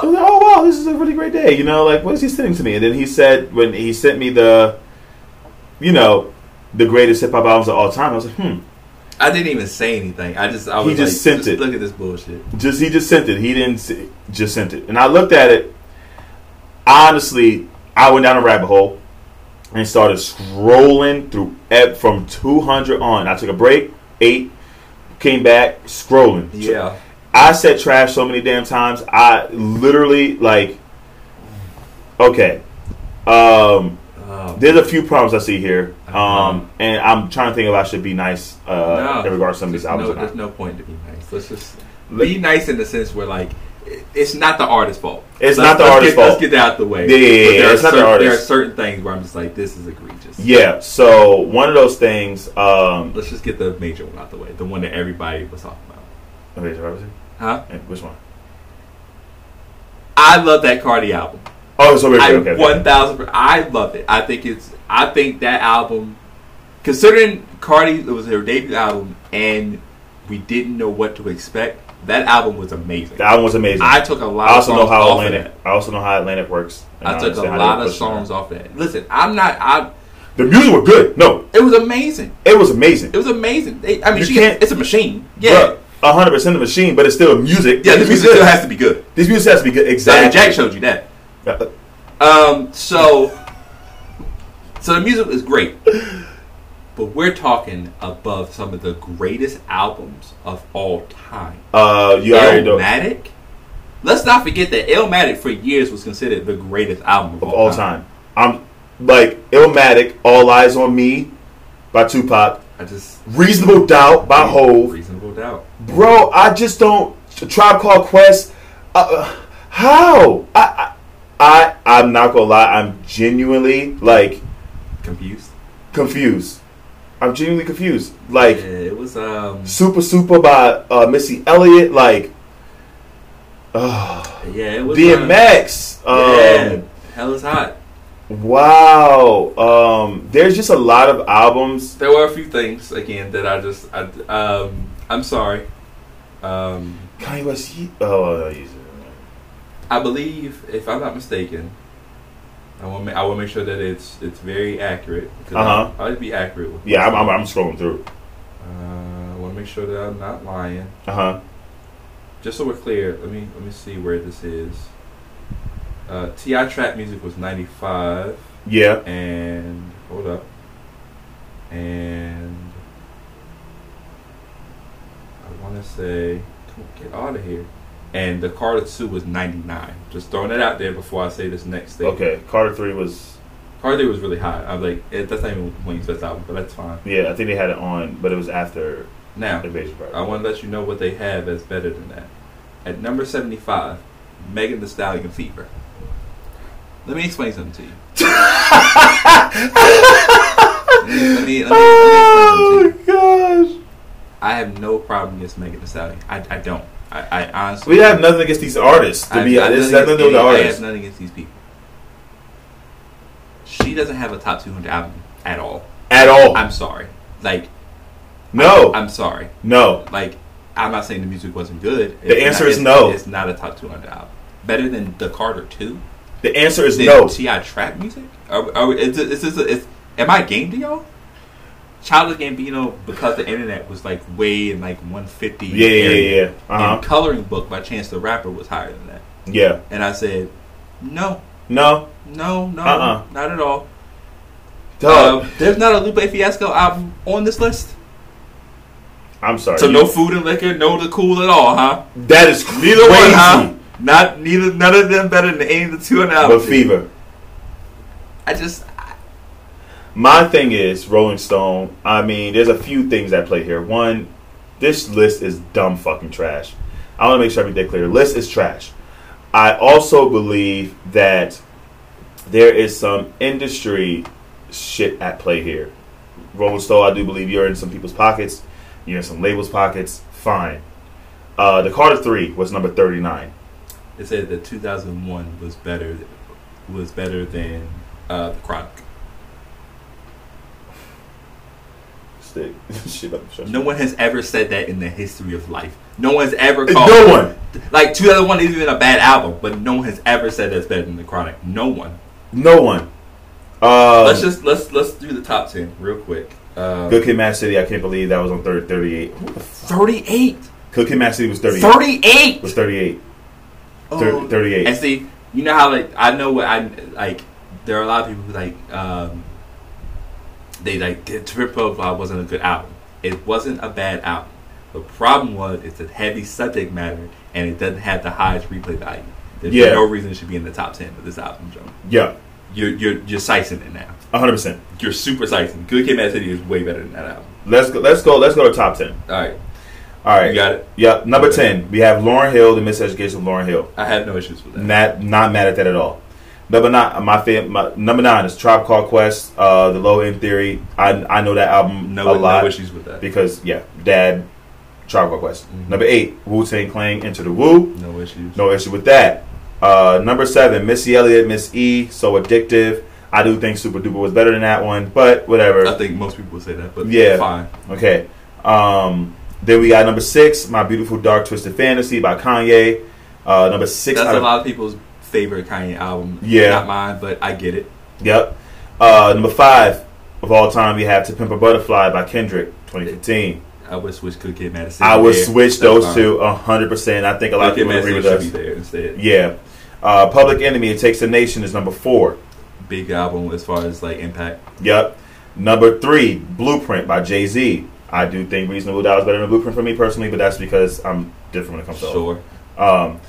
Speaker 3: was like, oh wow, this is a really great day. You know, like what is he sending to me? And then he said when he sent me the, you know, the greatest hip hop albums of all time. I was like, hmm.
Speaker 2: I didn't even say anything. I just I
Speaker 3: He
Speaker 2: was
Speaker 3: just
Speaker 2: like,
Speaker 3: sent it.
Speaker 2: Look at this bullshit.
Speaker 3: Just he just sent it. He didn't s- just sent it. And I looked at it. Honestly, I went down a rabbit hole and started scrolling through ev- from 200 on. I took a break, ate, came back, scrolling.
Speaker 2: Yeah.
Speaker 3: I said trash so many damn times. I literally like. Okay, um,
Speaker 2: Oh,
Speaker 3: there's a few problems I see here,
Speaker 2: Uh-huh.
Speaker 3: um, and I'm trying to think if I should be nice uh,
Speaker 2: No.
Speaker 3: in regards to some of these albums
Speaker 2: no,
Speaker 3: or not.
Speaker 2: there's no point to be nice. Let's just be nice in the sense where like it- it's not the artist's fault.
Speaker 3: It's
Speaker 2: Let's-
Speaker 3: not the
Speaker 2: let's
Speaker 3: artist's
Speaker 2: get,
Speaker 3: fault.
Speaker 2: Let's get that out the way.
Speaker 3: Yeah, yeah,
Speaker 2: But
Speaker 3: yeah,
Speaker 2: There,
Speaker 3: it's
Speaker 2: are
Speaker 3: not the
Speaker 2: certain, there are
Speaker 3: artist.
Speaker 2: certain things where I'm just like, this is egregious.
Speaker 3: Yeah, so one of those things. Um,
Speaker 2: Let's just get the major one out the way. The one that everybody was talking about.
Speaker 3: okay, so what was it?
Speaker 2: Huh?
Speaker 3: Eh, which one?
Speaker 2: I love that Cardi album.
Speaker 3: Oh, so wait, wait,
Speaker 2: I
Speaker 3: okay, okay.
Speaker 2: one thousand. per- I love it. I think it's. I think that album, considering Cardi, it was her debut album, and we didn't know what to expect. That album was amazing.
Speaker 3: The album was amazing.
Speaker 2: I
Speaker 3: I,
Speaker 2: took a lot. of
Speaker 3: also know
Speaker 2: songs
Speaker 3: how
Speaker 2: off of
Speaker 3: Atlantic.
Speaker 2: that.
Speaker 3: I also know how Atlantic works. and
Speaker 2: I took a
Speaker 3: understand how they
Speaker 2: lot
Speaker 3: were
Speaker 2: of
Speaker 3: pushing
Speaker 2: songs
Speaker 3: that.
Speaker 2: off that. Listen, I'm not. I.
Speaker 3: The music were good. No,
Speaker 2: It was amazing.
Speaker 3: it was amazing.
Speaker 2: It was amazing. They, I mean,
Speaker 3: You
Speaker 2: she,
Speaker 3: can't-
Speaker 2: it's a machine. Yeah.
Speaker 3: hundred percent of machine, but it's still music.
Speaker 2: Yeah, the music still has to be good.
Speaker 3: This music has to be good.
Speaker 2: Exactly.
Speaker 3: Exactly.
Speaker 2: Jack showed you that.
Speaker 3: Uh,
Speaker 2: Um, so, so the music is great, but we're talking above some of the greatest albums of all time.
Speaker 3: Uh, you already know
Speaker 2: Illmatic. Let's not forget that Illmatic for years was considered the greatest album of,
Speaker 3: of all time. I'm like Illmatic, All Eyes on Me by Tupac,
Speaker 2: I just
Speaker 3: Reasonable Doubt by Hove.
Speaker 2: Reasonable doubt.
Speaker 3: Bro, I just don't. Tribe Called Quest. Uh, uh, how? I, I, I, I'm not gonna lie. I'm genuinely like
Speaker 2: Confused.
Speaker 3: confused. I'm genuinely confused. Like.
Speaker 2: Yeah, it was um.
Speaker 3: Super Super by uh, Missy Elliott, like uh,
Speaker 2: Yeah, it was Uh,
Speaker 3: DMX.
Speaker 2: yeah,
Speaker 3: Um,
Speaker 2: hell is hot.
Speaker 3: Wow. Um, there's just a lot of albums.
Speaker 2: There were a few things again that I just I um I'm sorry. Um,
Speaker 3: Kanye West. He, oh, he's,
Speaker 2: I believe, if I'm not mistaken, I want ma- I will make sure that it's it's very accurate. 'cause
Speaker 3: Uh-huh.
Speaker 2: I, I would be accurate with.
Speaker 3: yeah, I'm, I'm, I'm scrolling through.
Speaker 2: Uh, I want to make sure that I'm not lying.
Speaker 3: Uh huh.
Speaker 2: Just so we're clear, let me let me see where this is. Uh, Ti trap music was 95,
Speaker 3: Yeah.
Speaker 2: and hold up, and I want to say, come on, get out of here. And the Carter 2 was 99. Just throwing that out there before I say this next thing.
Speaker 3: Okay. Carter Three was.
Speaker 2: Cardi was really hot. I was like, eh, that's not even Wayne's best album, but that's fine.
Speaker 3: Yeah, I think they had it on, but it was after
Speaker 2: Now,
Speaker 3: Invasion Party.
Speaker 2: I want to let you know what they have that's better than that. At number 75, Megan Thee Stallion Fever. Let me explain something to you. let me, let me, let me, let me explain something to
Speaker 3: Oh
Speaker 2: you.
Speaker 3: gosh.
Speaker 2: I have no problem against Megan Thee Stallion. I, I don't. I, I honestly.
Speaker 3: We have nothing against these artists. To
Speaker 2: I've
Speaker 3: be
Speaker 2: got
Speaker 3: honest,
Speaker 2: nothing
Speaker 3: This has nothing to do
Speaker 2: against
Speaker 3: with the
Speaker 2: any- I
Speaker 3: artists.
Speaker 2: have nothing against these people. She doesn't have a top 200 album at all.
Speaker 3: At all.
Speaker 2: I'm sorry. Like,
Speaker 3: no.
Speaker 2: I'm sorry.
Speaker 3: no.
Speaker 2: like I'm not saying the music wasn't good.
Speaker 3: The
Speaker 2: It's
Speaker 3: answer
Speaker 2: not- it's-
Speaker 3: is no.
Speaker 2: It's not a top 200 album. Better than the Carter Two.
Speaker 3: The answer is
Speaker 2: Than
Speaker 3: no.
Speaker 2: Ti trap music. Are, are, we- is, this- is this a, is, Am I game to y'all? Childish Gambino because the internet was like way in like 150.
Speaker 3: Yeah, yeah,
Speaker 2: area.
Speaker 3: yeah. Uh
Speaker 2: And
Speaker 3: huh.
Speaker 2: Coloring Book by Chance the Rapper was higher than that.
Speaker 3: Yeah.
Speaker 2: And I said, no,
Speaker 3: No.
Speaker 2: no, no,
Speaker 3: Uh-uh. Uh,
Speaker 2: not at all.
Speaker 3: Dog.
Speaker 2: Um, there's not a Lupe Fiasco album on this list.
Speaker 3: I'm sorry.
Speaker 2: So
Speaker 3: You-
Speaker 2: no food and liquor, no the cool at all, huh?
Speaker 3: That is crazy.
Speaker 2: Neither one, huh? Not neither, none of them better than any of the two on the album.
Speaker 3: But fever.
Speaker 2: I just, I-
Speaker 3: My thing is Rolling Stone. I mean, there's a few things that play here. One, this list is dumb fucking trash. I want to make sure I make that clear. The list is trash. I also believe that there is some industry shit at play here. Rolling Stone, I do believe you're in some people's pockets. You're in some labels' pockets. Fine. Uh, the Carter Three was number thirty-nine.
Speaker 2: it said that 2001 was better, was better than uh, the Chronic.
Speaker 3: Stick. shit up. shut
Speaker 2: No one has ever said that in the history of life. No one's ever called
Speaker 3: No one.
Speaker 2: like 2001 isn't even a bad album, but no one has ever said that's better than the Chronic. No one.
Speaker 3: No one. Uh,
Speaker 2: let's just let's let's do the top ten real quick. Um,
Speaker 3: Good Kid, Mad City. I can't believe that was on third thirty-eight.
Speaker 2: 38.
Speaker 3: Good Kid, Mad City was thirty-eight.
Speaker 2: 38.
Speaker 3: Was thirty-eight. Thir-
Speaker 2: Oh.
Speaker 3: Thirty-eight.
Speaker 2: And see, you know how like I know what I like. There are a lot of people who like um, they like did Trip Profile wasn't a good album. It wasn't a bad album. The problem was it's a heavy subject matter and it doesn't have the highest replay value. There's
Speaker 3: Yeah.
Speaker 2: no reason it should be in the top ten of this album, Joe.
Speaker 3: Yeah,
Speaker 2: You're you're you're sizing it now.
Speaker 3: one hundred percent.
Speaker 2: You're super sizing. Good Kid, Mad City is way better than that album.
Speaker 3: Let's go. Let's go. Let's go to top ten.
Speaker 2: All right,
Speaker 3: All right.
Speaker 2: you got it.
Speaker 3: Yep. Number
Speaker 2: Okay.
Speaker 3: ten, we have Lauren Hill, The Miseducation of Lauren Hill.
Speaker 2: I have no issues with that.
Speaker 3: Not not mad at that at all. Number nine, my, fam- my number nine is Tribe Called Quest, uh, The Low End Theory. I I know that album
Speaker 2: No,
Speaker 3: a lot
Speaker 2: no issues with that.
Speaker 3: because yeah, Dad, Tribe Called Quest.
Speaker 2: Mhm.
Speaker 3: Number eight, Wu Tang Clan, Into the Woo.
Speaker 2: No issues.
Speaker 3: No issue with that. Uh, number seven, Missy Elliott, Miss E, so addictive. I do think Super Duper was better than that one, but
Speaker 2: I
Speaker 3: whatever.
Speaker 2: think most people would say that, but
Speaker 3: Yeah.
Speaker 2: fine.
Speaker 3: Okay. Um, then we got number six, My Beautiful Dark Twisted Fantasy by Kanye. Uh, number six,
Speaker 2: That's
Speaker 3: out
Speaker 2: a
Speaker 3: of-
Speaker 2: lot of people's favorite Kanye album.
Speaker 3: Yeah.
Speaker 2: Not mine, but I get it.
Speaker 3: Yep. Uh, number five of all time, we have To Pimp a Butterfly by Kendrick, 2015.
Speaker 2: I would switch Good Kid Madison.
Speaker 3: I would switch those two a hundred percent. I think a lot of
Speaker 2: Good Kid
Speaker 3: people agree
Speaker 2: Madison
Speaker 3: with
Speaker 2: should be
Speaker 3: us.
Speaker 2: there instead.
Speaker 3: Yeah. Uh, Public Enemy, It Takes a Nation is number four.
Speaker 2: Big album as far as like impact.
Speaker 3: Yep. Number three, Blueprint by Jay Z. I do think Reasonable Doubt is better than Blueprint for me personally, but that's because I'm different when it comes to
Speaker 2: Sure.
Speaker 3: um,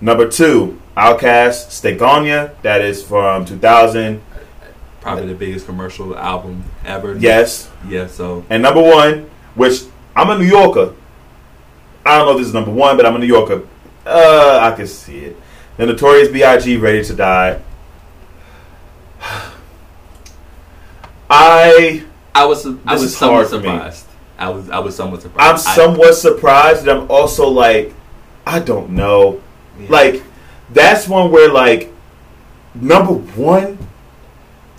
Speaker 3: number two, Outcast Stegonia. That is from 2000.
Speaker 2: Probably the biggest commercial album ever.
Speaker 3: Yes.
Speaker 2: Yeah. So
Speaker 3: And number one, which I'm a New Yorker. I don't know if this is number one, but I'm a New Yorker. Uh, I can see it. The Notorious B.I.G. Ready to Die. I
Speaker 2: I was. I
Speaker 3: This
Speaker 2: was
Speaker 3: is hard
Speaker 2: somewhat
Speaker 3: for me.
Speaker 2: surprised. I was. I was somewhat
Speaker 3: I'm
Speaker 2: surprised. I-
Speaker 3: somewhat surprised, and I'm also like, I don't know.
Speaker 2: yeah.
Speaker 3: Like, that's one where like number one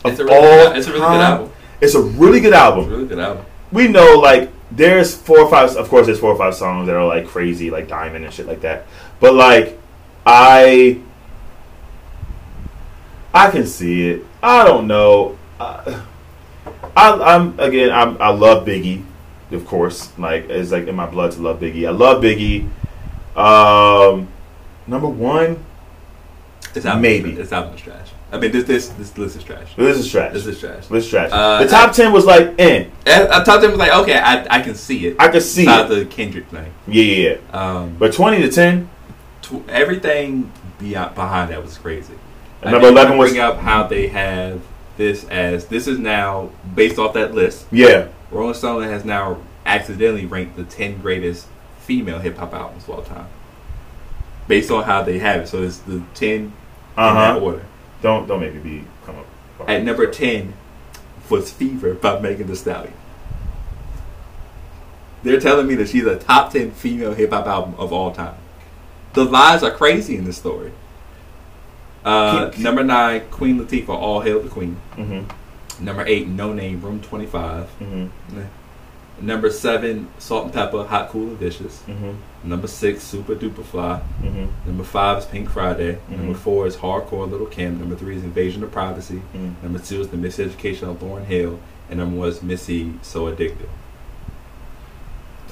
Speaker 2: It's
Speaker 3: of
Speaker 2: a really,
Speaker 3: all
Speaker 2: good, it's a really
Speaker 3: time-
Speaker 2: good album.
Speaker 3: It's a really good
Speaker 2: It's a
Speaker 3: album.
Speaker 2: really good album.
Speaker 3: We know like there's four or five. Of course, there's four or five songs that are like crazy, like Diamond and shit like that. But like, I I can see it. I don't know. I, I, I'm again. I'm, I love Biggie, of course. Like it's like in my blood to love Biggie. I love Biggie. Um, number one,
Speaker 2: This album
Speaker 3: Maybe.
Speaker 2: Is, this album is trash. I mean, this this this list is trash.
Speaker 3: this is trash.
Speaker 2: This
Speaker 3: This
Speaker 2: is
Speaker 3: is,
Speaker 2: trash.
Speaker 3: trash.
Speaker 2: Uh,
Speaker 3: the top ten was like, eh,
Speaker 2: And I talked to him was like, okay, I, I can see it.
Speaker 3: I could see
Speaker 2: Besides
Speaker 3: it.
Speaker 2: the Kendrick thing.
Speaker 3: Yeah, yeah, yeah.
Speaker 2: Um,
Speaker 3: But twenty to ten,
Speaker 2: tw- everything beyond, behind that was crazy.
Speaker 3: And number
Speaker 2: I did
Speaker 3: 11 was-
Speaker 2: bring up how they have this as this is now based off that list.
Speaker 3: yeah,
Speaker 2: Rolling Stone has now accidentally ranked the ten greatest female hip hop albums of all time, based on how they have it. So it's the ten in
Speaker 3: uh
Speaker 2: that
Speaker 3: huh.
Speaker 2: order.
Speaker 3: Don't don't make me be come up.
Speaker 2: At number ten was Fever by Megan Thee Stallion. They're telling me that she's a top ten female hip hop album of all time. The lies are crazy in this story. Uh,
Speaker 3: Keep-
Speaker 2: number nine, Queen Latifah, All Hail the Queen.
Speaker 3: hmm mm-hmm,
Speaker 2: Number eight, No Name, Room Twenty Five.
Speaker 3: hmm
Speaker 2: Number seven, salt and pepper, hot cooler dishes.
Speaker 3: Mm-hmm.
Speaker 2: Number six, super duper fly.
Speaker 3: Mm-hmm.
Speaker 2: Number five is Pink Friday. Number
Speaker 3: Mhm.
Speaker 2: four is Hardcore Little Kim. Number three is Invasion of Privacy.
Speaker 3: Mm.
Speaker 2: Number two is The Miseducation of Lauren Hill. And number one is Missy So Addicted.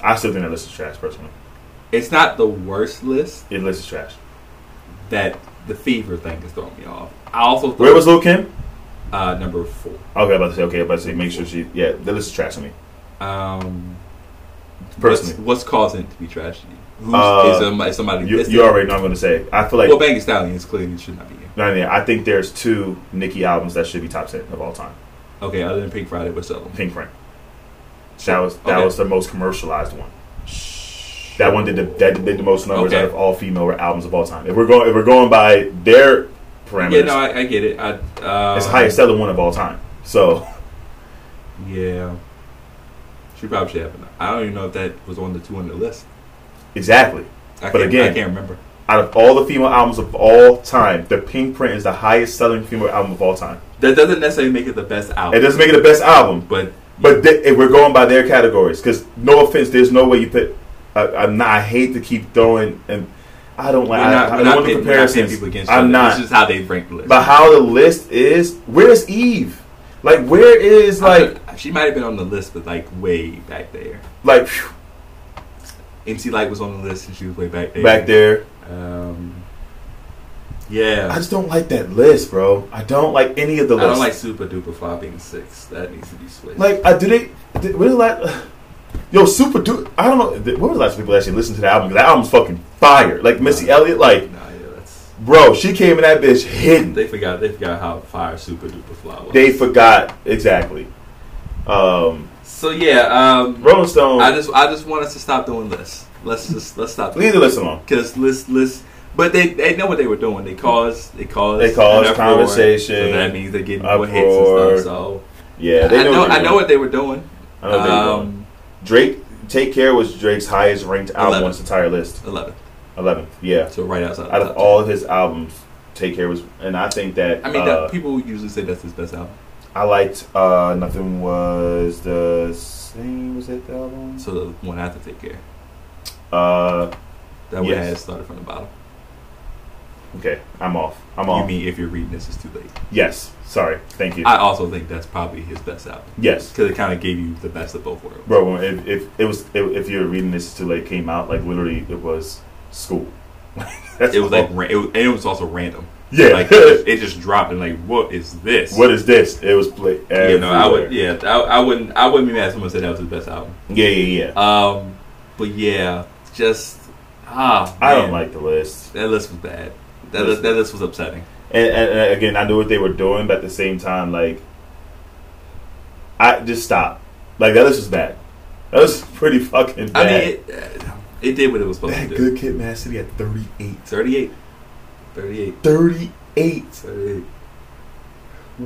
Speaker 3: I still think that list is trash. Personally,
Speaker 2: It's not the worst list
Speaker 3: it list is trash.
Speaker 2: that the fever thing is throwing me off. I also
Speaker 3: Where was
Speaker 2: thought,
Speaker 3: Lil Kim?
Speaker 2: uh, number four.
Speaker 3: Okay, I'm about to say. Okay, I'm about to say. Make sure she. Yeah, the list is trash to me.
Speaker 2: Um,
Speaker 3: Personally.
Speaker 2: what's, what's causing it to be tragedy? Who's,
Speaker 3: Uh,
Speaker 2: is somebody, is somebody
Speaker 3: You,
Speaker 2: missing?
Speaker 3: you already know what I'm going to say. I feel like
Speaker 2: well, Bang Stallions clearly should not be here.
Speaker 3: No, no, I think there's two Nicki albums that should be top ten of all time.
Speaker 2: Okay, other than Pink Friday, what's up?
Speaker 3: Pink Print. That was that
Speaker 2: Okay.
Speaker 3: was the most commercialized one. That one did the that did the most numbers
Speaker 2: Okay.
Speaker 3: out of all female albums of all time. If we're going if we're going by their parameters,
Speaker 2: Yeah, no, I, I get it. I, uh,
Speaker 3: it's the highest selling one of all time. So
Speaker 2: Yeah. She probably should have. an- I don't even know if that was on the 200 list.
Speaker 3: exactly,
Speaker 2: I
Speaker 3: But
Speaker 2: can't,
Speaker 3: again-
Speaker 2: I can't remember.
Speaker 3: out of all the female albums of all time, the Pink Print is the highest selling female album of all time.
Speaker 2: That doesn't necessarily make it the best
Speaker 3: It
Speaker 2: album.
Speaker 3: doesn't make it the best album,
Speaker 2: but
Speaker 3: But th- if we're going by their categories, because no offense, there's no way you put. I, I'm not. I hate to keep throwing, and I don't
Speaker 2: we're
Speaker 3: like.
Speaker 2: not,
Speaker 3: I,
Speaker 2: we're not
Speaker 3: I don't want to
Speaker 2: pitting- we're not pitting
Speaker 3: comparisons.
Speaker 2: people against each
Speaker 3: I'm
Speaker 2: other.
Speaker 3: not.
Speaker 2: This is how they rank the list.
Speaker 3: but how the list is? Where's Eve? Like, where is
Speaker 2: I
Speaker 3: like
Speaker 2: could- she might have been on the list, but like way back there.
Speaker 3: like phew,
Speaker 2: MC Light was on the list, and she was way back there.
Speaker 3: back there?
Speaker 2: Um,
Speaker 3: I
Speaker 2: yeah.
Speaker 3: just don't like that list, bro. I don't like any of the
Speaker 2: I,
Speaker 3: list.
Speaker 2: don't like Super Duper Fly being six. That needs to be switched.
Speaker 3: Like, I do they? Did, what is that? Yo, Super Dude. I don't know. Th- When was the last people actually listened to the album? 'Cause that album's fucking fire. Like Missy Elliott. Like,
Speaker 2: nah, yeah, that's
Speaker 3: bro, she came in that bitch hidden.
Speaker 2: they forgot. They forgot how fire Super Duper Fly was.
Speaker 3: They forgot exactly. Um,
Speaker 2: so yeah. Um,
Speaker 3: Rolling Stone.
Speaker 2: I just I just want us to stop doing lists. Let's just let's stop
Speaker 3: leave the list alone.
Speaker 2: because lists lists. But they they know what they were doing. They caused they caused
Speaker 3: They caused
Speaker 2: an uproar,
Speaker 3: conversation,
Speaker 2: So that means they're getting more hits
Speaker 3: uproar.
Speaker 2: and stuff. So
Speaker 3: Yeah, they
Speaker 2: I know
Speaker 3: what they're
Speaker 2: I know
Speaker 3: doing.
Speaker 2: what they were doing.
Speaker 3: I know what they're doing.
Speaker 2: um,
Speaker 3: Drake, Take Care was Drake's highest ranked album on
Speaker 2: Eleven.
Speaker 3: his entire list.
Speaker 2: eleven.
Speaker 3: Eleventh, yeah.
Speaker 2: So right outside.
Speaker 3: Out
Speaker 2: the
Speaker 3: of
Speaker 2: top
Speaker 3: all of his albums, Take Care was, and I think that
Speaker 2: ten. I mean,
Speaker 3: uh,
Speaker 2: that, people usually say that's his best album.
Speaker 3: I liked uh, Nothing Was the Same. Was that the album?
Speaker 2: So the one after Take Care.
Speaker 3: Uh,
Speaker 2: That one
Speaker 3: Yes.
Speaker 2: has started from the bottom.
Speaker 3: okay, I'm off. I'm
Speaker 2: You
Speaker 3: off.
Speaker 2: mean Uh, if you're reading this, it's too late.
Speaker 3: yes, sorry. Thank you.
Speaker 2: I also think that's probably his best album
Speaker 3: yes.
Speaker 2: because it kind of gave you the best of both worlds.
Speaker 3: Bro, when- if, if it was if, if you're reading this too late came out, like literally it was school. That's
Speaker 2: It was
Speaker 3: all.
Speaker 2: like ra- it was, and it was also random.
Speaker 3: yeah.
Speaker 2: Like it just, it just dropped and like, what is this?
Speaker 3: what is this? It was play.
Speaker 2: you know, I
Speaker 3: everywhere.
Speaker 2: would yeah, I, I wouldn't I wouldn't be mad if someone said that was his best album.
Speaker 3: Yeah, yeah, yeah.
Speaker 2: Um, but yeah, just ah,
Speaker 3: I don't
Speaker 2: man.
Speaker 3: like the list.
Speaker 2: that list was bad. That list, that list was upsetting.
Speaker 3: And, and, and again, I knew what they were doing, but at the same time, like, I just stop. Like that list was bad. That was pretty fucking
Speaker 2: I mean,
Speaker 3: bad.
Speaker 2: it, it did what it was supposed
Speaker 3: that
Speaker 2: to do.
Speaker 3: good kid, Mad City at 38.
Speaker 2: 38. 38.
Speaker 3: 38.
Speaker 2: 38.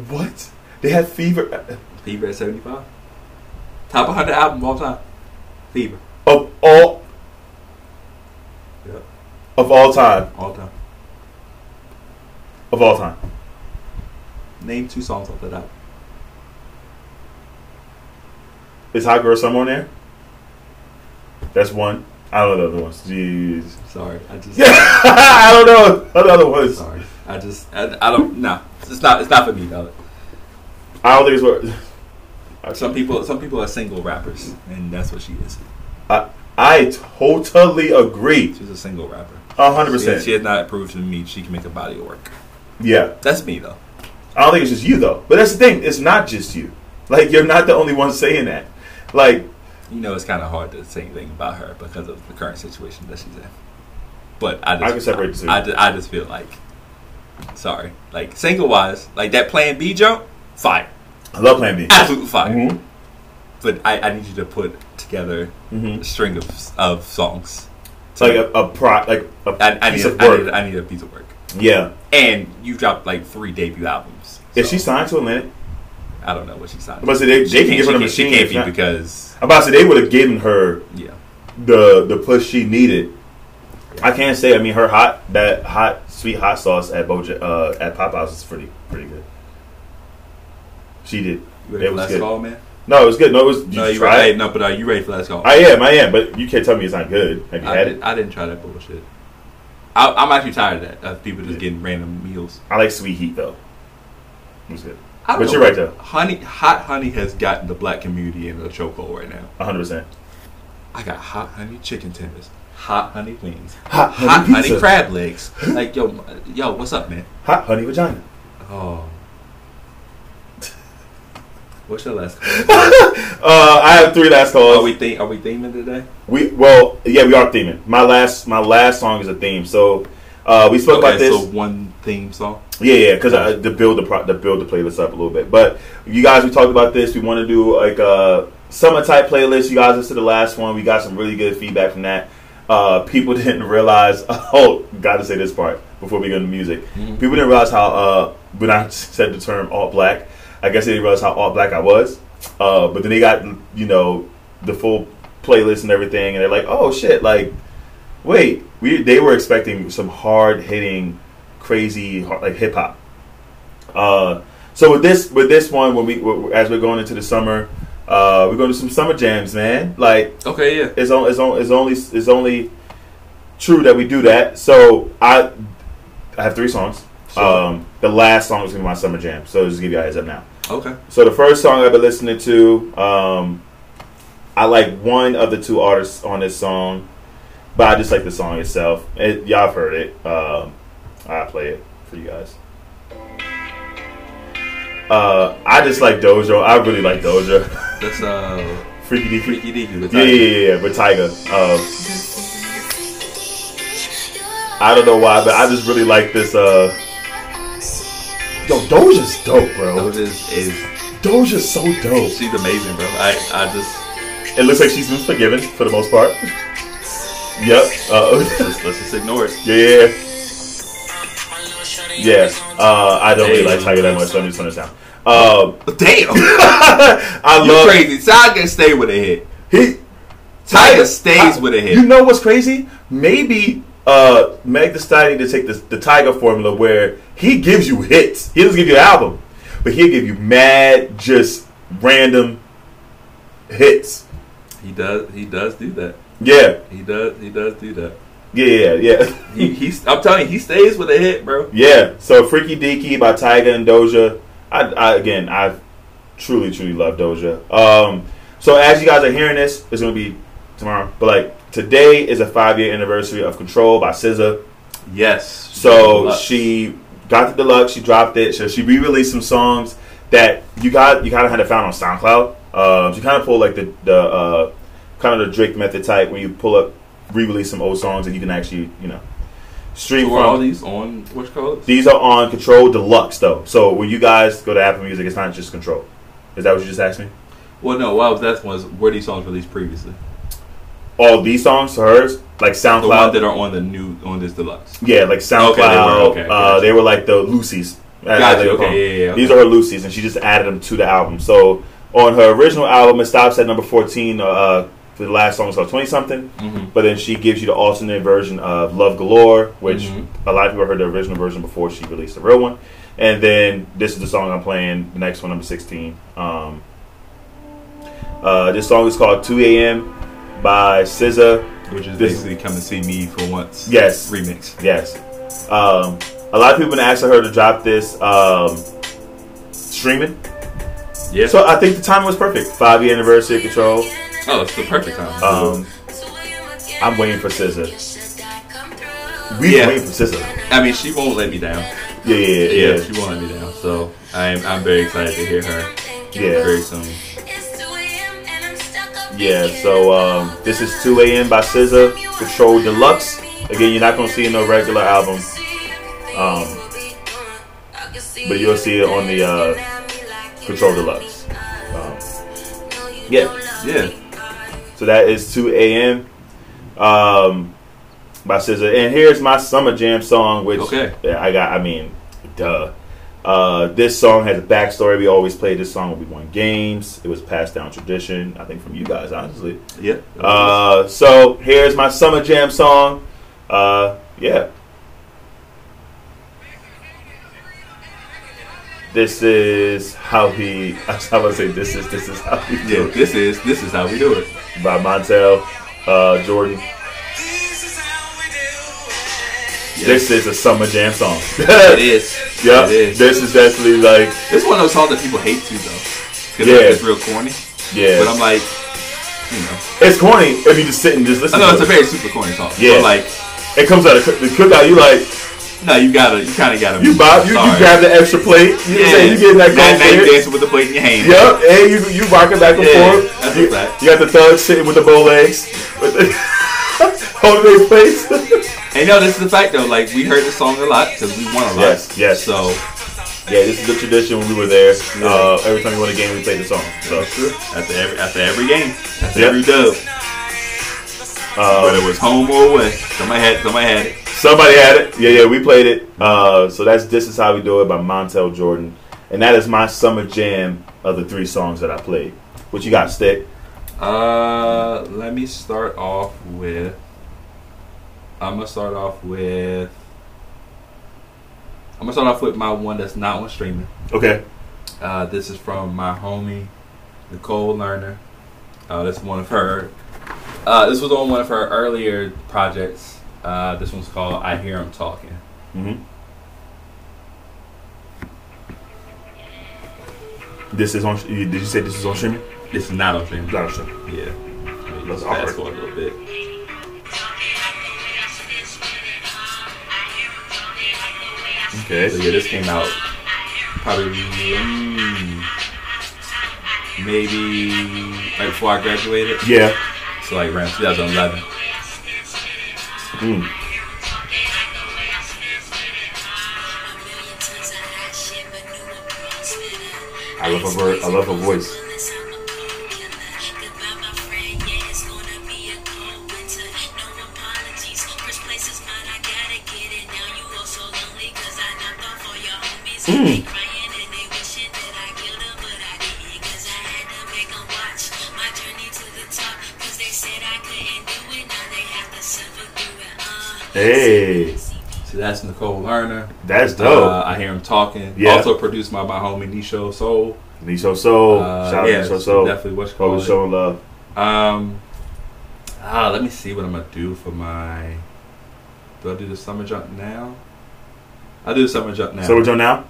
Speaker 3: What? They had fever uh,
Speaker 2: Fever at 75. Top 100 album of all time. Fever.
Speaker 3: of all
Speaker 2: Yep.
Speaker 3: of all time
Speaker 2: All time.
Speaker 3: of all time.
Speaker 2: Name two songs off that album.
Speaker 3: Is Hot Girl somewhere in there? That's one. I don't know the other ones. Jeez.
Speaker 2: Sorry. I just.
Speaker 3: Yeah, I don't know the other ones.
Speaker 2: Sorry. I just. I, I don't. No. It's not, it's not for me, though.
Speaker 3: I don't think it's worth.
Speaker 2: Some people some people are single rappers, and that's what she is.
Speaker 3: I totally agree.
Speaker 2: She's a single rapper.
Speaker 3: A hundred
Speaker 2: She, she
Speaker 3: percent.
Speaker 2: has not proved to me she can make a body of work.
Speaker 3: Yeah.
Speaker 2: That's me, though.
Speaker 3: I don't think it's just you though. But that's the thing. It's not just you. Like you're not the only one saying that. Like
Speaker 2: You know, it's kind of hard to say anything about her because of the current situation that she's in. But I just,
Speaker 3: I can separate the two.
Speaker 2: I, ju- I just feel like, sorry, like single wise, like that Plan B jump, fire,
Speaker 3: I love Plan B.
Speaker 2: absolute fire.
Speaker 3: Mhm.
Speaker 2: But I, I need you to put together
Speaker 3: Mhm.
Speaker 2: a string of of songs.
Speaker 3: It's like a, a pro, like a
Speaker 2: I, I,
Speaker 3: piece
Speaker 2: need,
Speaker 3: of
Speaker 2: I, need,
Speaker 3: work.
Speaker 2: I need a piece of work.
Speaker 3: yeah.
Speaker 2: And you dropped like three debut albums.
Speaker 3: If
Speaker 2: so
Speaker 3: she signed to Atlantic,
Speaker 2: I don't know what she signed.
Speaker 3: I'm about to say they, they can give her the
Speaker 2: can't-
Speaker 3: machine.
Speaker 2: She can't
Speaker 3: if
Speaker 2: be
Speaker 3: not-
Speaker 2: because
Speaker 3: I'm about to say they would have given her
Speaker 2: yeah.
Speaker 3: the the push she needed. I can't say. I mean, her hot that hot sweet hot sauce at Boja uh, at Popeyes is pretty pretty good. She
Speaker 2: You
Speaker 3: did. It
Speaker 2: ready for
Speaker 3: was
Speaker 2: last
Speaker 3: good.
Speaker 2: call, man?
Speaker 3: No, it was good. No, it was. Did
Speaker 2: No,
Speaker 3: you,
Speaker 2: you
Speaker 3: try
Speaker 2: right.
Speaker 3: it?
Speaker 2: No, but are you ready for last call?
Speaker 3: I am, I am, but you can't tell me it's not good. Have you
Speaker 2: I,
Speaker 3: had
Speaker 2: did,
Speaker 3: it?
Speaker 2: I didn't try that bullshit. I, I'm actually tired of that. Of people just
Speaker 3: Yeah.
Speaker 2: getting random meals.
Speaker 3: I like sweet heat though. It was good.
Speaker 2: I don't
Speaker 3: But
Speaker 2: know.
Speaker 3: you're right though,
Speaker 2: Honey, hot honey has gotten the black community in a chokehold right now.
Speaker 3: 100. percent
Speaker 2: I got hot honey chicken tenders, hot honey wings,
Speaker 3: Hot honey
Speaker 2: hot honey,
Speaker 3: pizza.
Speaker 2: crab legs. Like yo, yo, what's up, man?
Speaker 3: Hot honey vagina.
Speaker 2: Oh, what's your last? Call?
Speaker 3: Uh, I have three last calls.
Speaker 2: Are we think? Are we theming today?
Speaker 3: We well, yeah, we are theming. My last my last song is a theme. So uh, we spoke about
Speaker 2: Okay,
Speaker 3: this.
Speaker 2: So one theme song.
Speaker 3: yeah, yeah, because to build the pro- to build the playlist up a little bit. But you guys, we talked about this. We want to do like a summer type playlist. You guys listened to the last one. We got some really good feedback from that. Uh, people didn't realize. Oh, got to say this part before we go to music.
Speaker 2: Mhm.
Speaker 3: People didn't realize how uh, when I said the term alt black, I guess they didn't realize how alt black I was. Uh, but then they got you know the full playlist and everything, and they're like, oh shit, like wait, we they were expecting some hard hitting, crazy har- like hip hop. Uh, so with this with this one, when we w- as we're going into the summer, uh, we're going to some summer jams, man. Like
Speaker 2: Okay, yeah.
Speaker 3: it's on, it's on, it's only it's only true that we do that. So I I have three songs.
Speaker 2: Sure.
Speaker 3: Um, the last song is gonna be my summer jam. So just give you a heads up now.
Speaker 2: Okay.
Speaker 3: So the first song I've been listening to, um, I like one of the two artists on this song, but I just like the song itself. It, y'all have heard it. Um, I play it for you guys. Uh, I just like Doja. I really like Doja.
Speaker 2: That's uh,
Speaker 3: Freaky deaky.
Speaker 2: freaky deaky. with
Speaker 3: Yeah,
Speaker 2: Tiger.
Speaker 3: yeah, yeah, yeah, with Tiger. Uh, I don't know why, but I just really like this. Uh, yo, Doja's dope, bro.
Speaker 2: Doja is, is
Speaker 3: Doja's so dope.
Speaker 2: she's amazing, bro. I I just
Speaker 3: It looks like she's been forgiven for the most part. Yep. Uh,
Speaker 2: let's, let's just ignore it.
Speaker 3: yeah, yeah, yeah.
Speaker 4: Yeah.
Speaker 3: Uh, I don't really like Tiger that much, so I'm just gonna sound. Um,
Speaker 2: Damn,
Speaker 3: I
Speaker 2: you
Speaker 3: love
Speaker 2: crazy. Tiger stay with a hit.
Speaker 3: he.
Speaker 2: Tiger stays
Speaker 3: I-
Speaker 2: with a hit.
Speaker 3: You know what's crazy? Maybe uh, Meg Thee Stallion to take this, the Tiger formula where he gives you hits. He doesn't give you an album, but he'll give you mad, just random hits.
Speaker 2: He does. He does do that.
Speaker 3: Yeah,
Speaker 2: He does. He does do that.
Speaker 3: yeah, yeah, yeah.
Speaker 2: He, he's. I'm telling you, he stays with a hit, bro.
Speaker 3: Yeah, so Freaky Deaky by Tyga and Doja. I, I again, I truly, truly love Doja. Um, so as you guys are hearing this, it's gonna be tomorrow, but like today is a five year anniversary of Control by SZA.
Speaker 2: Yes.
Speaker 3: So
Speaker 2: Deluxe.
Speaker 3: she got the deluxe. She dropped it. So she re-released some songs that you got. You kind of had to found on SoundCloud. Uh, she kind of pulled like the the uh, kind of the Drake method type where you pull up, re-release some old songs that you can actually you know stream.
Speaker 2: So were all
Speaker 3: from.
Speaker 2: these on what's called?
Speaker 3: These are on Control Deluxe, though. So when you guys go to Apple Music, it's not just Control. Is that what you just asked me?
Speaker 2: Well, no. What I was asking was, were these songs released previously?
Speaker 3: All these songs, hers, like
Speaker 2: The ones
Speaker 3: SoundCloud.
Speaker 2: that are on the new on this deluxe.
Speaker 3: yeah, like SoundCloud.
Speaker 2: Okay, they were- okay,
Speaker 3: uh,
Speaker 2: gotcha.
Speaker 3: they were like the Lucy's. as
Speaker 2: Gotcha,
Speaker 3: they were
Speaker 2: okay,
Speaker 3: called.
Speaker 2: yeah, yeah, yeah,
Speaker 3: These are
Speaker 2: okay.
Speaker 3: her Lucy's, and she just added them to the album. So on her original album, it stops at number fourteen. Uh, the last song was called Twenty Something.
Speaker 2: Mm-hmm.
Speaker 3: But then she gives you the alternate version of Love Galore, which
Speaker 2: Mhm.
Speaker 3: a lot of people heard the original version before she released the real one. And then this is the song I'm playing, the next one, number 16. Um, uh, this song is called 2 AM by SZA.
Speaker 2: Which is
Speaker 3: This-
Speaker 2: basically "Come and See Me for Once."
Speaker 3: Yes.
Speaker 2: Remix.
Speaker 3: Yes. Um, a lot of people been asking her to drop this um, streaming.
Speaker 2: Yeah.
Speaker 3: So I think the timing was perfect. Five year anniversary of Control.
Speaker 2: oh, it's the perfect time.
Speaker 3: Um,
Speaker 4: I'm waiting for Scissor.
Speaker 3: We've
Speaker 2: Yeah.
Speaker 3: been waiting for SZA.
Speaker 2: I mean, she won't let me down.
Speaker 3: Yeah, yeah,
Speaker 2: Yeah,
Speaker 3: yeah.
Speaker 2: she won't let me down. So I'm I'm very excited to hear her
Speaker 3: Yeah.
Speaker 2: very soon.
Speaker 3: Yeah, so um, this is 2 AM by SZA, Control Deluxe. Again, you're not going to see it in no regular album.
Speaker 4: Um, but you'll see it on the uh, Control Deluxe.
Speaker 3: Um,
Speaker 4: Yeah.
Speaker 2: Yeah.
Speaker 3: so that is 2 AM um, by SZA. And here's my Summer Jam song, which
Speaker 2: Okay.
Speaker 3: yeah, I got, I mean, duh. Uh, this song has a backstory. We always played this song when we won games. It was passed down tradition, I think, from you guys, honestly.
Speaker 2: Yeah.
Speaker 3: Uh, so here's my summer jam song. Uh, yeah. This is how he. I was about to say this is this is how he.
Speaker 2: Yeah,
Speaker 3: do it.
Speaker 2: this is this is how we do it.
Speaker 3: by Montel, uh, Jordan. This is a summer jam song.
Speaker 2: It is.
Speaker 3: yeah,
Speaker 2: It is.
Speaker 3: this is definitely like
Speaker 2: It's one of those songs that people hate too, though. Because
Speaker 3: Yeah.
Speaker 2: it's real corny.
Speaker 3: yeah.
Speaker 2: But I'm like, you know.
Speaker 3: it's corny if you just sit and just
Speaker 2: I
Speaker 3: listen.
Speaker 2: know
Speaker 3: to
Speaker 2: it's a
Speaker 3: it.
Speaker 2: very super corny song.
Speaker 3: Yeah.
Speaker 2: But like,
Speaker 3: it comes out of cook- the cookout. You like
Speaker 2: no, you gotta, you kind of gotta.
Speaker 3: you bob you, you
Speaker 2: Sorry.
Speaker 3: grab the extra plate. You know what I'm saying? You getting that
Speaker 2: Now-
Speaker 3: cold
Speaker 2: now you
Speaker 3: beer.
Speaker 2: dancing with the plate in your hand.
Speaker 3: Yep, and you you rocking back and
Speaker 2: Yeah,
Speaker 3: forth.
Speaker 2: that's a
Speaker 3: you,
Speaker 2: fact.
Speaker 3: you got the thug sitting with the bow legs, with the- holding his face.
Speaker 2: And no, this is the fact though. Like we heard this song a lot because we won a lot.
Speaker 3: Yes, yes.
Speaker 2: So
Speaker 3: yeah, this is the tradition when we were there. Uh, every time we won a game, we played the song. So
Speaker 2: after every after every game, after
Speaker 3: Yep.
Speaker 2: every dub, whether
Speaker 3: uh,
Speaker 2: it was home or away, somebody had somebody had it.
Speaker 3: somebody had it. Yeah, yeah, we played it. Uh, so that's this is how we do it by Montel Jordan, and that is my summer jam of the three songs that I played. What you got, Stick?
Speaker 2: Uh, let me start off with. I'm gonna start off with. I'm gonna start off with my one that's not on streaming.
Speaker 3: Okay.
Speaker 2: Uh, this is from my homie, Nicole Lerner. Uh, this is one of her. Uh, this was on one of her earlier projects. Uh, this one's called "I Hear Him Talking."
Speaker 3: hmm This is on. Did you say this is on streaming?
Speaker 2: This is not on streaming.
Speaker 3: Not on streaming.
Speaker 2: Yeah.
Speaker 3: That's
Speaker 2: Let's
Speaker 3: awkward.
Speaker 2: fast forward a little bit.
Speaker 3: Okay.
Speaker 2: So yeah, this came out probably mm, maybe right before I graduated.
Speaker 3: Yeah.
Speaker 2: So like around 2011.
Speaker 3: Mm. I love her. ver- I love her voice.
Speaker 5: Mm.
Speaker 3: Hey,
Speaker 2: So that's Nicole Lerner.
Speaker 3: that's dope.
Speaker 2: Uh, I hear him talking.
Speaker 3: Yeah.
Speaker 2: Also produced by my homie Nisho Soul.
Speaker 3: Nisho Soul.
Speaker 2: Uh,
Speaker 3: Shout out
Speaker 2: yeah,
Speaker 3: Nisho Soul.
Speaker 2: Definitely what's
Speaker 3: Always
Speaker 2: called.
Speaker 3: showing love.
Speaker 2: Um, ah, let me see what I'm gonna do for my. Do I do the summer jump now? I'll do the summer jump now.
Speaker 3: So we're doing now.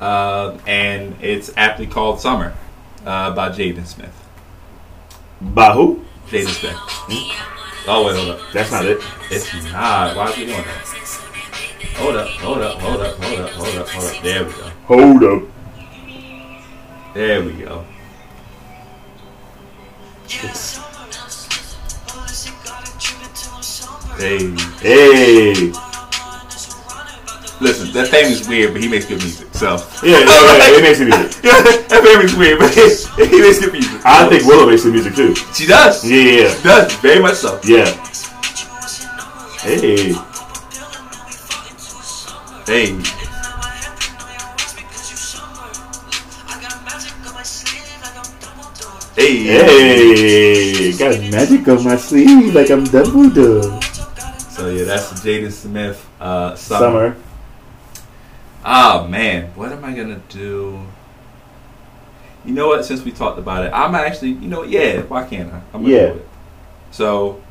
Speaker 2: Uh, and it's aptly called Summer uh, by Jaden Smith.
Speaker 3: By who?
Speaker 2: Jaden Smith.
Speaker 3: hmm?
Speaker 2: Oh, wait, hold up.
Speaker 3: That's not it.
Speaker 2: It's not. Why is he doing that? Hold up, hold up, hold up, hold up, hold up, hold up. There we go.
Speaker 3: Hold up.
Speaker 2: There we go. Hey.
Speaker 3: Hey.
Speaker 2: Listen, that thing is weird, but he makes good music. So
Speaker 3: Yeah, yeah, yeah, yeah. It makes the music.
Speaker 2: that thing is weird, but he makes good music.
Speaker 3: I think Willow makes the music too.
Speaker 2: she does.
Speaker 3: Yeah, yeah,
Speaker 2: She does very much so.
Speaker 3: yeah. yeah. Hey.
Speaker 2: Hey, hey,
Speaker 3: Hey, got magic on my sleeve like I'm Dumbledore.
Speaker 2: So yeah, that's Jaden Smith. Uh, summer.
Speaker 3: Summer.
Speaker 2: Ah man, what am I gonna do? You know what? Since we talked about it, I'm actually, you know, yeah. Why can't I? I'm gonna
Speaker 3: Yeah.
Speaker 2: do it. So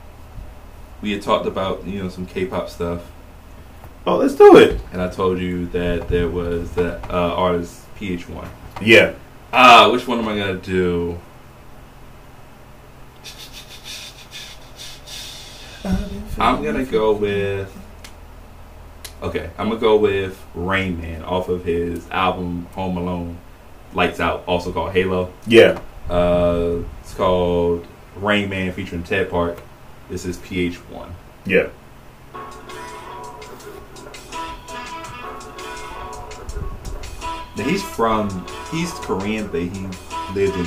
Speaker 2: we had talked about you know some K-pop stuff,
Speaker 3: Oh, let's do it.
Speaker 2: and I told you that there was the uh, artist PH1.
Speaker 3: Yeah.
Speaker 2: Ah, which one am I gonna do? I'm gonna go with. Okay, I'm gonna go with Rain Man off of his album Home Alone, Lights Out, also called Halo.
Speaker 3: Yeah.
Speaker 2: Uh, it's called Rain Man featuring Ted Park. This is PH1.
Speaker 3: Yeah.
Speaker 2: Now he's from he's Korean, but he lived in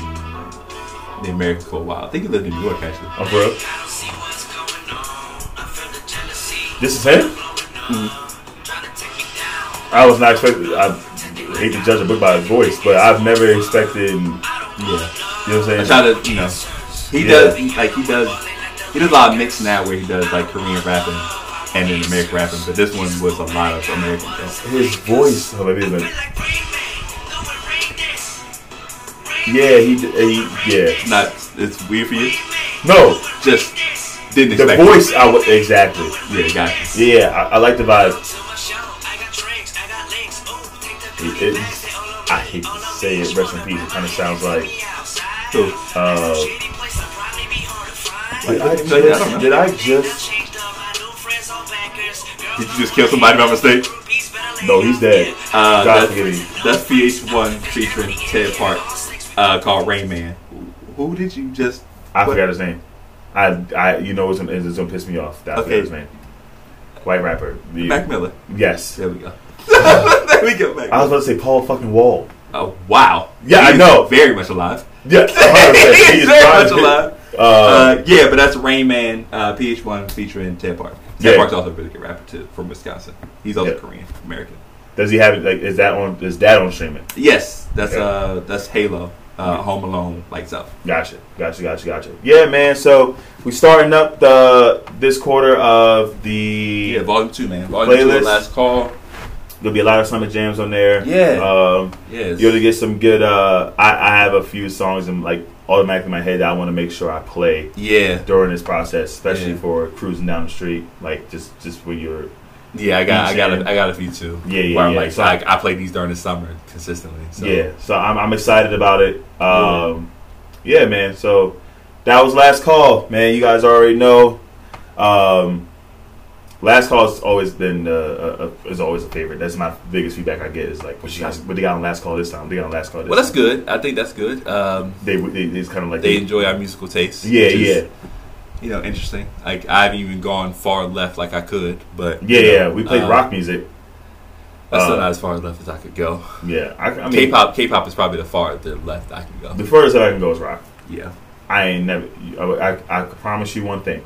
Speaker 2: the Americas for a while. I think he lived in New York actually.
Speaker 3: Oh, bro. This is him? I was not expecting. I hate to judge a book by its voice, but I've never expected. You know
Speaker 2: Yeah.
Speaker 3: what
Speaker 2: I
Speaker 3: I'm saying?
Speaker 2: try to, you know, he
Speaker 3: Yeah.
Speaker 2: does like he does. He does a lot of mix now where he does like Korean rapping and then American rapping, but this one was a lot of American stuff.
Speaker 3: His voice. Oh, maybe it's like- Yeah, he, d- he yeah.
Speaker 2: Not it's weird for you.
Speaker 3: No,
Speaker 2: Just didn't
Speaker 3: the
Speaker 2: expect it.
Speaker 3: voice. I would exactly.
Speaker 2: Yeah, got you.
Speaker 3: Yeah, I, I like the vibe. It, it, I hate to say it. Rest in peace. It kind of sounds like.
Speaker 2: Cool.
Speaker 3: Uh,
Speaker 2: Like, like,
Speaker 3: did, I
Speaker 2: I don't
Speaker 3: just,
Speaker 2: know.
Speaker 3: did I just?
Speaker 2: Did you just kill somebody by mistake?
Speaker 3: No, he's dead.
Speaker 2: Uh,
Speaker 3: God
Speaker 2: that's,
Speaker 3: forgive me.
Speaker 2: that's PH1 featuring Ted Parks uh, called Rain Man. Who, who did you just?
Speaker 3: I
Speaker 2: what-
Speaker 3: forgot his name. I, I, you know, it's gonna, it's gonna piss me off. That I
Speaker 2: Okay.
Speaker 3: forgot his name. White rapper. The-
Speaker 2: Mac Miller.
Speaker 3: yes.
Speaker 2: There we go. there we go. Mac.
Speaker 3: I
Speaker 2: Miller.
Speaker 3: was about to say Paul fucking Wall.
Speaker 2: Oh wow.
Speaker 3: Yeah,
Speaker 2: He
Speaker 3: I
Speaker 2: is
Speaker 3: know.
Speaker 2: Very much alive.
Speaker 3: Yes.
Speaker 2: He is very much alive.
Speaker 3: Uh,
Speaker 2: Uh, yeah, but that's Rain Man, uh, PH1 featuring Ted Park. Ted
Speaker 3: Yeah.
Speaker 2: Park's also a really good rapper too, from Wisconsin. He's also
Speaker 3: Yeah.
Speaker 2: Korean American.
Speaker 3: does he have it? Like, is that on? Is that on streaming?
Speaker 2: Yes, that's
Speaker 3: Okay.
Speaker 2: uh, that's Halo, uh, Home Alone, Lights Out.
Speaker 3: Gotcha, gotcha, gotcha, gotcha. Yeah, man. So we starting up the this quarter of the.
Speaker 2: Yeah, Volume Two, man. Volume Two,
Speaker 3: Playlist.
Speaker 2: Last Call.
Speaker 3: there'll be a lot of summer jams on there.
Speaker 2: Yeah.
Speaker 3: Um,
Speaker 2: Yes.
Speaker 3: You'll get some good. Uh, I, I have a few songs in like automatically in my head that I want to make sure I play
Speaker 2: yeah,
Speaker 3: during this process, especially
Speaker 2: Yeah.
Speaker 3: for cruising down the street, like just just when you're.
Speaker 2: yeah. I got, I got,
Speaker 3: Yeah.
Speaker 2: a, I got a few too.
Speaker 3: Yeah, yeah,
Speaker 2: Where I'm
Speaker 3: yeah.
Speaker 2: like,
Speaker 3: So-
Speaker 2: I, I play these during the summer consistently. So.
Speaker 3: Yeah, so I'm, I'm excited about it. Um, yeah. man. So that was last call, man. You guys already know. Um, last call has always been uh, uh, uh, is always a favorite. That's my biggest feedback I get is like, what you guys, what they got on last call this time? What They got on last call. This
Speaker 2: Well, that's
Speaker 3: time?
Speaker 2: good. I think that's good. Um,
Speaker 3: They, they it's kind of like
Speaker 2: they enjoy our musical tastes.
Speaker 3: Yeah,
Speaker 2: which is,
Speaker 3: yeah,
Speaker 2: You know, interesting. Like I haven't even gone far left like I could, but
Speaker 3: yeah,
Speaker 2: you know,
Speaker 3: yeah. We played
Speaker 2: uh,
Speaker 3: rock music.
Speaker 2: That's still
Speaker 3: uh,
Speaker 2: not as far left as I could go.
Speaker 3: Yeah, I, I mean,
Speaker 2: K-pop, K-pop is probably the far the left I can go.
Speaker 3: the furthest that I can go is rock.
Speaker 2: Yeah,
Speaker 3: I ain't never. I, I, I promise you one thing: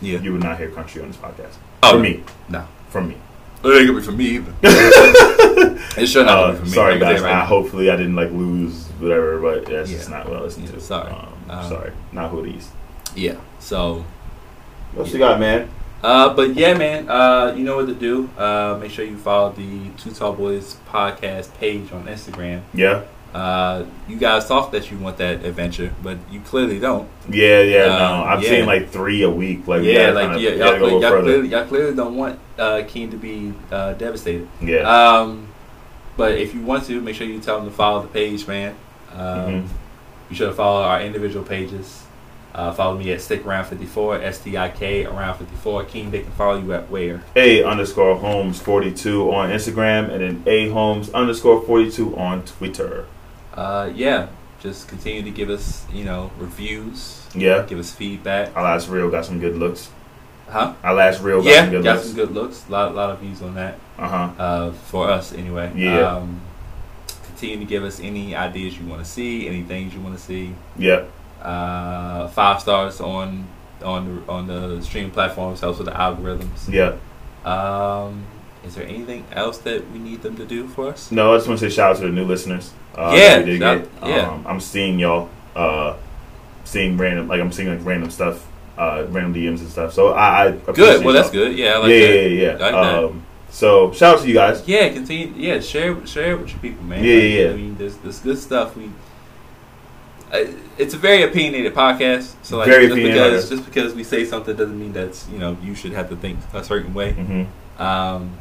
Speaker 2: yeah.
Speaker 3: you will not hear country on this podcast.
Speaker 2: Oh,
Speaker 3: from
Speaker 2: no.
Speaker 3: me,
Speaker 2: No,
Speaker 3: from me.
Speaker 2: it ain't gonna be for me either. it should not be
Speaker 3: Uh,
Speaker 2: Oh, for me.
Speaker 3: sorry
Speaker 2: I can
Speaker 3: guys.
Speaker 2: tell you
Speaker 3: I,
Speaker 2: right
Speaker 3: hopefully I didn't like lose whatever, but that's just
Speaker 2: Yeah.
Speaker 3: not what I listened
Speaker 2: Yeah,
Speaker 3: to.
Speaker 2: sorry.
Speaker 3: um,
Speaker 2: Um,
Speaker 3: sorry, not hoodies.
Speaker 2: now. Yeah. So
Speaker 3: What
Speaker 2: you
Speaker 3: got, man?
Speaker 2: Uh, but yeah, man, uh, you know what to do. Uh, make sure you follow the Two Tall Boys podcast page on Instagram.
Speaker 3: Yeah,
Speaker 2: Uh, you guys thought that you want that adventure, but you clearly don't.
Speaker 3: yeah, yeah.
Speaker 2: Um,
Speaker 3: no, I'm
Speaker 2: yeah.
Speaker 3: seeing like three a week. Like, we
Speaker 2: yeah,
Speaker 3: gotta
Speaker 2: like
Speaker 3: kinda-
Speaker 2: yeah,
Speaker 3: we
Speaker 2: y'all,
Speaker 3: gotta
Speaker 2: cle-
Speaker 3: go
Speaker 2: y'all,
Speaker 3: further.
Speaker 2: clearly, y'all clearly don't want uh, King to be uh, devastated.
Speaker 3: Yeah,
Speaker 2: Um, but if you want to, make sure you tell them to follow the page, man. Um,
Speaker 3: Mhm.
Speaker 2: You should follow our individual pages. Uh, follow me at Stick Around 54, S T I K Around 54. King, they can follow you at where?
Speaker 3: a underscore Holmes forty two on Instagram, and then a Holmes underscore forty two on Twitter.
Speaker 2: uh, yeah, just continue to give us, you know, reviews,
Speaker 3: Yeah,
Speaker 2: give us feedback.
Speaker 3: our last reel got some good looks.
Speaker 2: Huh?
Speaker 3: Our last reel got
Speaker 2: Yeah,
Speaker 3: some good
Speaker 2: got
Speaker 3: looks.
Speaker 2: some good looks. A lot, lot of views on that
Speaker 3: uh huh.
Speaker 2: uh, for us, anyway.
Speaker 3: Yeah.
Speaker 2: Um, continue to give us any ideas you want to see, any things you want to see.
Speaker 3: Yeah,
Speaker 2: Uh, five stars on on the, on the streaming platforms helps with the algorithms.
Speaker 3: yeah.
Speaker 2: Um, is there anything else that we need them to do for us?
Speaker 3: No, I just want to say shout out to the new listeners. Uh,
Speaker 2: Yeah,
Speaker 3: that we did
Speaker 2: shout-
Speaker 3: get.
Speaker 2: yeah.
Speaker 3: Um, I'm seeing y'all. Uh, seeing random, like I'm seeing like random stuff, uh, random DMs and stuff. So I, I appreciate
Speaker 2: Good. Well, that's
Speaker 3: y'all.
Speaker 2: good. Yeah, I like
Speaker 3: yeah,
Speaker 2: that.
Speaker 3: yeah, yeah,
Speaker 2: I like
Speaker 3: yeah.
Speaker 2: that.
Speaker 3: um, so shout out to you guys.
Speaker 2: Yeah, continue. Yeah, share share it with your people, man.
Speaker 3: Yeah,
Speaker 2: Like,
Speaker 3: yeah, yeah.
Speaker 2: I mean, this this good stuff. We uh, it's a very opinionated podcast, so like
Speaker 3: Very
Speaker 2: just
Speaker 3: opinionated.
Speaker 2: because just because we say something doesn't mean that's you know you should have to think a certain way.
Speaker 3: hmm
Speaker 2: Um,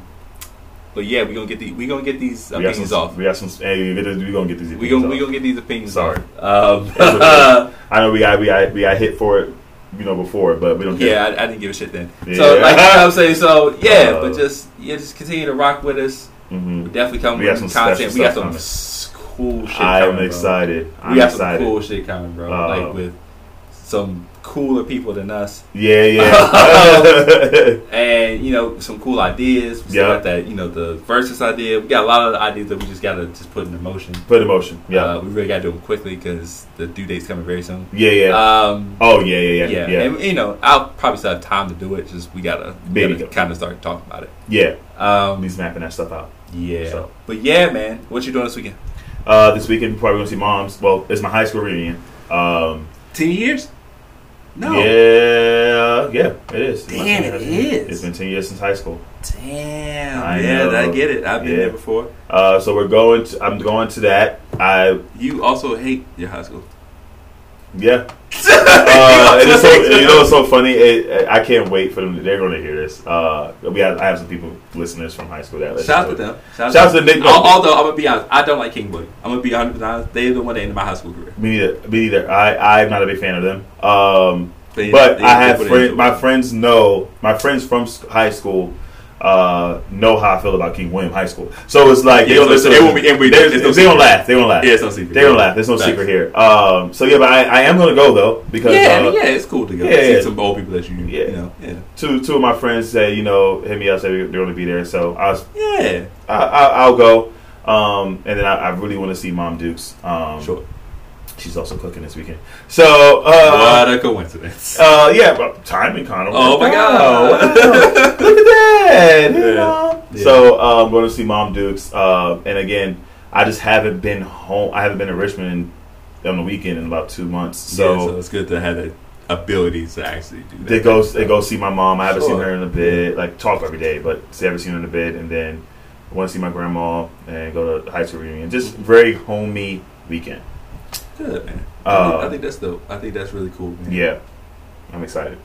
Speaker 2: but yeah, we gonna get the we gonna get these
Speaker 3: We got
Speaker 2: opinions
Speaker 3: some.
Speaker 2: off.
Speaker 3: We got some. Hey, we gonna, we gonna get these.
Speaker 2: We gonna we
Speaker 3: opinions
Speaker 2: gonna get these opinions.
Speaker 3: Sorry.
Speaker 2: off.
Speaker 3: That's
Speaker 2: um,
Speaker 3: okay. off. I know we got we got we got hit for it, you know, before, but we don't care.
Speaker 2: yeah, I, I didn't give a shit then. So
Speaker 3: Yeah.
Speaker 2: like you know what I'm saying, so yeah,
Speaker 3: Uh,
Speaker 2: but just yeah, just continue to rock with us.
Speaker 3: hmm
Speaker 2: We definitely coming
Speaker 3: We got
Speaker 2: with
Speaker 3: some
Speaker 2: content.
Speaker 3: special
Speaker 2: We got
Speaker 3: stuff
Speaker 2: some
Speaker 3: coming.
Speaker 2: s- cool shit.
Speaker 3: I
Speaker 2: coming,
Speaker 3: am
Speaker 2: bro.
Speaker 3: excited.
Speaker 2: We
Speaker 3: I'm
Speaker 2: got
Speaker 3: excited.
Speaker 2: some cool shit coming, bro.
Speaker 3: Uh,
Speaker 2: like with some cooler people than us,
Speaker 3: Yeah, yeah.
Speaker 2: and you know some cool ideas. We still
Speaker 3: Yeah.
Speaker 2: got that. You know the versus idea. We got a lot of ideas that we just gotta just put into motion.
Speaker 3: Put emotion. Yeah,
Speaker 2: uh, we really gotta do them quickly because the due date's coming very soon.
Speaker 3: yeah, yeah.
Speaker 2: Um,
Speaker 3: oh yeah, yeah,
Speaker 2: yeah,
Speaker 3: yeah, yeah.
Speaker 2: and you know I'll probably still have time to do it. Just we gotta,
Speaker 3: Baby.
Speaker 2: kind of start talking about it.
Speaker 3: yeah.
Speaker 2: Um,
Speaker 3: He's mapping that stuff out.
Speaker 2: yeah,
Speaker 3: So.
Speaker 2: but yeah, man, what you doing this weekend?
Speaker 3: Uh, this weekend, we're probably gonna see moms. Well, it's my high school reunion. Um,
Speaker 2: Ten years? No.
Speaker 3: yeah, yeah, it is. It's my
Speaker 2: Damn,
Speaker 3: senior
Speaker 2: it
Speaker 3: high school.
Speaker 2: is.
Speaker 3: It's been ten years since high school.
Speaker 2: Damn.
Speaker 3: I
Speaker 2: yeah,
Speaker 3: know.
Speaker 2: I get it. I've been
Speaker 3: Yeah.
Speaker 2: there before.
Speaker 3: Uh, so we're going. To, I'm going to that. I
Speaker 2: You also hate your high school.
Speaker 3: yeah. Uh, and it's so, and you know what's so funny? It, I can't wait for them. To, they're going to hear this. Uh, we have, I have some people listeners from high school that listen.
Speaker 2: Shout out
Speaker 3: to
Speaker 2: to
Speaker 3: it.
Speaker 2: them. Shout,
Speaker 3: Shout out to Nick.
Speaker 2: Al- Although I'm gonna be honest, I don't like King Boy. I'm gonna be 100 honest. They're the one that ended my high school career.
Speaker 3: Me neither. Me neither. I I'm not a big fan of them. Um,
Speaker 2: They-
Speaker 3: but
Speaker 2: they-
Speaker 3: I
Speaker 2: they
Speaker 3: have
Speaker 2: put it
Speaker 3: friend,
Speaker 2: into
Speaker 3: my
Speaker 2: it.
Speaker 3: friends know my friends from s- high school uh, know how I feel about King William High School. So it's like
Speaker 2: Yeah,
Speaker 3: they don't
Speaker 2: so
Speaker 3: listen.
Speaker 2: it won't be- it won't be-
Speaker 3: there's-
Speaker 2: it's no
Speaker 3: they don't
Speaker 2: secret.
Speaker 3: laugh. They don't laugh.
Speaker 2: Yeah, it's no secret.
Speaker 3: They don't laugh. There's no
Speaker 2: Facts.
Speaker 3: secret here. Um, so yeah, but I, I am gonna go though because
Speaker 2: Yeah, I
Speaker 3: uh,
Speaker 2: mean, yeah, it's cool to go.
Speaker 3: yeah,
Speaker 2: see
Speaker 3: yeah.
Speaker 2: some old people that you,
Speaker 3: Yeah.
Speaker 2: you know, yeah,
Speaker 3: two two of my friends say you know hit me up say they're gonna be there. So I was,
Speaker 2: yeah,
Speaker 3: I, I, I'll go. Um, and then I, I really want to see Mom Dukes. Um,
Speaker 2: sure.
Speaker 3: She's also cooking this weekend. So uh,
Speaker 2: what a coincidence.
Speaker 3: Uh, yeah, but time and condom.
Speaker 2: Oh my
Speaker 3: Wow.
Speaker 2: God.
Speaker 3: Look at that. you
Speaker 2: Yeah.
Speaker 3: know?
Speaker 2: Yeah.
Speaker 3: So uh, I'm going to see Mom Dukes. Uh, and again, I just haven't been home. I haven't been in Richmond on the weekend in about two months. So,
Speaker 2: yeah, so it's good to have the abilities to actually do that.
Speaker 3: they go they go see my mom. I haven't seen
Speaker 2: Sure.
Speaker 3: her in a bit. Like talk every day, but see, I haven't seen her in a bit. And then I want to see my grandma and go to high school reunion. Just very homey weekend.
Speaker 2: Good man. I,
Speaker 3: Uh,
Speaker 2: think, I think that's dope. I think that's really cool. Man.
Speaker 3: Yeah, I'm excited.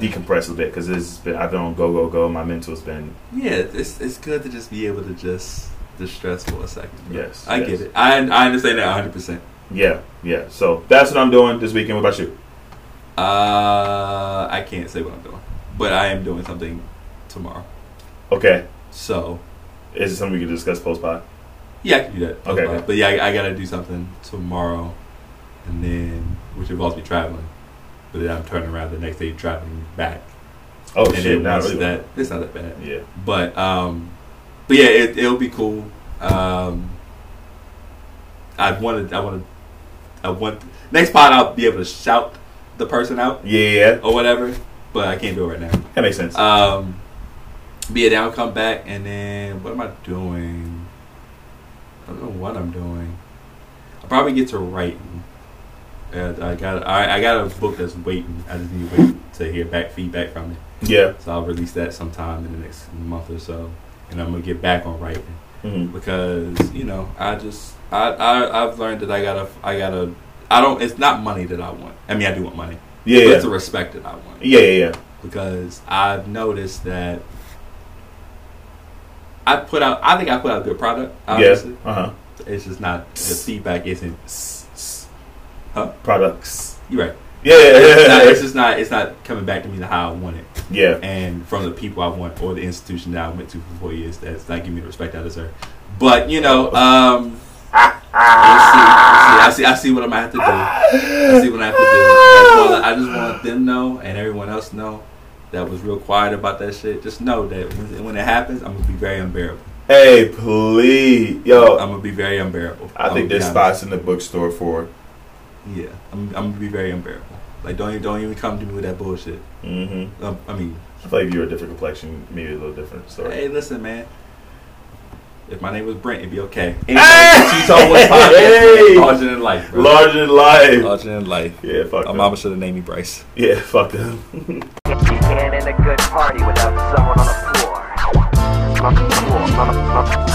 Speaker 3: Decompress a bit because it's been I've been on go go go. My mental's been
Speaker 2: yeah. It's it's good to just be able to just distress for a second. bro.
Speaker 3: Yes,
Speaker 2: I
Speaker 3: yes.
Speaker 2: get it. I I understand that 100. percent
Speaker 3: Yeah, yeah. So that's what I'm doing this weekend. What about you?
Speaker 2: Uh, I can't say what I'm doing, but I am doing something tomorrow.
Speaker 3: Okay.
Speaker 2: So
Speaker 3: Is it something we can discuss post pod?
Speaker 2: yeah, I can do that.
Speaker 3: Okay.
Speaker 2: Uh, but yeah, I, I gotta do something tomorrow, and then which involves me traveling. But then I'm turning around the next day traveling back,
Speaker 3: Oh
Speaker 2: and
Speaker 3: shit!
Speaker 2: then
Speaker 3: Not
Speaker 2: once
Speaker 3: really.
Speaker 2: that it's not that bad.
Speaker 3: Yeah.
Speaker 2: But um, but yeah, it, it'll be cool. Um, I wanted, I wanted, I want next pod. I'll be able to shout the person out
Speaker 3: Yeah, yeah.
Speaker 2: or whatever, but I can't do it right now.
Speaker 3: That makes sense.
Speaker 2: Um, but yeah, then I'll come back and then what am I doing? I don't know what I'm doing. I'll probably get to writing. And I got I, I got a book that's waiting. I just need to wait to hear back feedback from it.
Speaker 3: yeah.
Speaker 2: So I'll release that sometime in the next month or so, and I'm gonna get back on writing
Speaker 3: Mhm.
Speaker 2: because you know I just I, I I've learned that I gotta I gotta I don't it's not money that I want. I mean I do want money,
Speaker 3: Yeah,
Speaker 2: but
Speaker 3: yeah.
Speaker 2: it's the respect that I want
Speaker 3: yeah, yeah, yeah.
Speaker 2: because I've noticed that I put out I think I put out a good product. Obviously,
Speaker 3: Yeah. Uh huh.
Speaker 2: it's just not the feedback isn't. Huh?
Speaker 3: Products.
Speaker 2: You're right.
Speaker 3: Yeah, yeah,
Speaker 2: It's, not,
Speaker 3: yeah,
Speaker 2: it's just not it's not coming back to me how I want it.
Speaker 3: yeah.
Speaker 2: and from the people I want or the institution that I went to for four years that's not giving me the respect I deserve. But you know, um, we'll see, we'll see. I see. I see what I'm gonna have to do. I see what I have to do. I just, wanna, I just want them know and everyone else know that was real quiet about that shit. Just know that when, when it happens, I'm gonna be very unbearable.
Speaker 3: Hey, please, yo.
Speaker 2: I'm gonna be very unbearable.
Speaker 3: I think there's
Speaker 2: spots.
Speaker 3: spots in the bookstore for.
Speaker 2: Yeah, I'm, I'm gonna be very unbearable. Like don't even, don't even come to me with that bullshit.
Speaker 3: Mm-hmm.
Speaker 2: Um, I mean,
Speaker 3: I feel like you're a different complexion, maybe a little different story.
Speaker 2: Hey, listen, man. If my name was Brent, it'd be okay. Anyway, she's always podcast.
Speaker 3: Hey!
Speaker 2: Larger than life, bro.
Speaker 3: Larger than life.
Speaker 2: Larger than life.
Speaker 3: Yeah, fuck
Speaker 2: My
Speaker 3: them.
Speaker 2: mama should have named me Bryce.
Speaker 3: Yeah, fuck them.
Speaker 1: You can't end a good party without someone on the floor. On the floor, on the, on the